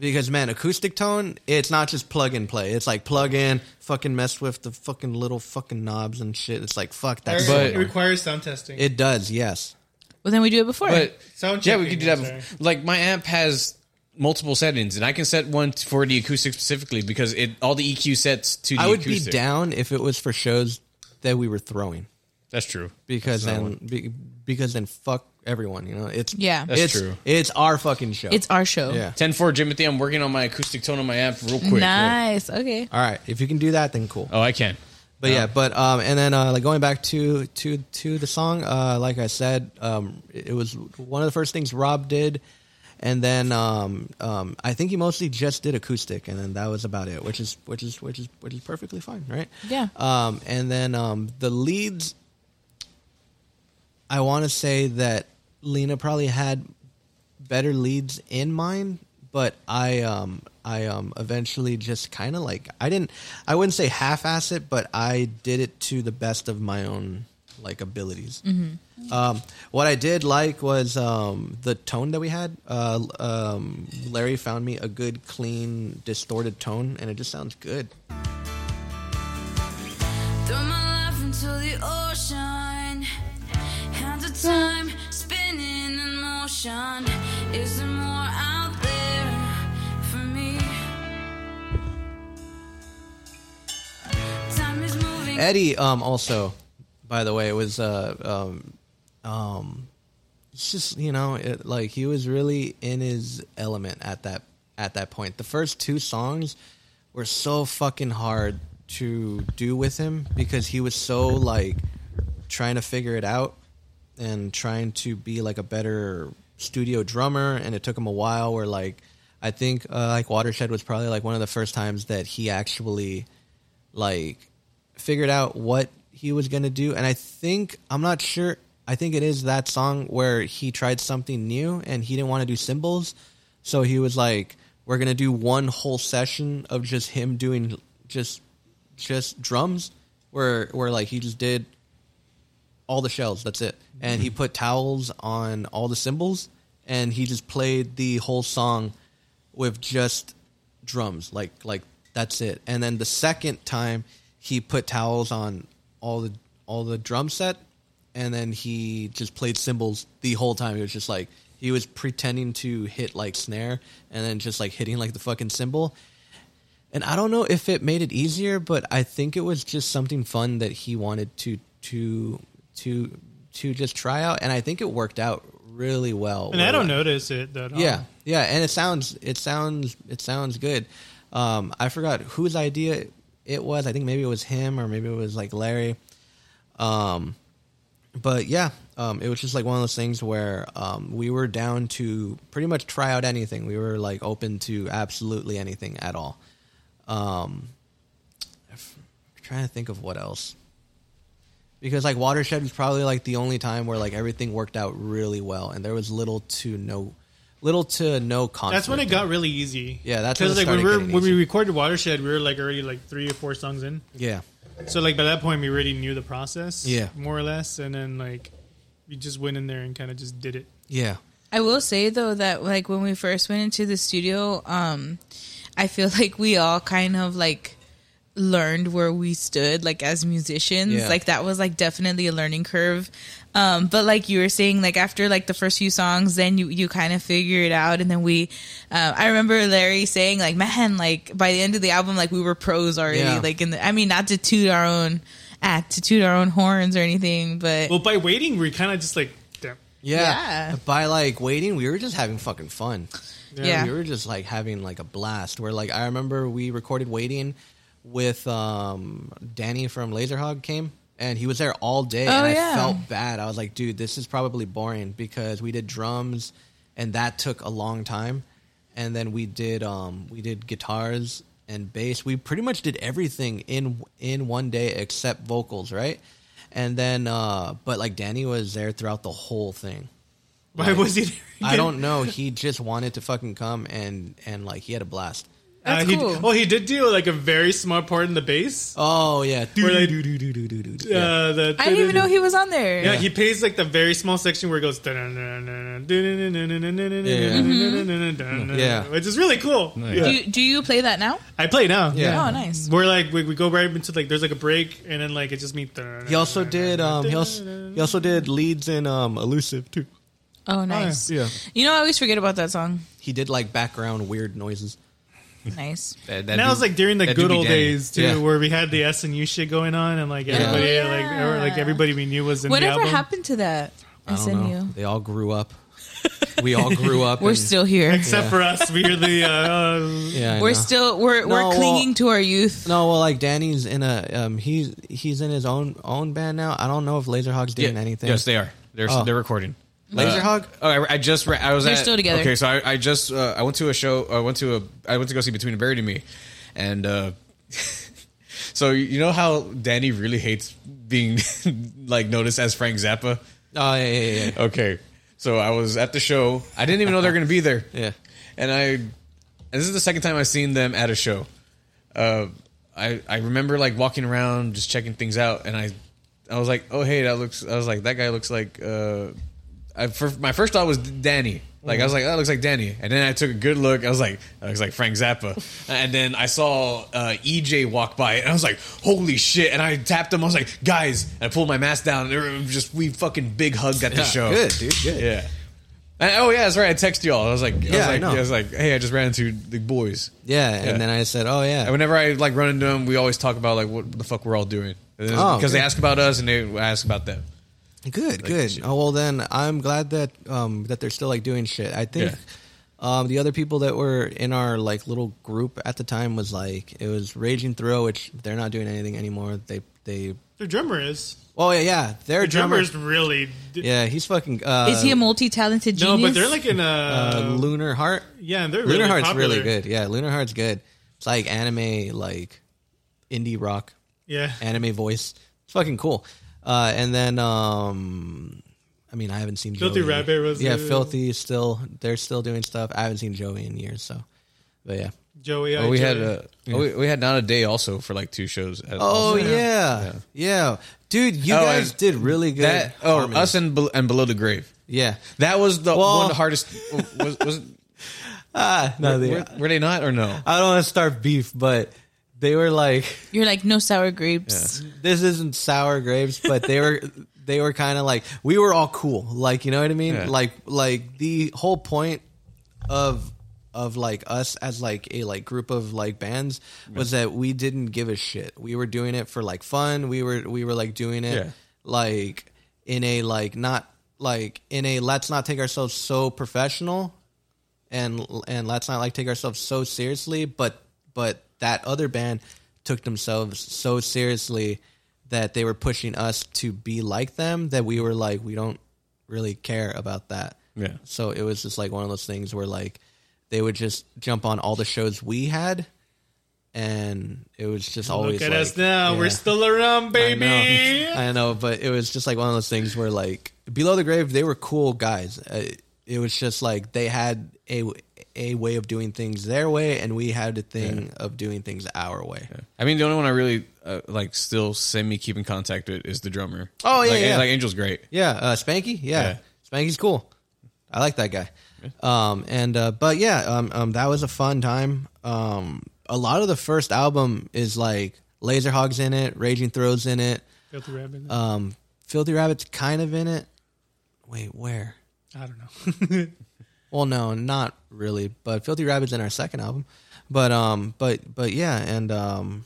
[SPEAKER 4] Because man, acoustic tone, it's not just plug and play. It's like plug in, fucking mess with the fucking little fucking knobs and shit. It's like fuck that's
[SPEAKER 7] But-
[SPEAKER 2] it requires sound testing.
[SPEAKER 4] it does, yes.
[SPEAKER 1] Well, then we do it before.
[SPEAKER 7] but
[SPEAKER 2] Sound
[SPEAKER 7] yeah, we could
[SPEAKER 2] checking,
[SPEAKER 7] do
[SPEAKER 2] I'm
[SPEAKER 7] that. Like my amp has multiple settings, and I can set one t- for the acoustic specifically because it all the EQ sets to. The
[SPEAKER 4] I would be
[SPEAKER 7] acoustic.
[SPEAKER 4] down if it was for shows that we were throwing.
[SPEAKER 7] That's true.
[SPEAKER 4] because then be, because then fuck everyone you know it's
[SPEAKER 1] Yeah. That's
[SPEAKER 4] it's,
[SPEAKER 7] true.
[SPEAKER 4] it's our fucking show
[SPEAKER 1] it's our show.
[SPEAKER 4] yeah
[SPEAKER 7] Ten four, Jimothy. I'm working on my acoustic tone on my amp real quick.
[SPEAKER 1] Nice. Okay.
[SPEAKER 4] all right if you can do that then cool
[SPEAKER 7] Oh, I can.
[SPEAKER 4] but yeah but um and then uh like going back to to to the song uh like i said um it it was one of the first things rob did and then um um i think he mostly just did acoustic and then that was about it which is which is which is which is perfectly fine right
[SPEAKER 1] Yeah.
[SPEAKER 4] um and then um the leads i want to say that lena probably had better leads in mind, but I um I um eventually just kind of like I didn't I wouldn't say half ass it, but I did it to the best of my own like abilities. Um, what I did like was um, the tone that we had. Uh, um, Larry found me a good, clean, distorted tone, and it just sounds good.
[SPEAKER 12] Throw my life into the ocean. Hands of time spinning in motion. Is there more out there for me? Time is moving.
[SPEAKER 4] Eddie um also by the way was uh um um it's just you know it, like he was really in his element at that at that point the first two songs were so fucking hard to do with him because he was so like trying to figure it out and trying to be like a better studio drummer and it took him a while where like i think uh, like watershed was probably like one of the first times that he actually like figured out what he was gonna do and i think i'm not sure i think it is that song where he tried something new and he didn't want to do cymbals so he was like we're gonna do one whole session of just him doing just just drums where where like he just did all the shells that's it and he put towels on all the cymbals and he just played the whole song with just drums like like that's it and then the second time he put towels on all the all the drum set and then he just played cymbals the whole time it was just like He was pretending to hit like snare and then just like hitting like the fucking cymbal. And I don't know if it made it easier, but I think it was just something fun that he wanted to to to to just try out, and I think it worked out really well.
[SPEAKER 2] And I don't notice it at all.
[SPEAKER 4] Yeah, yeah, and it sounds it sounds it sounds good. Um, I forgot whose idea it was. I think maybe it was him or maybe it was like Larry. Um, but yeah, um, it was just like one of those things where um, we were down to pretty much try out anything. We were like open to absolutely anything at all. Um, if- I'm trying to think of what else. Because like Watershed was probably like the only time where like everything worked out really well, and there was little to no, little to no conflict.
[SPEAKER 2] That's when it got really easy.
[SPEAKER 4] Yeah, that's when
[SPEAKER 2] because
[SPEAKER 4] it
[SPEAKER 2] like we
[SPEAKER 4] started
[SPEAKER 2] were
[SPEAKER 4] getting
[SPEAKER 2] when we
[SPEAKER 4] easy.
[SPEAKER 2] recorded Watershed, we were like already like three or four songs in.
[SPEAKER 4] Yeah,
[SPEAKER 2] So like by that point, we already knew the process.
[SPEAKER 4] Yeah.
[SPEAKER 2] more or less, and then like we just went in there and kind of just did it.
[SPEAKER 4] yeah.
[SPEAKER 1] I will say though that like when we first went into the studio, um, I feel like we all kind of like learned where we stood like as musicians.
[SPEAKER 4] Yeah.
[SPEAKER 1] Like that was like definitely a learning curve. Um, but like you were saying, like after like the first few songs, then you you kind of figure it out. And then we, uh, I remember Larry saying like, man, like by the end of the album, like we were pros already.
[SPEAKER 4] Yeah.
[SPEAKER 1] Like in the, I mean, not to toot our own, act to toot our own horns or anything, but
[SPEAKER 2] Well, by waiting, we kind of just like damn.
[SPEAKER 4] Yeah.
[SPEAKER 1] Yeah.
[SPEAKER 4] By like waiting, we were just having fucking fun.
[SPEAKER 1] Yeah.
[SPEAKER 4] We were just like having like a blast. Where like I remember we recorded waiting with um Danny from Laserhog came and he was there all day
[SPEAKER 1] Oh,
[SPEAKER 4] and I
[SPEAKER 1] yeah.
[SPEAKER 4] felt bad. I was like, dude, this is probably boring because we did drums and that took a long time. And then we did um we did guitars and bass. We pretty much did everything in in one day except vocals, right? And then uh but like Danny was there throughout the whole thing.
[SPEAKER 2] Why was he? There
[SPEAKER 4] I don't know. He just wanted to fucking come and and like he had a blast.
[SPEAKER 1] That's
[SPEAKER 2] he,
[SPEAKER 1] cool.
[SPEAKER 2] Oh, he did do like a very small part in the bass.
[SPEAKER 4] Oh yeah,
[SPEAKER 2] We're like-
[SPEAKER 4] Doo-doo-doo-doo-doo-doo. yeah.
[SPEAKER 2] Uh, the,
[SPEAKER 1] I didn't even know he was on there.
[SPEAKER 2] Yeah, he plays like the very small section where it goes. Yeah, which is really cool.
[SPEAKER 1] Do
[SPEAKER 2] Yeah.
[SPEAKER 1] you, do you play that now?
[SPEAKER 2] I play now.
[SPEAKER 1] Oh, nice.
[SPEAKER 2] We're like we, we go right into like there's like a break and then like it just me.
[SPEAKER 4] He also did um he also he also did leads in um elusive too.
[SPEAKER 1] Oh, nice.
[SPEAKER 4] Yeah,
[SPEAKER 1] You know, I always forget about that song.
[SPEAKER 4] he did like background weird noises.
[SPEAKER 1] Nice.
[SPEAKER 7] That,
[SPEAKER 2] And that was like during the
[SPEAKER 7] that do
[SPEAKER 2] good
[SPEAKER 7] be
[SPEAKER 2] old
[SPEAKER 7] Danny.
[SPEAKER 2] days too,
[SPEAKER 4] Yeah.
[SPEAKER 2] where we had the S and U shit going on, and like everybody,
[SPEAKER 1] Yeah.
[SPEAKER 2] like or, like everybody we knew was in the
[SPEAKER 1] Whatever
[SPEAKER 2] album.
[SPEAKER 1] happened to that? I,
[SPEAKER 4] I don't
[SPEAKER 1] send
[SPEAKER 4] know.
[SPEAKER 1] you.
[SPEAKER 4] They all grew up. We all grew up.
[SPEAKER 1] We're
[SPEAKER 4] and-
[SPEAKER 1] still here.
[SPEAKER 2] Except for us, weirdly. Uh,
[SPEAKER 4] Yeah, I
[SPEAKER 1] We're
[SPEAKER 4] know.
[SPEAKER 1] still we're we're
[SPEAKER 4] No, well-
[SPEAKER 1] clinging to our youth.
[SPEAKER 4] No, well, like Danny's in a um, he's he's in his own own band now. I don't know if Laserhog's doing anything.
[SPEAKER 7] Yes, they are. They're
[SPEAKER 4] Oh.
[SPEAKER 7] they're recording.
[SPEAKER 4] Laserhog.
[SPEAKER 7] Oh, I, I just re- I was.
[SPEAKER 1] They're
[SPEAKER 7] at-
[SPEAKER 1] still together.
[SPEAKER 7] Okay, so I, I just uh, I went to a show. I went to a I went to go see Between a Buried and Me, and uh, so you know how Danny really hates being like noticed as Frank Zappa.
[SPEAKER 4] Oh yeah, yeah, yeah.
[SPEAKER 7] Okay, so I was at the show. I didn't even know they're going to be there.
[SPEAKER 4] Yeah.
[SPEAKER 7] and I and this is the second time I've seen them at a show. Uh, I I remember like walking around just checking things out, and I I was like, oh hey, that looks. I was like, that guy looks like. Uh, I for, my first thought was Danny. Like I was like, "Oh, that looks like Danny, and then I took a good look. I was like, that looks like Frank Zappa, and then I saw uh, EJ walk by, and I was like, holy shit! And I tapped him. I was like, guys, and I pulled my mask down. And it was just we fucking big hugged at the show.
[SPEAKER 4] Good dude. Good.
[SPEAKER 7] Yeah. And, oh yeah, that's right. I texted y'all. I was like, I
[SPEAKER 4] Yeah, I
[SPEAKER 7] was like,
[SPEAKER 4] know.
[SPEAKER 7] I was like, hey, I just ran into the boys.
[SPEAKER 4] Yeah, and
[SPEAKER 7] Yeah.
[SPEAKER 4] then I said, "Oh yeah."
[SPEAKER 7] And whenever I like run into them, we always talk about like what the fuck we're all doing because
[SPEAKER 4] Oh,
[SPEAKER 7] they
[SPEAKER 4] good.
[SPEAKER 7] ask about us and they ask about them.
[SPEAKER 4] Good, good. Oh, well, then I'm glad that um that they're still like doing shit. I think
[SPEAKER 7] Yeah.
[SPEAKER 4] um the other people that were in our like little group at the time was like it was Raging Throw, which they're not doing anything anymore. They they
[SPEAKER 2] the drummer is
[SPEAKER 4] oh yeah yeah their
[SPEAKER 2] the drummer
[SPEAKER 4] drummer
[SPEAKER 2] is really
[SPEAKER 4] yeah he's fucking uh,
[SPEAKER 1] Is he a multi-talented
[SPEAKER 2] no,
[SPEAKER 1] genius?
[SPEAKER 2] but they're like in a
[SPEAKER 4] uh, Lunar Heart.
[SPEAKER 2] yeah, they're really
[SPEAKER 4] Lunar Heart's
[SPEAKER 2] popular.
[SPEAKER 4] really good. Yeah, Lunar Heart's good. It's like anime, like indie rock,
[SPEAKER 2] Yeah,
[SPEAKER 4] anime voice. It's fucking cool. Uh, and then um, I mean, I haven't seen
[SPEAKER 2] Filthy
[SPEAKER 4] Joey.
[SPEAKER 2] Rabbit was
[SPEAKER 4] yeah,
[SPEAKER 2] the-
[SPEAKER 4] Filthy is still they're still doing stuff. I haven't seen Joey in years, so but yeah.
[SPEAKER 2] Joey.
[SPEAKER 7] Oh, we
[SPEAKER 2] Joey.
[SPEAKER 7] had a oh, we, we had not a day also for like two shows. At
[SPEAKER 4] Oh
[SPEAKER 7] also.
[SPEAKER 4] yeah. yeah, dude, you
[SPEAKER 7] Oh,
[SPEAKER 4] guys
[SPEAKER 7] and
[SPEAKER 4] did really good.
[SPEAKER 7] that oh
[SPEAKER 4] harmonies.
[SPEAKER 7] us and Bel- and below the grave.
[SPEAKER 4] yeah,
[SPEAKER 7] That was the
[SPEAKER 4] Well-
[SPEAKER 7] one of the hardest. Was, was
[SPEAKER 4] no, they,
[SPEAKER 7] were, were they not or no?
[SPEAKER 4] I don't want to start beef, but They were like,
[SPEAKER 1] You're like no sour grapes.
[SPEAKER 4] this isn't sour grapes, but they were they were kind of like we were all cool, like you know what I mean,
[SPEAKER 7] Yeah.
[SPEAKER 4] like like the whole point of of like us as like a like group of like bands was that we didn't give a shit. We were doing it for like fun. We were we were like doing it
[SPEAKER 7] Yeah.
[SPEAKER 4] like in a like not like in a let's not take ourselves so professional and and let's not like take ourselves so seriously but but that other band took themselves so seriously that they were pushing us to be like them that we were like we don't really care about that
[SPEAKER 7] Yeah.
[SPEAKER 4] so it was just like one of those things where like they would just jump on all the shows we had and it was just always
[SPEAKER 2] Look at
[SPEAKER 4] like,
[SPEAKER 2] us now.
[SPEAKER 4] yeah.
[SPEAKER 2] We're still around, baby.
[SPEAKER 4] I know, but it was just like one of those things where like below the grave, they were cool guys. Uh, It was just like they had a a way of doing things their way, and we had a thing of doing things our way.
[SPEAKER 7] I mean, the only one I really uh, like still semi keep in contact with is the drummer.
[SPEAKER 4] Oh, yeah,
[SPEAKER 7] like,
[SPEAKER 4] yeah.
[SPEAKER 7] like Angel's great.
[SPEAKER 4] Yeah, uh, Spanky. Yeah. Spanky's cool. I like that guy. Um, and uh, but yeah, um, um, that was a fun time. Um, a lot of the first album is like Laser Hogs in it, Raging Throws in it,
[SPEAKER 2] Filthy rabbit.
[SPEAKER 4] um, Filthy Rabbits kind of in it. Wait, where?
[SPEAKER 2] I don't know.
[SPEAKER 4] Well, no, not really. But Filthy Rabbit's in our second album. But um, but but yeah, and um,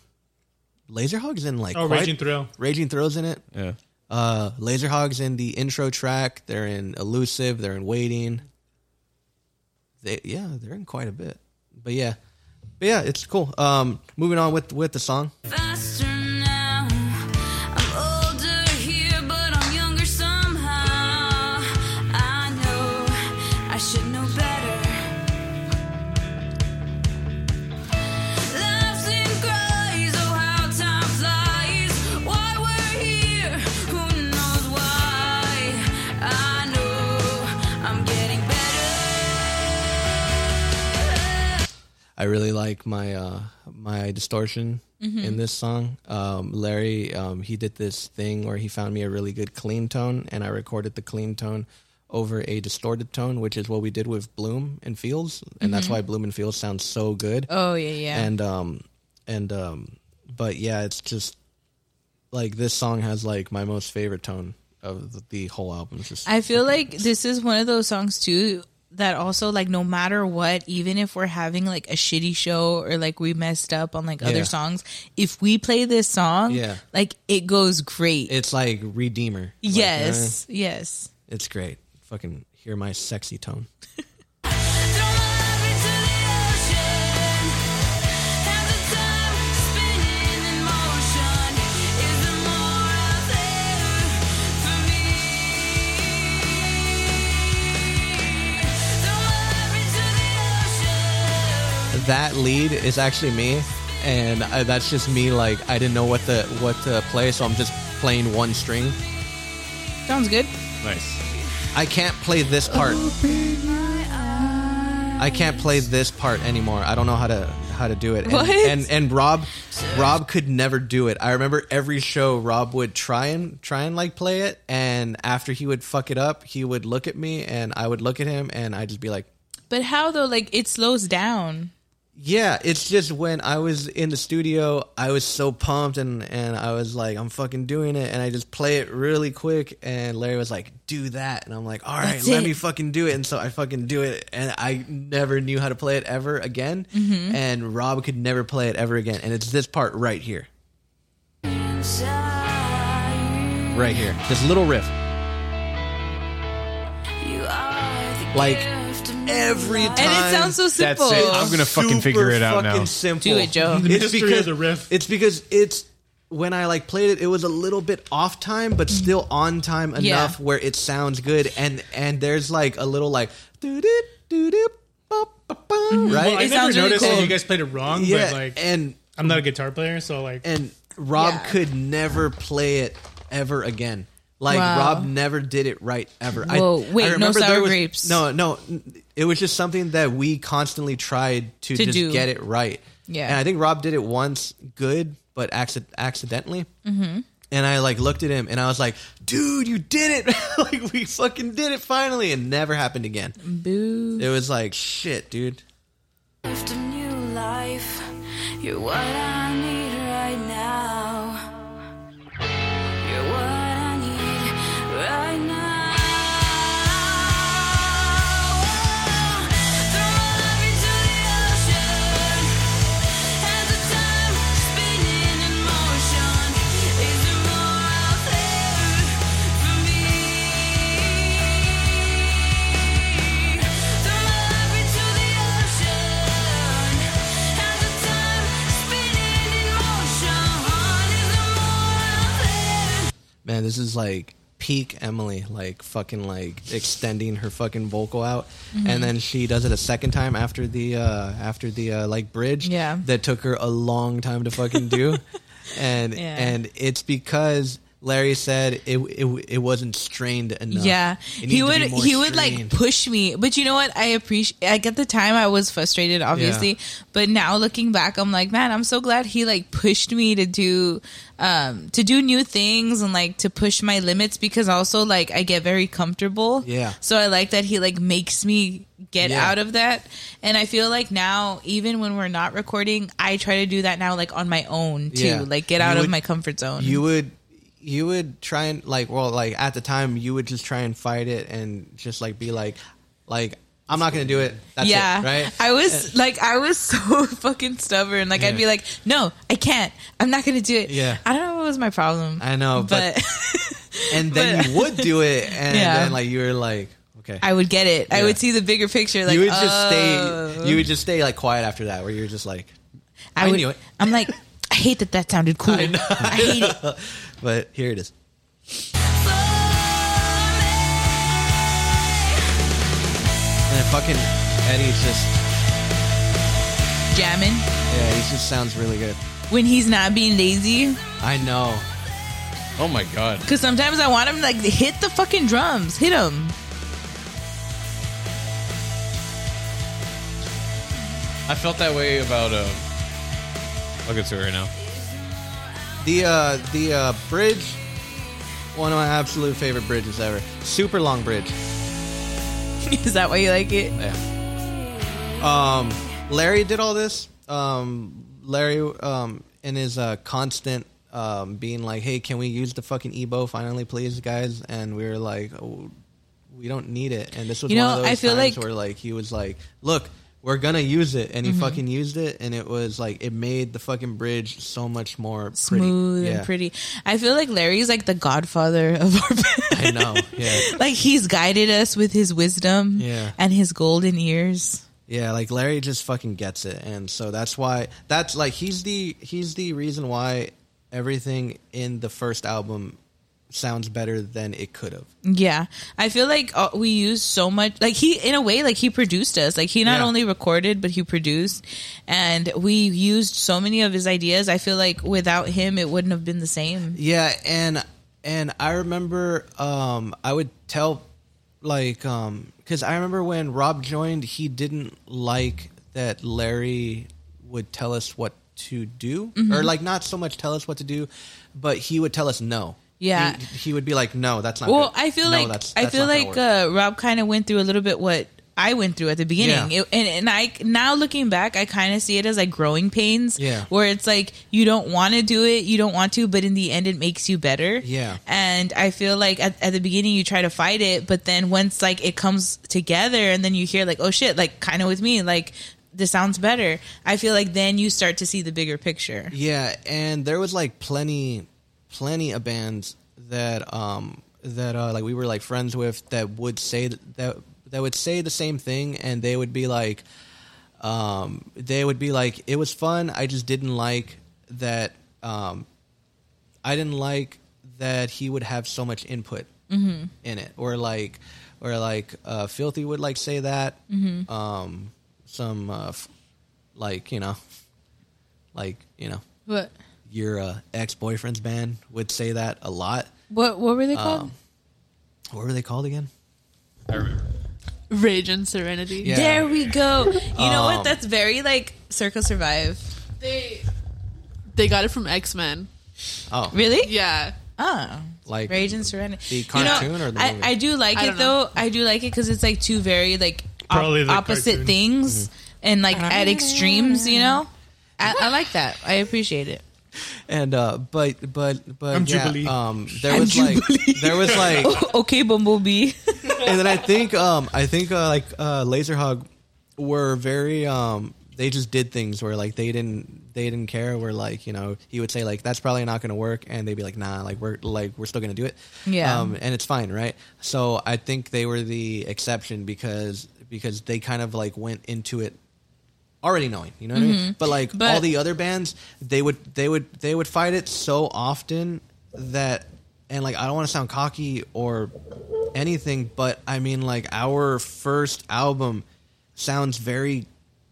[SPEAKER 4] Laserhog's in like
[SPEAKER 2] oh,
[SPEAKER 4] quite-
[SPEAKER 2] Raging Thrill.
[SPEAKER 4] Raging Throws in it.
[SPEAKER 7] Yeah.
[SPEAKER 4] Uh, Laserhog's in the intro track. They're in Elusive. They're in Waiting. They yeah, they're in quite a bit. But yeah, but yeah, it's cool. Um, moving on with with the song.
[SPEAKER 12] faster now. I'm older here, but I'm younger somehow. I know I should know better. Laughs and cries, oh how time flies. Why we're here? Who knows why? I know I'm getting better.
[SPEAKER 4] I really like my uh, my distortion
[SPEAKER 1] Mm-hmm.
[SPEAKER 4] in this song. Um, Larry, um, he did this thing where he found me a really good clean tone, and I recorded the clean tone over a distorted tone, which is what we did with Bloom and Fields, and that's why Bloom and Fields sounds so good.
[SPEAKER 1] Mm-hmm. Oh yeah, yeah.
[SPEAKER 4] And um, and um, but yeah, it's just like this song has like my most favorite tone of the, the whole album. It's just
[SPEAKER 1] I feel like this is one of those songs too that also like no matter what, even if we're having like a shitty show or like we messed up on like
[SPEAKER 4] Yeah.
[SPEAKER 1] other songs, if we play this song,
[SPEAKER 4] Yeah.
[SPEAKER 1] like it goes great.
[SPEAKER 4] it's like Redeemer. Like,
[SPEAKER 1] yes, yes.
[SPEAKER 4] eh, it's great. Fucking hear my sexy tone.
[SPEAKER 12] Throw my love into the ocean. Have the time spinning in motion. Is there more out there for me? Throw my love into the ocean.
[SPEAKER 4] that lead is actually me and I, that's just me like i didn't know what to what to play so i'm just playing one string
[SPEAKER 1] Sounds good.
[SPEAKER 7] Nice.
[SPEAKER 4] i can't play this part i can't play this part anymore i don't know how to how to do it and
[SPEAKER 1] What?
[SPEAKER 4] and, and rob rob could never do it i remember every show rob would try and try and like play it and after he would fuck it up he would look at me and i would look at him and i'd just be like
[SPEAKER 1] But how though? Like it slows down.
[SPEAKER 4] Yeah, it's just when I was in the studio, I was so pumped and and I was like, I'm fucking doing it, and I just play it really quick, and Larry was like, do that, and I'm like, all right,
[SPEAKER 1] That's
[SPEAKER 4] let
[SPEAKER 1] it.
[SPEAKER 4] me fucking do it, and so I fucking do it, and I never knew how to play it ever again,
[SPEAKER 1] Mm-hmm.
[SPEAKER 4] and Rob could never play it ever again, and it's this part right here,
[SPEAKER 12] Inside
[SPEAKER 4] right here, this little riff.
[SPEAKER 12] you are the
[SPEAKER 4] Like,
[SPEAKER 12] gift of
[SPEAKER 4] Every
[SPEAKER 12] life.
[SPEAKER 4] time,
[SPEAKER 1] And it sounds so simple.
[SPEAKER 7] it. I'm gonna fucking
[SPEAKER 4] super
[SPEAKER 7] figure it out now.
[SPEAKER 4] fucking Simple.
[SPEAKER 1] Do it, Joe.
[SPEAKER 2] The mystery of the riff.
[SPEAKER 4] It's because it's when I like played it, it was a little bit off time, but still on time enough
[SPEAKER 1] Yeah.
[SPEAKER 4] where it sounds good. And and there's like a little like doo doo doo doo bop bop bop, right?
[SPEAKER 2] Mm-hmm. Well, I
[SPEAKER 1] It
[SPEAKER 2] never
[SPEAKER 1] sounds really
[SPEAKER 2] noticed if
[SPEAKER 1] cool.
[SPEAKER 2] you guys played it wrong,
[SPEAKER 4] yeah,
[SPEAKER 2] but like
[SPEAKER 4] and
[SPEAKER 2] I'm not a guitar player, so like
[SPEAKER 4] and Rob
[SPEAKER 1] Yeah.
[SPEAKER 4] could never play it ever again. Like
[SPEAKER 1] Wow.
[SPEAKER 4] Rob never did it right ever. I-
[SPEAKER 1] Whoa,
[SPEAKER 4] I,
[SPEAKER 1] wait, no
[SPEAKER 4] remember there
[SPEAKER 1] sour
[SPEAKER 4] was-
[SPEAKER 1] grapes.
[SPEAKER 4] No, no, n- it was just something that we constantly tried to,
[SPEAKER 1] To
[SPEAKER 4] just
[SPEAKER 1] do.
[SPEAKER 4] get it right.
[SPEAKER 1] Yeah.
[SPEAKER 4] and I think Rob did it once, good, but acci- accidentally. Mm-hmm. And I like looked at him and I was like, "Dude, you did it! like we fucking did it finally!" And never happened again.
[SPEAKER 1] Boo.
[SPEAKER 4] It was like, "Shit, dude."
[SPEAKER 12] gift of new life. You're what I need right now. You're what I need right now. Throw my love into the ocean. As the time spinning in motion, is there more out there for me? Throw my love into the ocean. As the time spinning in motion, is there more out there?
[SPEAKER 4] Man, this is like peak Emily, like fucking like extending her fucking vocal out,
[SPEAKER 1] Mm-hmm.
[SPEAKER 4] and then she does it a second time after the uh after the uh, like bridge.
[SPEAKER 1] Yeah.
[SPEAKER 4] that took her a long time to fucking do, and
[SPEAKER 1] Yeah.
[SPEAKER 4] and it's because. Larry said it, it it wasn't strained enough.
[SPEAKER 1] Yeah,
[SPEAKER 4] It
[SPEAKER 1] he
[SPEAKER 4] needed
[SPEAKER 1] would
[SPEAKER 4] to be more
[SPEAKER 1] he would like
[SPEAKER 4] strained.
[SPEAKER 1] push me, but you know what? I appreciate. Like at the time, I was frustrated, obviously, but now looking back, I'm like, man, I'm so glad he like pushed me to do, um, to do new things and like to push my limits because also like I get very comfortable.
[SPEAKER 4] Yeah.
[SPEAKER 1] So I like that he like makes me get
[SPEAKER 4] Yeah.
[SPEAKER 1] out of that, and I feel like now even when we're not recording, I try to do that now like on my own too,
[SPEAKER 4] Yeah.
[SPEAKER 1] like get
[SPEAKER 4] You
[SPEAKER 1] out of
[SPEAKER 4] would-
[SPEAKER 1] my comfort zone.
[SPEAKER 4] you would you would try and like well like at the time you would just try and fight it and just like be like like I'm not gonna do it. That's
[SPEAKER 1] yeah,
[SPEAKER 4] it, right?
[SPEAKER 1] I was like, I was so fucking stubborn. Like, I'd be like, "No, I can't. I'm not gonna do it."
[SPEAKER 4] Yeah.
[SPEAKER 1] I don't know what was my problem.
[SPEAKER 4] I know, but,
[SPEAKER 1] but
[SPEAKER 4] and then
[SPEAKER 1] but-
[SPEAKER 4] you would do it, and
[SPEAKER 1] Yeah.
[SPEAKER 4] then like you were like, okay,
[SPEAKER 1] I would get it. I
[SPEAKER 4] Yeah.
[SPEAKER 1] would see the bigger picture. Like,
[SPEAKER 4] you would
[SPEAKER 1] oh.
[SPEAKER 4] just stay, you would just stay like quiet after that, where you're just like,
[SPEAKER 1] I
[SPEAKER 4] I
[SPEAKER 1] would.
[SPEAKER 4] knew it.
[SPEAKER 1] I'm like, I hate that. That sounded cool. I, hate it.
[SPEAKER 4] but here it is. And then fucking Eddie's just
[SPEAKER 1] Jamming
[SPEAKER 4] yeah, he just sounds really good.
[SPEAKER 1] when he's not being lazy.
[SPEAKER 4] I know.
[SPEAKER 7] Oh my god.
[SPEAKER 1] Because sometimes I want him to, like hit the fucking drums. Hit him.
[SPEAKER 7] I felt that way about um I'll get to it right now.
[SPEAKER 4] The uh the uh bridge one of my absolute favorite bridges ever. Super long bridge.
[SPEAKER 1] Is that why you like it?
[SPEAKER 4] Um Larry did all this. Um Larry um in his uh constant um being like, "Hey, can we use the fucking Ebo finally, please, guys?" And we were like, oh, "We don't need it." And this was
[SPEAKER 1] You
[SPEAKER 4] one
[SPEAKER 1] know,
[SPEAKER 4] of those
[SPEAKER 1] I feel
[SPEAKER 4] times
[SPEAKER 1] like- Mm-hmm.
[SPEAKER 4] where like he was like, "Look, we're gonna use it," and he fucking used it, and it was like it made the fucking bridge so much more
[SPEAKER 1] Smooth
[SPEAKER 4] pretty. Yeah.
[SPEAKER 1] and pretty. I feel like Larry's like the godfather of our band.
[SPEAKER 4] I know. Yeah.
[SPEAKER 1] like he's guided us with his wisdom
[SPEAKER 4] Yeah.
[SPEAKER 1] and his golden ears.
[SPEAKER 4] Yeah, like Larry just fucking gets it, and so that's why that's like he's the he's the reason why everything in the first album sounds better than it could have.
[SPEAKER 1] Yeah. I feel like uh, we use so much like he in a way like he produced us. Like he not
[SPEAKER 4] Yeah.
[SPEAKER 1] only recorded but he produced and we used so many of his ideas. I feel like without him it wouldn't have been the same.
[SPEAKER 4] Yeah, and and I remember um I would tell like um cuz I remember when Rob joined, he didn't like that Larry would tell us what to do
[SPEAKER 1] Mm-hmm.
[SPEAKER 4] or like not so much tell us what to do, but he would tell us no.
[SPEAKER 1] Yeah.
[SPEAKER 4] He, he would be like no, that's not
[SPEAKER 1] Well,
[SPEAKER 4] good.
[SPEAKER 1] I feel
[SPEAKER 4] No,
[SPEAKER 1] like
[SPEAKER 4] that's-
[SPEAKER 1] I
[SPEAKER 4] that's
[SPEAKER 1] feel
[SPEAKER 4] not gonna
[SPEAKER 1] like
[SPEAKER 4] work."
[SPEAKER 1] uh, Rob kind of went through a little bit what I went through at the beginning,
[SPEAKER 4] Yeah.
[SPEAKER 1] It- and and I now looking back, I kind of see it as like growing pains.
[SPEAKER 4] Yeah.
[SPEAKER 1] where it's like you don't want to do it, you don't want to, but in the end, it makes you better.
[SPEAKER 4] Yeah.
[SPEAKER 1] and I feel like at, at the beginning you try to fight it, but then once like it comes together, and then you hear like oh shit, like kind of with me, like this sounds better. I feel like then you start to see the bigger picture.
[SPEAKER 4] Yeah, and there was like plenty, plenty of bands that um that uh like we were like friends with that would say th- that that would say the same thing, and they would be like, um, they would be like, it was fun. I just didn't like that. Um, I didn't like that he would have so much input in it, or like, or like uh, Filthy would like say that. Um, some uh, f- like you know, like you know
[SPEAKER 8] What?
[SPEAKER 4] your uh, ex boyfriend's band would say that a lot.
[SPEAKER 1] What what
[SPEAKER 4] Oh,
[SPEAKER 1] were they called?
[SPEAKER 4] What were they called again?
[SPEAKER 8] Rage and Serenity.
[SPEAKER 4] Yeah. Oh.
[SPEAKER 1] There we go. You know what? That's very like Circle Survive.
[SPEAKER 8] They they got it from X Men.
[SPEAKER 4] Oh,
[SPEAKER 1] Really?
[SPEAKER 8] Yeah.
[SPEAKER 1] Oh.
[SPEAKER 4] like
[SPEAKER 1] Rage and Serenity.
[SPEAKER 4] the cartoon or the
[SPEAKER 1] I,
[SPEAKER 4] movie?
[SPEAKER 1] I do like
[SPEAKER 8] I
[SPEAKER 1] it
[SPEAKER 8] don't know.
[SPEAKER 1] though. I do like it because it's like two very like op-
[SPEAKER 2] Probably the
[SPEAKER 1] opposite
[SPEAKER 2] cartoon.
[SPEAKER 1] things and like at extremes. You know? Mm-hmm. I, I like that. I appreciate it.
[SPEAKER 4] And uh, but but but
[SPEAKER 2] I'm
[SPEAKER 4] yeah,
[SPEAKER 2] Jubilee.
[SPEAKER 4] um, there
[SPEAKER 1] I'm
[SPEAKER 4] was like
[SPEAKER 1] Jubilee.
[SPEAKER 4] there was like,
[SPEAKER 1] okay, Bumblebee.
[SPEAKER 4] and then I think um I think uh, like uh, Laserhog were very um they just did things where like they didn't they didn't care where like you know he would say like that's probably not gonna work and they'd be like nah like we're like we're still gonna do it
[SPEAKER 1] Yeah.
[SPEAKER 4] um, and it's fine right so I think they were the exception because because they kind of like went into it already knowing, you know what I mean? But like
[SPEAKER 1] Mm-hmm. But-
[SPEAKER 4] all the other bands, they would they would they would fight it so often that and like I don't want to sound cocky or anything, but I mean like our first album sounds very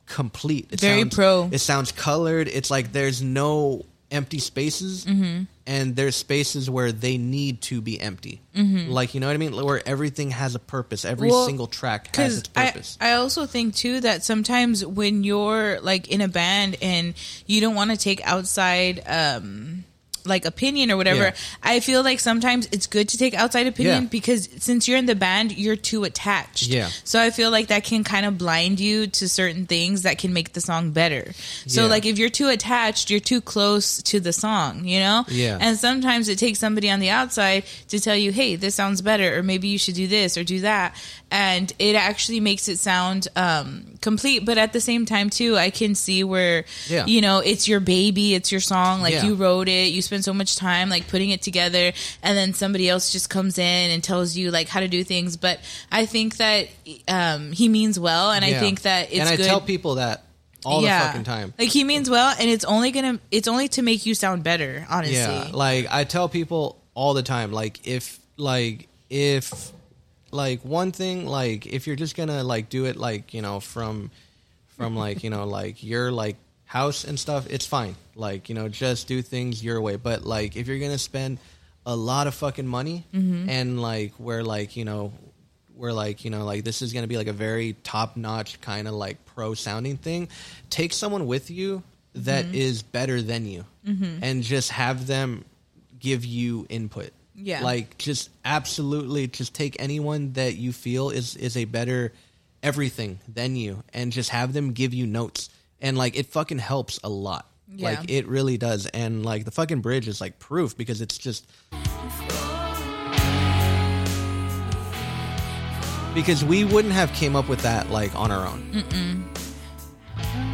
[SPEAKER 4] complete. It
[SPEAKER 1] Very
[SPEAKER 4] sounds-
[SPEAKER 1] pro.
[SPEAKER 4] It sounds colored. It's like there's no empty spaces
[SPEAKER 1] Mm-hmm.
[SPEAKER 4] and there's spaces where they need to be empty. Like you know what I mean? Where everything has a purpose. Every
[SPEAKER 1] Mm-hmm. Well,
[SPEAKER 4] single track has
[SPEAKER 1] because
[SPEAKER 4] its
[SPEAKER 1] I,
[SPEAKER 4] purpose.
[SPEAKER 1] I also think too that sometimes when you're like in a band and you don't want to take outside um like opinion or whatever
[SPEAKER 4] Yeah.
[SPEAKER 1] i feel like sometimes it's good to take outside opinion
[SPEAKER 4] Yeah.
[SPEAKER 1] because since you're in the band you're too attached
[SPEAKER 4] Yeah.
[SPEAKER 1] so i feel like that can kind of blind you to certain things that can make the song better so
[SPEAKER 4] Yeah.
[SPEAKER 1] like if you're too attached you're too close to the song you know
[SPEAKER 4] Yeah.
[SPEAKER 1] and sometimes it takes somebody on the outside to tell you, hey, this sounds better, or maybe you should do this or do that. And it actually makes it sound um, complete. But at the same time, too, I can see where,
[SPEAKER 4] Yeah.
[SPEAKER 1] you know, it's your baby, it's your song. Like
[SPEAKER 4] Yeah.
[SPEAKER 1] you wrote it, you spent so much time like putting it together. And then somebody else just comes in and tells you like how to do things. But I think that um, he means well. And I
[SPEAKER 4] Yeah.
[SPEAKER 1] think that it's
[SPEAKER 4] and I
[SPEAKER 1] good.
[SPEAKER 4] tell people that all the fucking time.
[SPEAKER 1] Like he means well, and it's only gonna it's only to make you sound better, honestly.
[SPEAKER 4] yeah, like I tell people all the time. Like if like if like one thing like if you're just gonna like do it like you know from from like you know like your like house and stuff, it's fine. Like you know just do things your way. But like if you're gonna spend a lot of fucking money and like where like you know where like you know like this is going to be like a very top notch kind of like pro sounding thing take someone with you that is better than you and just have them give you input
[SPEAKER 1] Yeah.
[SPEAKER 4] like just absolutely just take anyone that you feel is is a better everything than you and just have them give you notes and like it fucking helps a lot
[SPEAKER 1] Yeah.
[SPEAKER 4] like it really does and like the fucking bridge is like proof because it's just because we wouldn't have came up with that like on our own.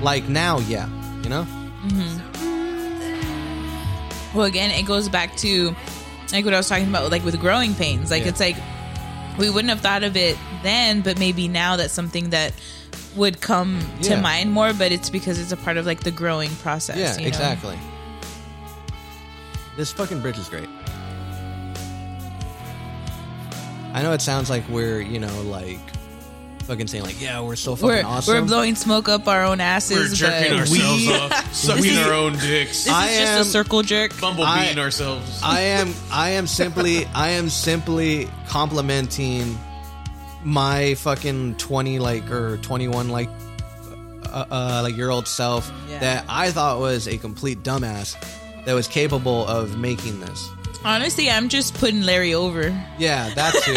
[SPEAKER 4] Like now, yeah, you know.
[SPEAKER 1] well again it goes back to like what i was talking about like with growing pains like
[SPEAKER 4] Yeah.
[SPEAKER 1] it's like we wouldn't have thought of it then but maybe now that's something that would come to
[SPEAKER 4] Yeah.
[SPEAKER 1] mind more but it's because it's a part of like the growing process
[SPEAKER 4] Yeah,
[SPEAKER 1] you know?
[SPEAKER 4] exactly. This fucking bridge is great. I know it sounds like we're you know like fucking saying like yeah we're so fucking
[SPEAKER 1] we're,
[SPEAKER 4] awesome.
[SPEAKER 1] we're blowing smoke up our own asses but
[SPEAKER 7] ourselves off, sucking our own dicks,
[SPEAKER 1] this
[SPEAKER 4] I
[SPEAKER 1] is just
[SPEAKER 4] am-
[SPEAKER 1] a circle jerk
[SPEAKER 7] bumblebeeing
[SPEAKER 4] I-
[SPEAKER 7] ourselves.
[SPEAKER 4] I am I am simply I am simply complimenting my fucking 20 like or 21 like uh, uh like year old self
[SPEAKER 1] Yeah.
[SPEAKER 4] that I thought was a complete dumbass that was capable of making this.
[SPEAKER 1] honestly i'm just putting larry over
[SPEAKER 4] Yeah, that's too.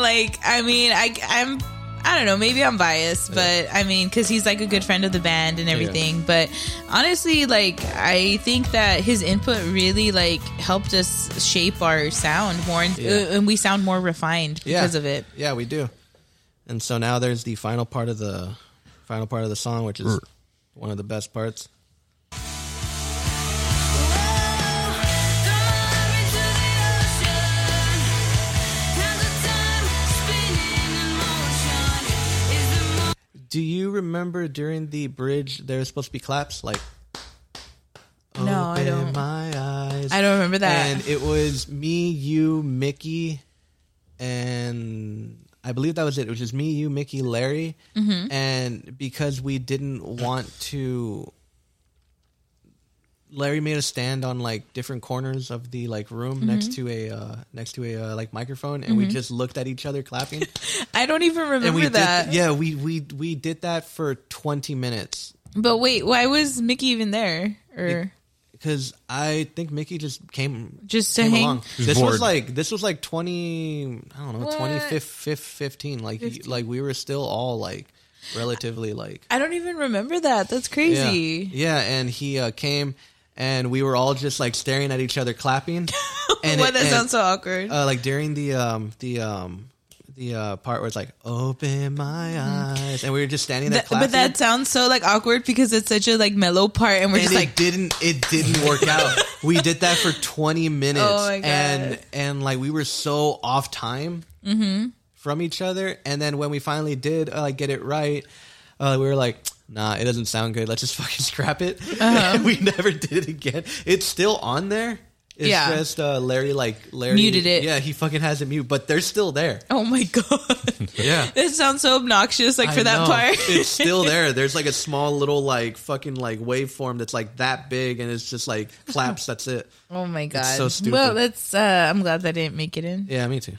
[SPEAKER 1] like i mean i i'm i don't know maybe i'm biased but i mean because he's like a good friend of the band and everything but honestly like i think that his input really like helped us shape our sound more and, uh,
[SPEAKER 4] Yeah.
[SPEAKER 1] and we sound more refined
[SPEAKER 4] yeah.
[SPEAKER 1] because of it
[SPEAKER 4] Yeah, we do. And so now there's the final part of the final part of the song which is one of the best parts. Do you remember during the bridge there was supposed to be claps like
[SPEAKER 1] no i
[SPEAKER 4] Open
[SPEAKER 1] don't
[SPEAKER 4] My eyes.
[SPEAKER 1] I don't remember that.
[SPEAKER 4] And it was me, you, Mickey, and I believe that was it. It was just me, you, Mickey, Larry,
[SPEAKER 1] Mm-hmm.
[SPEAKER 4] and because we didn't want to. Larry made a stand on like different corners of the like room next
[SPEAKER 1] Mm-hmm.
[SPEAKER 4] to a uh, next to a uh, like microphone, and we just looked at each other clapping.
[SPEAKER 1] i don't even
[SPEAKER 4] and we
[SPEAKER 1] remember
[SPEAKER 4] did,
[SPEAKER 1] that
[SPEAKER 4] yeah, we we we did that for twenty minutes.
[SPEAKER 1] but wait why was mickey even there or
[SPEAKER 4] because I think Mickey just came
[SPEAKER 1] Just to
[SPEAKER 4] came
[SPEAKER 1] hang-
[SPEAKER 4] along.
[SPEAKER 7] was
[SPEAKER 4] This was
[SPEAKER 7] bored.
[SPEAKER 4] like this was like twenty I don't know
[SPEAKER 1] What?
[SPEAKER 4] twenty fifteen like you- like we were still all like relatively like
[SPEAKER 1] I don't even remember that. That's crazy.
[SPEAKER 4] Yeah, yeah and he uh, came, and we were all just like staring at each other, clapping. And
[SPEAKER 1] Why
[SPEAKER 4] it-
[SPEAKER 1] that
[SPEAKER 4] and,
[SPEAKER 1] sounds so awkward?
[SPEAKER 4] uh, like during the um the um the uh, part where it's like open my eyes, and we were just standing there
[SPEAKER 1] Mm-hmm. That-
[SPEAKER 4] clapping.
[SPEAKER 1] but that sounds so like awkward because it's such a like mellow part, and we're
[SPEAKER 4] and
[SPEAKER 1] just
[SPEAKER 4] it
[SPEAKER 1] like,
[SPEAKER 4] didn't it didn't work out. We did that for 20 minutes
[SPEAKER 1] Oh my God.
[SPEAKER 4] and and like we were so off time
[SPEAKER 1] Mm-hmm.
[SPEAKER 4] from each other and then when we finally did uh, like get it right, uh, we were like Nah, it doesn't sound good. Let's just fucking scrap it.
[SPEAKER 1] Uh-huh.
[SPEAKER 4] And we never did it again. It's still on there. It's
[SPEAKER 1] Yeah.
[SPEAKER 4] just uh, Larry like Larry
[SPEAKER 1] Muted it.
[SPEAKER 4] Yeah, he fucking has it mute, but they're still there.
[SPEAKER 1] oh my god,
[SPEAKER 4] Yeah.
[SPEAKER 1] that sounds so obnoxious. Like for
[SPEAKER 4] I
[SPEAKER 1] that
[SPEAKER 4] know.
[SPEAKER 1] part,
[SPEAKER 4] it's still there. There's like a small little like fucking like waveform that's like that big, and it's just like claps. That's it.
[SPEAKER 1] oh my god,
[SPEAKER 4] so stupid.
[SPEAKER 1] Well, that's. Uh, I'm glad that didn't make it in.
[SPEAKER 4] Yeah, me too.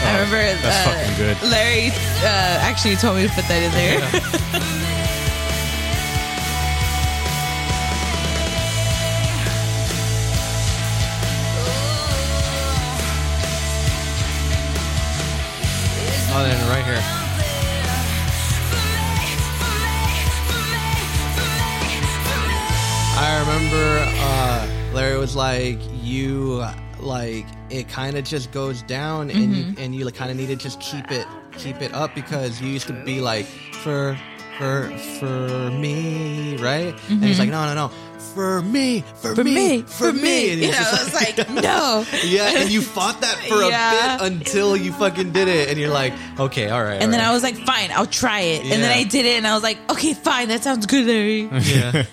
[SPEAKER 1] I remember uh,
[SPEAKER 7] fucking good.
[SPEAKER 1] Larry uh, actually told me to put that in there.
[SPEAKER 4] Oh, then right here. I remember uh, Larry was like, "You like it kind of just goes down, and you and you like, kind of need to just keep it keep it up because you used to be like for for for me, right?" And he's like, "No, no, no." For me, Mm-hmm. for, me, for me. And
[SPEAKER 1] You
[SPEAKER 4] he's
[SPEAKER 1] know,
[SPEAKER 4] just
[SPEAKER 1] I was like, no.
[SPEAKER 4] yeah, and you fought that for a
[SPEAKER 1] Yeah.
[SPEAKER 4] bit until you fucking did it, and you're like, okay, all right.
[SPEAKER 1] And then I was like, fine, I'll try it. And then
[SPEAKER 4] Yeah.
[SPEAKER 1] I did it, and I was like, okay, fine, that sounds good, Larry.
[SPEAKER 4] yeah,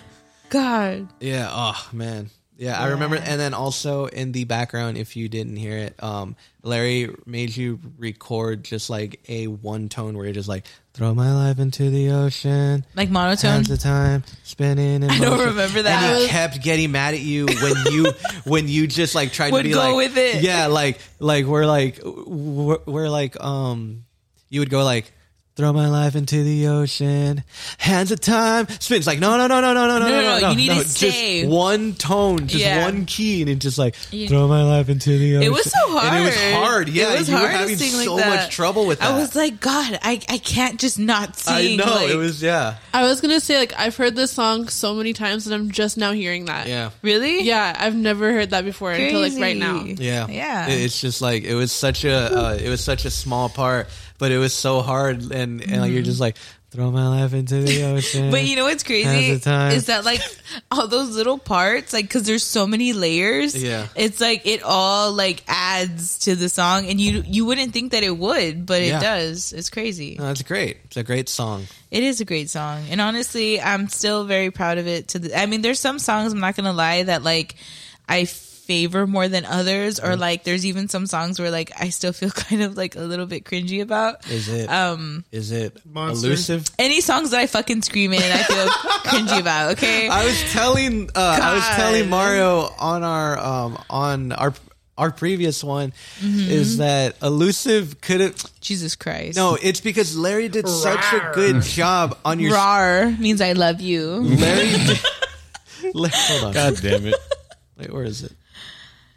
[SPEAKER 1] God.
[SPEAKER 4] yeah. Oh man, yeah, I remember. And then also in the background, if you didn't hear it, um, Larry made you record just like a one tone where you're just like, throw my life into the ocean.
[SPEAKER 1] Like monotone.
[SPEAKER 4] Times of time spinning. In
[SPEAKER 1] I don't
[SPEAKER 4] motion.
[SPEAKER 1] remember
[SPEAKER 4] And he
[SPEAKER 1] that.
[SPEAKER 4] kept getting mad at you when you when you just like tried
[SPEAKER 1] Would
[SPEAKER 4] to be
[SPEAKER 1] go
[SPEAKER 4] like
[SPEAKER 1] with it.
[SPEAKER 4] Yeah, like like we're like we're, we're like um you would go like throw my life into the ocean hands of time spins like no no no no no no no no no, no
[SPEAKER 1] you need to
[SPEAKER 4] just
[SPEAKER 1] stay.
[SPEAKER 4] one tone just
[SPEAKER 1] Yeah.
[SPEAKER 4] one key and it just like throw my life into the ocean
[SPEAKER 1] It was so hard.
[SPEAKER 4] and it was hard yeah
[SPEAKER 1] It was
[SPEAKER 4] you
[SPEAKER 1] hard
[SPEAKER 4] were
[SPEAKER 1] to
[SPEAKER 4] having
[SPEAKER 1] sing like
[SPEAKER 4] so
[SPEAKER 1] that.
[SPEAKER 4] much trouble with that
[SPEAKER 1] I was like, God, I, I can't just not sing.
[SPEAKER 4] I know
[SPEAKER 1] like-
[SPEAKER 4] it was yeah
[SPEAKER 8] I was gonna say like I've heard this song so many times and I'm just now hearing that.
[SPEAKER 4] yeah
[SPEAKER 1] Really?
[SPEAKER 8] Yeah, I've never heard that before until like right now.
[SPEAKER 1] Crazy.
[SPEAKER 4] Yeah,
[SPEAKER 1] Yeah.
[SPEAKER 4] It- It's just like it was such a uh, it was such a small part, but it was so hard, and and like, you're just like throw my life into the ocean.
[SPEAKER 1] Mm-hmm. But you know what's crazy
[SPEAKER 4] Has the time.
[SPEAKER 1] is that like all those little parts, like because there's so many layers.
[SPEAKER 4] Yeah.
[SPEAKER 1] it's like it all like adds to the song, and you you wouldn't think that it would, but
[SPEAKER 4] Yeah.
[SPEAKER 1] it does. It's crazy.
[SPEAKER 4] No, it's great. It's a great song.
[SPEAKER 1] It is a great song, and honestly, I'm still very proud of it. To the, I mean, there's some songs I'm not gonna lie that like I favor more than others,
[SPEAKER 4] Mm.
[SPEAKER 1] or like there's even some songs where like I still feel kind of like a little bit cringy about.
[SPEAKER 4] Is it? Um, is it
[SPEAKER 2] Monster.
[SPEAKER 4] elusive?
[SPEAKER 1] Any songs that I fucking scream in, I feel cringy about. Okay,
[SPEAKER 4] I was telling uh, I was
[SPEAKER 1] God.
[SPEAKER 4] telling Mario on our um on our our previous one
[SPEAKER 1] Mm-hmm.
[SPEAKER 4] is that elusive could have
[SPEAKER 1] Jesus Christ.
[SPEAKER 4] no. It's because Larry did such a good job on your
[SPEAKER 1] Rar means I love you.
[SPEAKER 4] Larry. Larry hold on.
[SPEAKER 7] God damn it.
[SPEAKER 4] Wait, where is it?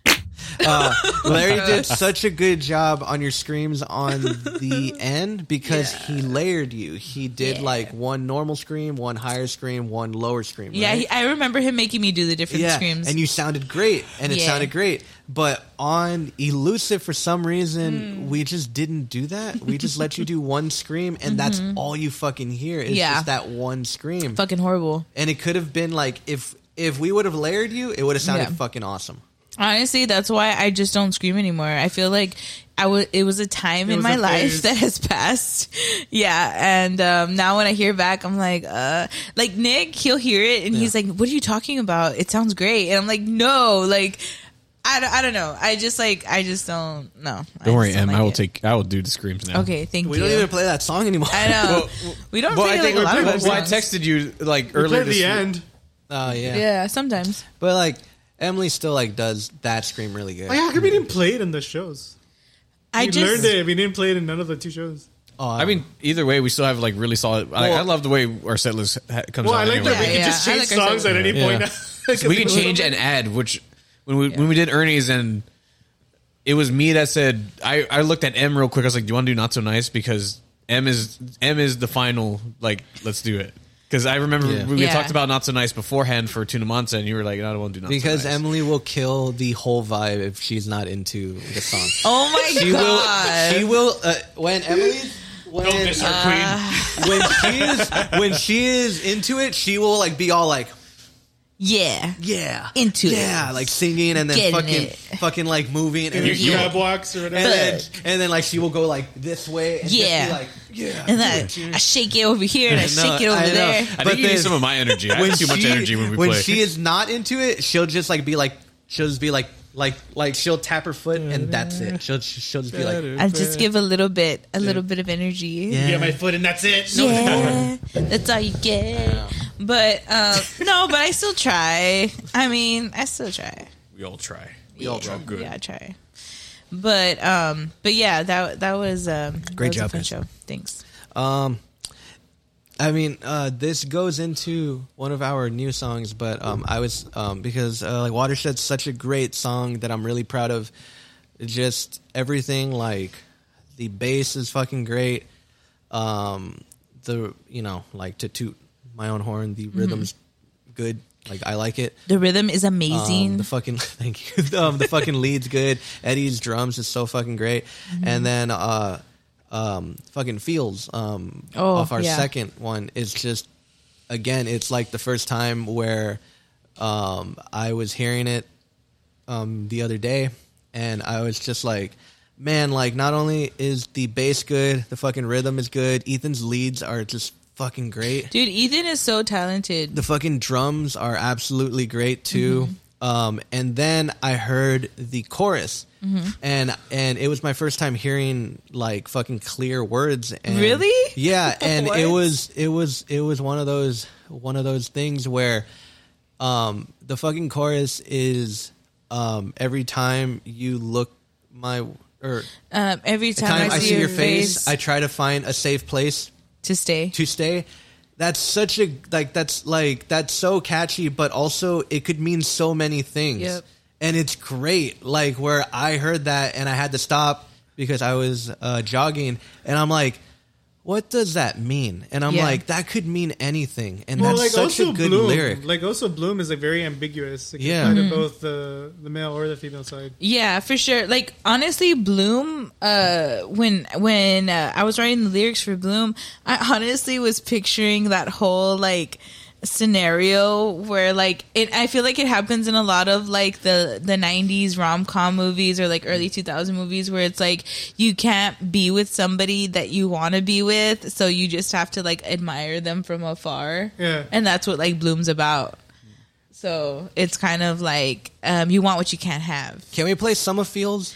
[SPEAKER 4] Uh, Larry did such a good job on your screams on the end because he layered you. He did like one normal scream, one higher scream, one lower scream.
[SPEAKER 1] Yeah,
[SPEAKER 4] right?
[SPEAKER 1] he, I remember him making me do the different screams.
[SPEAKER 4] And you sounded great, and it
[SPEAKER 1] Yeah.
[SPEAKER 4] sounded great. But on Elusive, for some reason,
[SPEAKER 1] Hmm.
[SPEAKER 4] we just didn't do that. We just let you do one scream, and that's all you fucking hear is
[SPEAKER 1] Mm-hmm. Yeah.
[SPEAKER 4] just that one scream.
[SPEAKER 1] fucking horrible.
[SPEAKER 4] And it could have been like if if we would have layered you, it would have sounded
[SPEAKER 1] Yeah.
[SPEAKER 4] fucking awesome.
[SPEAKER 1] Honestly, that's why I just don't scream anymore. I feel like I was. It was a time in
[SPEAKER 2] was
[SPEAKER 1] my
[SPEAKER 2] a
[SPEAKER 1] life
[SPEAKER 2] phase.
[SPEAKER 1] that has passed. yeah, and um, now when I hear back, I'm like, uh, like Nick, he'll hear it and he's like, "What are you talking about? It sounds great." And I'm like, "No, like." I don't, I don't know. I just like I just don't know.
[SPEAKER 7] Don't worry, Em. I will take. I will do the screams now.
[SPEAKER 1] Okay, thank
[SPEAKER 4] We
[SPEAKER 1] you.
[SPEAKER 4] don't even play that song anymore.
[SPEAKER 1] I know. we don't
[SPEAKER 7] Well,
[SPEAKER 1] play
[SPEAKER 7] I
[SPEAKER 1] like
[SPEAKER 7] think
[SPEAKER 1] a lot of
[SPEAKER 7] well,
[SPEAKER 1] our
[SPEAKER 7] I
[SPEAKER 1] songs.
[SPEAKER 7] texted you like
[SPEAKER 2] We
[SPEAKER 7] earlier
[SPEAKER 2] played
[SPEAKER 7] this
[SPEAKER 2] the
[SPEAKER 7] week.
[SPEAKER 2] end.
[SPEAKER 4] Oh yeah.
[SPEAKER 1] Yeah, sometimes.
[SPEAKER 4] But like Emily still like does that scream really good.
[SPEAKER 2] Oh, yeah, how come we didn't play it in the shows?
[SPEAKER 1] I
[SPEAKER 2] we
[SPEAKER 1] just
[SPEAKER 2] learned it. We didn't play it in none of the two shows.
[SPEAKER 4] Oh,
[SPEAKER 7] I mean, either way, we still have like really solid. I, I love the way our set list ha- comes
[SPEAKER 2] Well,
[SPEAKER 7] out.
[SPEAKER 2] I like
[SPEAKER 7] anyway.
[SPEAKER 2] that we
[SPEAKER 1] Yeah,
[SPEAKER 2] can
[SPEAKER 1] yeah,
[SPEAKER 2] just
[SPEAKER 1] I
[SPEAKER 2] change
[SPEAKER 1] like our
[SPEAKER 2] songs
[SPEAKER 1] set
[SPEAKER 2] at any
[SPEAKER 4] Yeah.
[SPEAKER 2] point.
[SPEAKER 7] we can change and add, which when we when we did Ernie's and it was me that said I, I looked at M real quick. I was like, "Do you want to do not so nice?" Because M is M is the final. Like, let's do it. Because I remember
[SPEAKER 4] Yeah.
[SPEAKER 7] we
[SPEAKER 1] Yeah.
[SPEAKER 7] talked about not so nice beforehand for Tuna Monza, and you were like, "No, I don't want to do not
[SPEAKER 4] because
[SPEAKER 7] so nice."
[SPEAKER 4] Emily will kill the whole vibe if she's not into the song.
[SPEAKER 1] Oh my
[SPEAKER 4] she
[SPEAKER 1] god.
[SPEAKER 4] will. She will. Uh, when Emily. When,
[SPEAKER 1] Uh,
[SPEAKER 4] when she is when she is into it, she will like be all like,
[SPEAKER 1] yeah.
[SPEAKER 4] yeah,
[SPEAKER 1] Into it.
[SPEAKER 4] yeah, like singing and then
[SPEAKER 1] Getting
[SPEAKER 4] fucking
[SPEAKER 1] it.
[SPEAKER 4] fucking like moving and,
[SPEAKER 2] Your
[SPEAKER 1] Yeah.
[SPEAKER 2] crab walks or whatever.
[SPEAKER 4] and then and then like she will go like this way and just be
[SPEAKER 1] Yeah.
[SPEAKER 4] like yeah,
[SPEAKER 1] And I, I shake it over here and I
[SPEAKER 4] No,
[SPEAKER 1] shake it over
[SPEAKER 4] I know.
[SPEAKER 1] there.
[SPEAKER 7] I
[SPEAKER 4] But
[SPEAKER 7] think you need
[SPEAKER 4] then-
[SPEAKER 7] some of my energy. I have too much energy when we play.
[SPEAKER 4] she is not into it, she'll just like be like, she'll just be like, like, like she'll tap her foot and that's it. She'll she'll just be like,
[SPEAKER 1] I just give a little bit, a little bit of energy.
[SPEAKER 4] yeah,
[SPEAKER 2] Get my foot and that's it. No,
[SPEAKER 1] Yeah, that's all you get. But um, no, but I still try. I mean, I still try.
[SPEAKER 7] we all try.
[SPEAKER 1] We all try. Good. Yeah, I try. But um, but yeah, that that was um, that
[SPEAKER 4] Great
[SPEAKER 1] was a
[SPEAKER 4] job,
[SPEAKER 1] fun
[SPEAKER 4] guys.
[SPEAKER 1] show. Thanks.
[SPEAKER 4] Um, I mean, uh, this goes into one of our new songs, but um, I was um, because uh, like Watershed's such a great song that I'm really proud of. Just everything, like the bass is fucking great. Um, the you know, like to toot my own horn, the rhythm's good. Like I like it.
[SPEAKER 1] The rhythm is
[SPEAKER 4] Um,
[SPEAKER 1] amazing.
[SPEAKER 4] the fucking thank you. Um, the fucking lead's good. Eddie's drums is so fucking great. And then uh, um, fucking Fields um,
[SPEAKER 1] Oh,
[SPEAKER 4] off our
[SPEAKER 1] yeah.
[SPEAKER 4] second one is just again, it's like the first time where um, I was hearing it um, the other day, and I was just like, man, like not only is the bass good, the fucking rhythm is good. Ethan's leads are just fucking great
[SPEAKER 1] Dude, Ethan is so talented.
[SPEAKER 4] the fucking drums are absolutely great too.
[SPEAKER 1] Mm-hmm.
[SPEAKER 4] Um, and then I heard the chorus,
[SPEAKER 1] Mm-hmm.
[SPEAKER 4] and and it was my first time hearing like fucking clear words. And,
[SPEAKER 1] Really?
[SPEAKER 4] Yeah, and it
[SPEAKER 1] What?
[SPEAKER 4] was it was it was one of those one of those things where, um, the fucking chorus is, um, every time you look my or
[SPEAKER 1] Um, every time,
[SPEAKER 4] time
[SPEAKER 1] I see, your face,
[SPEAKER 4] I try to find a safe place
[SPEAKER 1] to stay.
[SPEAKER 4] to stay that's such a like that's like that's so catchy but also it could mean so many things
[SPEAKER 1] Yep.
[SPEAKER 4] and it's great like where i heard that and i had to stop because i was uh, jogging and i'm like what does that mean and i'm
[SPEAKER 1] Yeah.
[SPEAKER 4] like that could mean anything and
[SPEAKER 2] Well,
[SPEAKER 4] that's
[SPEAKER 2] like
[SPEAKER 4] such
[SPEAKER 2] also
[SPEAKER 4] a good
[SPEAKER 2] Bloom,
[SPEAKER 4] lyric
[SPEAKER 2] like also Bloom is like very ambiguous. It can
[SPEAKER 4] Yeah.
[SPEAKER 2] apply to both the the male or the female side.
[SPEAKER 1] Yeah, for sure. Like honestly, Bloom. Uh, when when uh, I was writing the lyrics for Bloom, I honestly was picturing that whole like scenario where like it. I feel like it happens in a lot of like the the '90s rom com movies or like early 2000 movies where it's like you can't be with somebody that you want to be with, so you just have to like admire them from afar.
[SPEAKER 2] Yeah.
[SPEAKER 1] and that's what like Bloom's about. So it's kind of like um, you want what you can't have.
[SPEAKER 4] can we play summer fields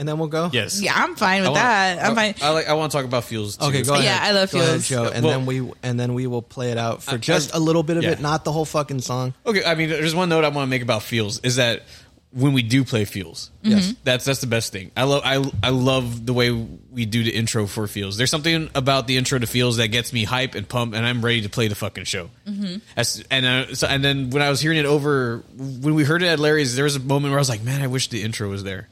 [SPEAKER 4] and then we'll go
[SPEAKER 7] Yes.
[SPEAKER 1] Yeah, I'm fine with
[SPEAKER 7] I wanna- Oh,
[SPEAKER 1] that. I'm
[SPEAKER 7] I,
[SPEAKER 1] fine.
[SPEAKER 7] I like. I want to talk about fuels. Too.
[SPEAKER 4] Okay, go ahead.
[SPEAKER 1] Yeah, I love
[SPEAKER 4] Go ahead,
[SPEAKER 1] Fields.
[SPEAKER 4] Joe, and
[SPEAKER 7] Well-
[SPEAKER 4] then we and then we will play it out for
[SPEAKER 7] I-
[SPEAKER 4] just a little bit of
[SPEAKER 7] yeah.
[SPEAKER 4] it, not the whole fucking song.
[SPEAKER 7] Okay, I mean, there's one note I want to make about Fields is that when we do play Fields, yes, that's that's the best thing. I love I I love the way we do the intro for Fields. There's something about the intro to Fields that gets me hype and pumped, and I'm ready to play the fucking show. As, and uh, so, and then when I was hearing it over, when we heard it at Larry's, there was a moment where I was like, man, I wish the intro was there.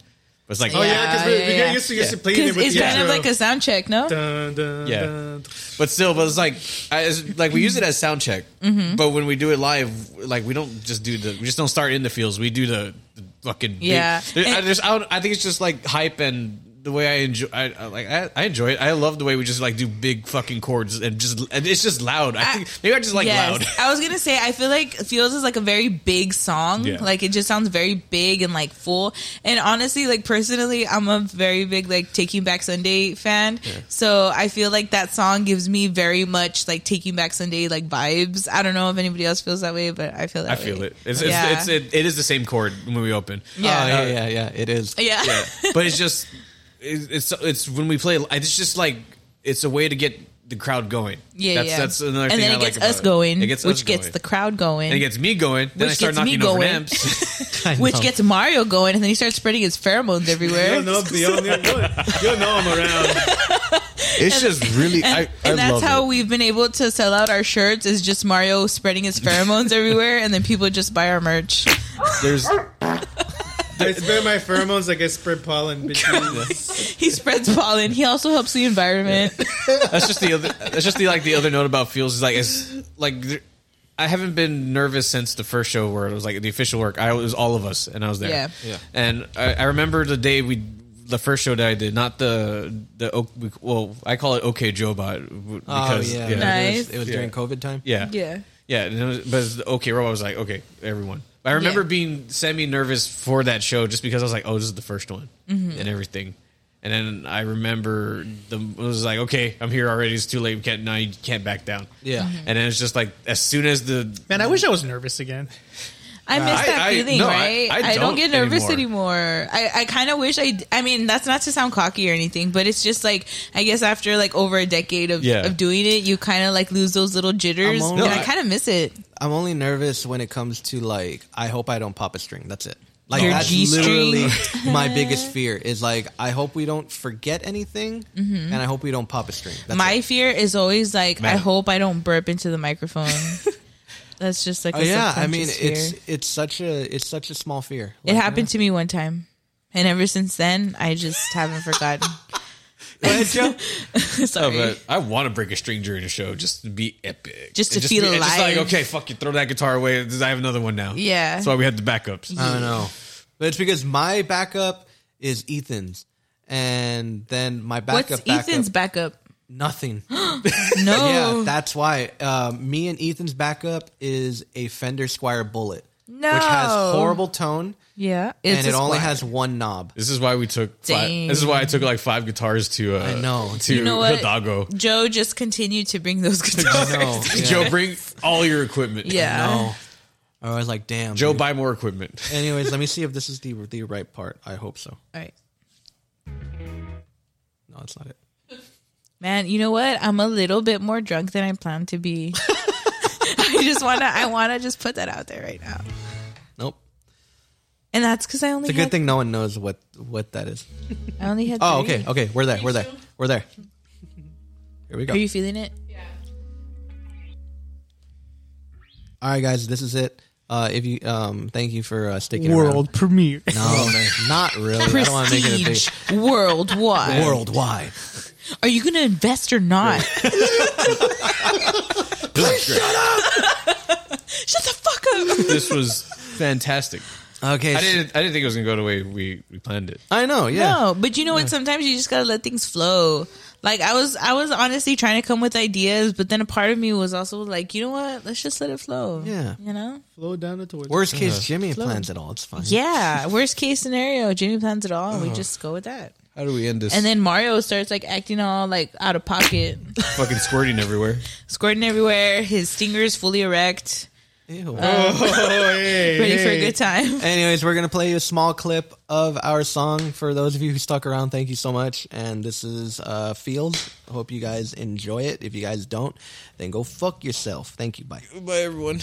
[SPEAKER 7] But it's like,
[SPEAKER 2] Oh
[SPEAKER 7] oh
[SPEAKER 2] yeah,
[SPEAKER 7] yeah,
[SPEAKER 2] because we,
[SPEAKER 1] yeah,
[SPEAKER 2] we
[SPEAKER 1] yeah.
[SPEAKER 2] get used to used to playing it
[SPEAKER 1] Because
[SPEAKER 2] with
[SPEAKER 1] it's
[SPEAKER 2] the
[SPEAKER 1] kind of
[SPEAKER 2] intro.
[SPEAKER 1] like a sound check, no?
[SPEAKER 2] Dun, dun,
[SPEAKER 7] Yeah.
[SPEAKER 2] dun.
[SPEAKER 7] but still, but it's like, I, it's like we use it as sound check.
[SPEAKER 1] Mm-hmm.
[SPEAKER 7] But when we do it live, like we don't just do the, we just don't start in the fields. We do the, the fucking
[SPEAKER 1] Yeah.
[SPEAKER 7] There- I,
[SPEAKER 1] And-
[SPEAKER 7] there's, I, don't, I think it's just like hype and the way I enjoy. I, I like, I, I enjoy it. I love the way we just like do big fucking chords and just, and it's just loud. I,
[SPEAKER 1] I-
[SPEAKER 7] think maybe I just like loud.
[SPEAKER 1] I was gonna say I feel like Fields is like a very big song.
[SPEAKER 7] Yeah.
[SPEAKER 1] Like it just sounds very big and like full. And honestly, like personally, I'm a very big like Taking Back Sunday fan. So I feel like that song gives me very much like Taking Back Sunday like vibes. I don't know if anybody else feels that way, but I feel that.
[SPEAKER 7] I feel
[SPEAKER 1] way.
[SPEAKER 7] it. It's, it's,
[SPEAKER 1] Yeah.
[SPEAKER 7] it's, it, uh, it is the same chord when we open.
[SPEAKER 1] Yeah.
[SPEAKER 4] Oh, yeah, yeah, yeah. It is.
[SPEAKER 1] yeah.
[SPEAKER 7] but it's just it's, it's it's when we play. It's just like it's a way to get the crowd going.
[SPEAKER 1] Yeah,
[SPEAKER 7] that's,
[SPEAKER 1] yeah.
[SPEAKER 7] That's another
[SPEAKER 1] and
[SPEAKER 7] thing
[SPEAKER 1] then
[SPEAKER 7] I
[SPEAKER 1] it
[SPEAKER 7] like
[SPEAKER 1] gets
[SPEAKER 7] about
[SPEAKER 1] us going,
[SPEAKER 7] It gets
[SPEAKER 1] which
[SPEAKER 7] us
[SPEAKER 1] gets
[SPEAKER 7] going.
[SPEAKER 1] the crowd going,
[SPEAKER 7] And it gets me going. Then
[SPEAKER 1] Which
[SPEAKER 7] I start
[SPEAKER 1] gets me
[SPEAKER 7] knocking over
[SPEAKER 1] going.
[SPEAKER 7] amps.
[SPEAKER 1] which gets Mario going, and then he starts spreading his pheromones everywhere.
[SPEAKER 2] You'll know, you'll, know- you'll know I'm around.
[SPEAKER 9] It's just really.
[SPEAKER 1] and,
[SPEAKER 9] I, I
[SPEAKER 1] and that's
[SPEAKER 9] love
[SPEAKER 1] how
[SPEAKER 9] it.
[SPEAKER 1] we've been able to sell out our shirts is just Mario spreading his pheromones everywhere, and then people just buy our merch.
[SPEAKER 9] There's
[SPEAKER 2] I spread my pheromones like I spread pollen. bitches.
[SPEAKER 1] He spreads pollen. He also helps the environment.
[SPEAKER 7] that's just the other. That's just the like the other note about feels is like it's like there- I haven't been nervous since the first show where it was like the official work. I it was all of us and I was there.
[SPEAKER 1] Yeah.
[SPEAKER 7] yeah. And I, I remember the day we the first show that I did, not the the O- we- well I call it OK Joebot w- because
[SPEAKER 4] oh yeah,
[SPEAKER 7] yeah.
[SPEAKER 1] Nice.
[SPEAKER 4] it was, it was during COVID time.
[SPEAKER 7] Yeah.
[SPEAKER 1] Yeah.
[SPEAKER 7] Yeah, and it was, but it was the OK Robot was like, okay, everyone. But I remember
[SPEAKER 1] Yeah.
[SPEAKER 7] being semi nervous for that show just because I was like, oh, this is the first one
[SPEAKER 1] Mm-hmm.
[SPEAKER 7] and everything. And then I remember the it was like, okay, I'm here already. It's too late. We can't now. You can't back down.
[SPEAKER 4] Yeah.
[SPEAKER 1] Mm-hmm.
[SPEAKER 4] Mhm.
[SPEAKER 7] And then it's just like as soon as the
[SPEAKER 2] Man, I wish I was nervous again.
[SPEAKER 1] I miss
[SPEAKER 7] I-
[SPEAKER 1] that
[SPEAKER 7] I-
[SPEAKER 1] feeling,
[SPEAKER 7] no, I-
[SPEAKER 1] right?
[SPEAKER 7] I
[SPEAKER 1] I, don't,
[SPEAKER 7] don't
[SPEAKER 1] get nervous
[SPEAKER 7] anymore.
[SPEAKER 1] anymore. I, I kind of wish I. d- I mean, that's not to sound cocky or anything, but it's just like I guess after like over a decade of,
[SPEAKER 7] Yeah.
[SPEAKER 1] of doing it, you kind of like lose those little jitters,
[SPEAKER 4] only-
[SPEAKER 1] and
[SPEAKER 4] No,
[SPEAKER 1] I
[SPEAKER 4] I-
[SPEAKER 1] kind of miss it.
[SPEAKER 4] I'm only nervous when it comes to like I hope I don't pop a string. That's it. Like
[SPEAKER 1] Your
[SPEAKER 4] that's
[SPEAKER 1] G-string.
[SPEAKER 4] literally my biggest fear is like I hope we don't forget anything and I hope we don't pop a string. That's
[SPEAKER 1] Mm-hmm. My
[SPEAKER 4] it.
[SPEAKER 1] fear is always like I
[SPEAKER 7] Man.
[SPEAKER 1] hope I don't burp into the microphone. that's just like
[SPEAKER 4] Oh,
[SPEAKER 1] a
[SPEAKER 4] yeah, I mean
[SPEAKER 1] subconscious fear.
[SPEAKER 4] it's uh-huh. it's such a it's such a small fear.
[SPEAKER 1] It happened to me one time, and ever since then, I just haven't forgotten.
[SPEAKER 7] Oh,
[SPEAKER 1] Sorry.
[SPEAKER 7] but I want to break a string during a show just to be epic,
[SPEAKER 1] Just to
[SPEAKER 7] And
[SPEAKER 1] feel
[SPEAKER 7] be- and Just like
[SPEAKER 1] alive.
[SPEAKER 7] okay, fuck you, throw that guitar away. I have another one now.
[SPEAKER 1] Yeah.
[SPEAKER 7] that's why we had the backups.
[SPEAKER 4] I don't know. But it's because my backup is Ethan's and then my backup
[SPEAKER 1] What's
[SPEAKER 4] backup
[SPEAKER 1] Ethan's backup?
[SPEAKER 4] nothing.
[SPEAKER 1] No.
[SPEAKER 4] Yeah, that's why. Uh, me and Ethan's backup is a Fender Squire Bullet,
[SPEAKER 1] No.
[SPEAKER 4] which has horrible tone,
[SPEAKER 1] yeah. It's
[SPEAKER 4] and
[SPEAKER 1] a
[SPEAKER 4] it only
[SPEAKER 1] squad.
[SPEAKER 4] has one knob.
[SPEAKER 7] This is why we took. Five,
[SPEAKER 1] Dang.
[SPEAKER 7] this is why I took like five guitars to. Uh,
[SPEAKER 4] I know.
[SPEAKER 7] to
[SPEAKER 1] You know what?
[SPEAKER 7] Hidalgo.
[SPEAKER 1] Joe just continued to bring those guitars.
[SPEAKER 4] No, yeah.
[SPEAKER 7] Joe, bring all your equipment.
[SPEAKER 1] yeah.
[SPEAKER 4] No. I was like, damn.
[SPEAKER 7] Joe,
[SPEAKER 4] dude.
[SPEAKER 7] buy more equipment.
[SPEAKER 4] Anyways, let me see if this is the the right part. I hope so.
[SPEAKER 1] All right.
[SPEAKER 4] No, it's not it.
[SPEAKER 1] Man, you know what? I'm a little bit more drunk than I planned to be. I just wanna I wanna just put that out there right now.
[SPEAKER 4] Nope.
[SPEAKER 1] And that's because I only
[SPEAKER 4] It's a
[SPEAKER 1] had,
[SPEAKER 4] good thing no one knows what what that is.
[SPEAKER 1] I only had
[SPEAKER 4] Oh,
[SPEAKER 1] three.
[SPEAKER 4] okay, okay. We're there. We're there. We're there. Here we go.
[SPEAKER 1] Are you feeling it?
[SPEAKER 4] All right, guys, this is it. Uh, if you um, thank you for uh, sticking
[SPEAKER 2] World premiere.
[SPEAKER 4] around. No, not really. I don't want to make it a big.
[SPEAKER 1] Prestige worldwide.
[SPEAKER 4] worldwide.
[SPEAKER 1] Are you gonna invest or not? Please shut up. shut the fuck up.
[SPEAKER 7] this was fantastic.
[SPEAKER 4] Okay.
[SPEAKER 7] I didn't. I didn't think it was gonna go the way we, we planned it.
[SPEAKER 4] I know. Yeah.
[SPEAKER 1] No, but you know what? Sometimes you just gotta let things flow. Like I was, I was honestly trying to come with ideas, but then a part of me was also like, you know what? Let's just let it flow.
[SPEAKER 4] Yeah.
[SPEAKER 1] you know.
[SPEAKER 2] Slow down the torch.
[SPEAKER 4] Worst case, Jimmy plans it all. It's fine.
[SPEAKER 1] Yeah. Worst case scenario, Jimmy plans it all, and
[SPEAKER 4] Oh.
[SPEAKER 1] we just go with that.
[SPEAKER 7] How do we end this?
[SPEAKER 1] And then Mario starts like acting all like out of pocket,
[SPEAKER 7] fucking squirting everywhere.
[SPEAKER 1] squirting everywhere. His fingers fully erect,
[SPEAKER 4] Ew.
[SPEAKER 1] Uh, ready for a good time.
[SPEAKER 4] Anyways, we're gonna play you a small clip of our song. For those of you who stuck around, thank you so much. And this is uh, Fields. Hope you guys enjoy it. If you guys don't, then go fuck yourself. Thank you. Bye.
[SPEAKER 7] Bye, everyone.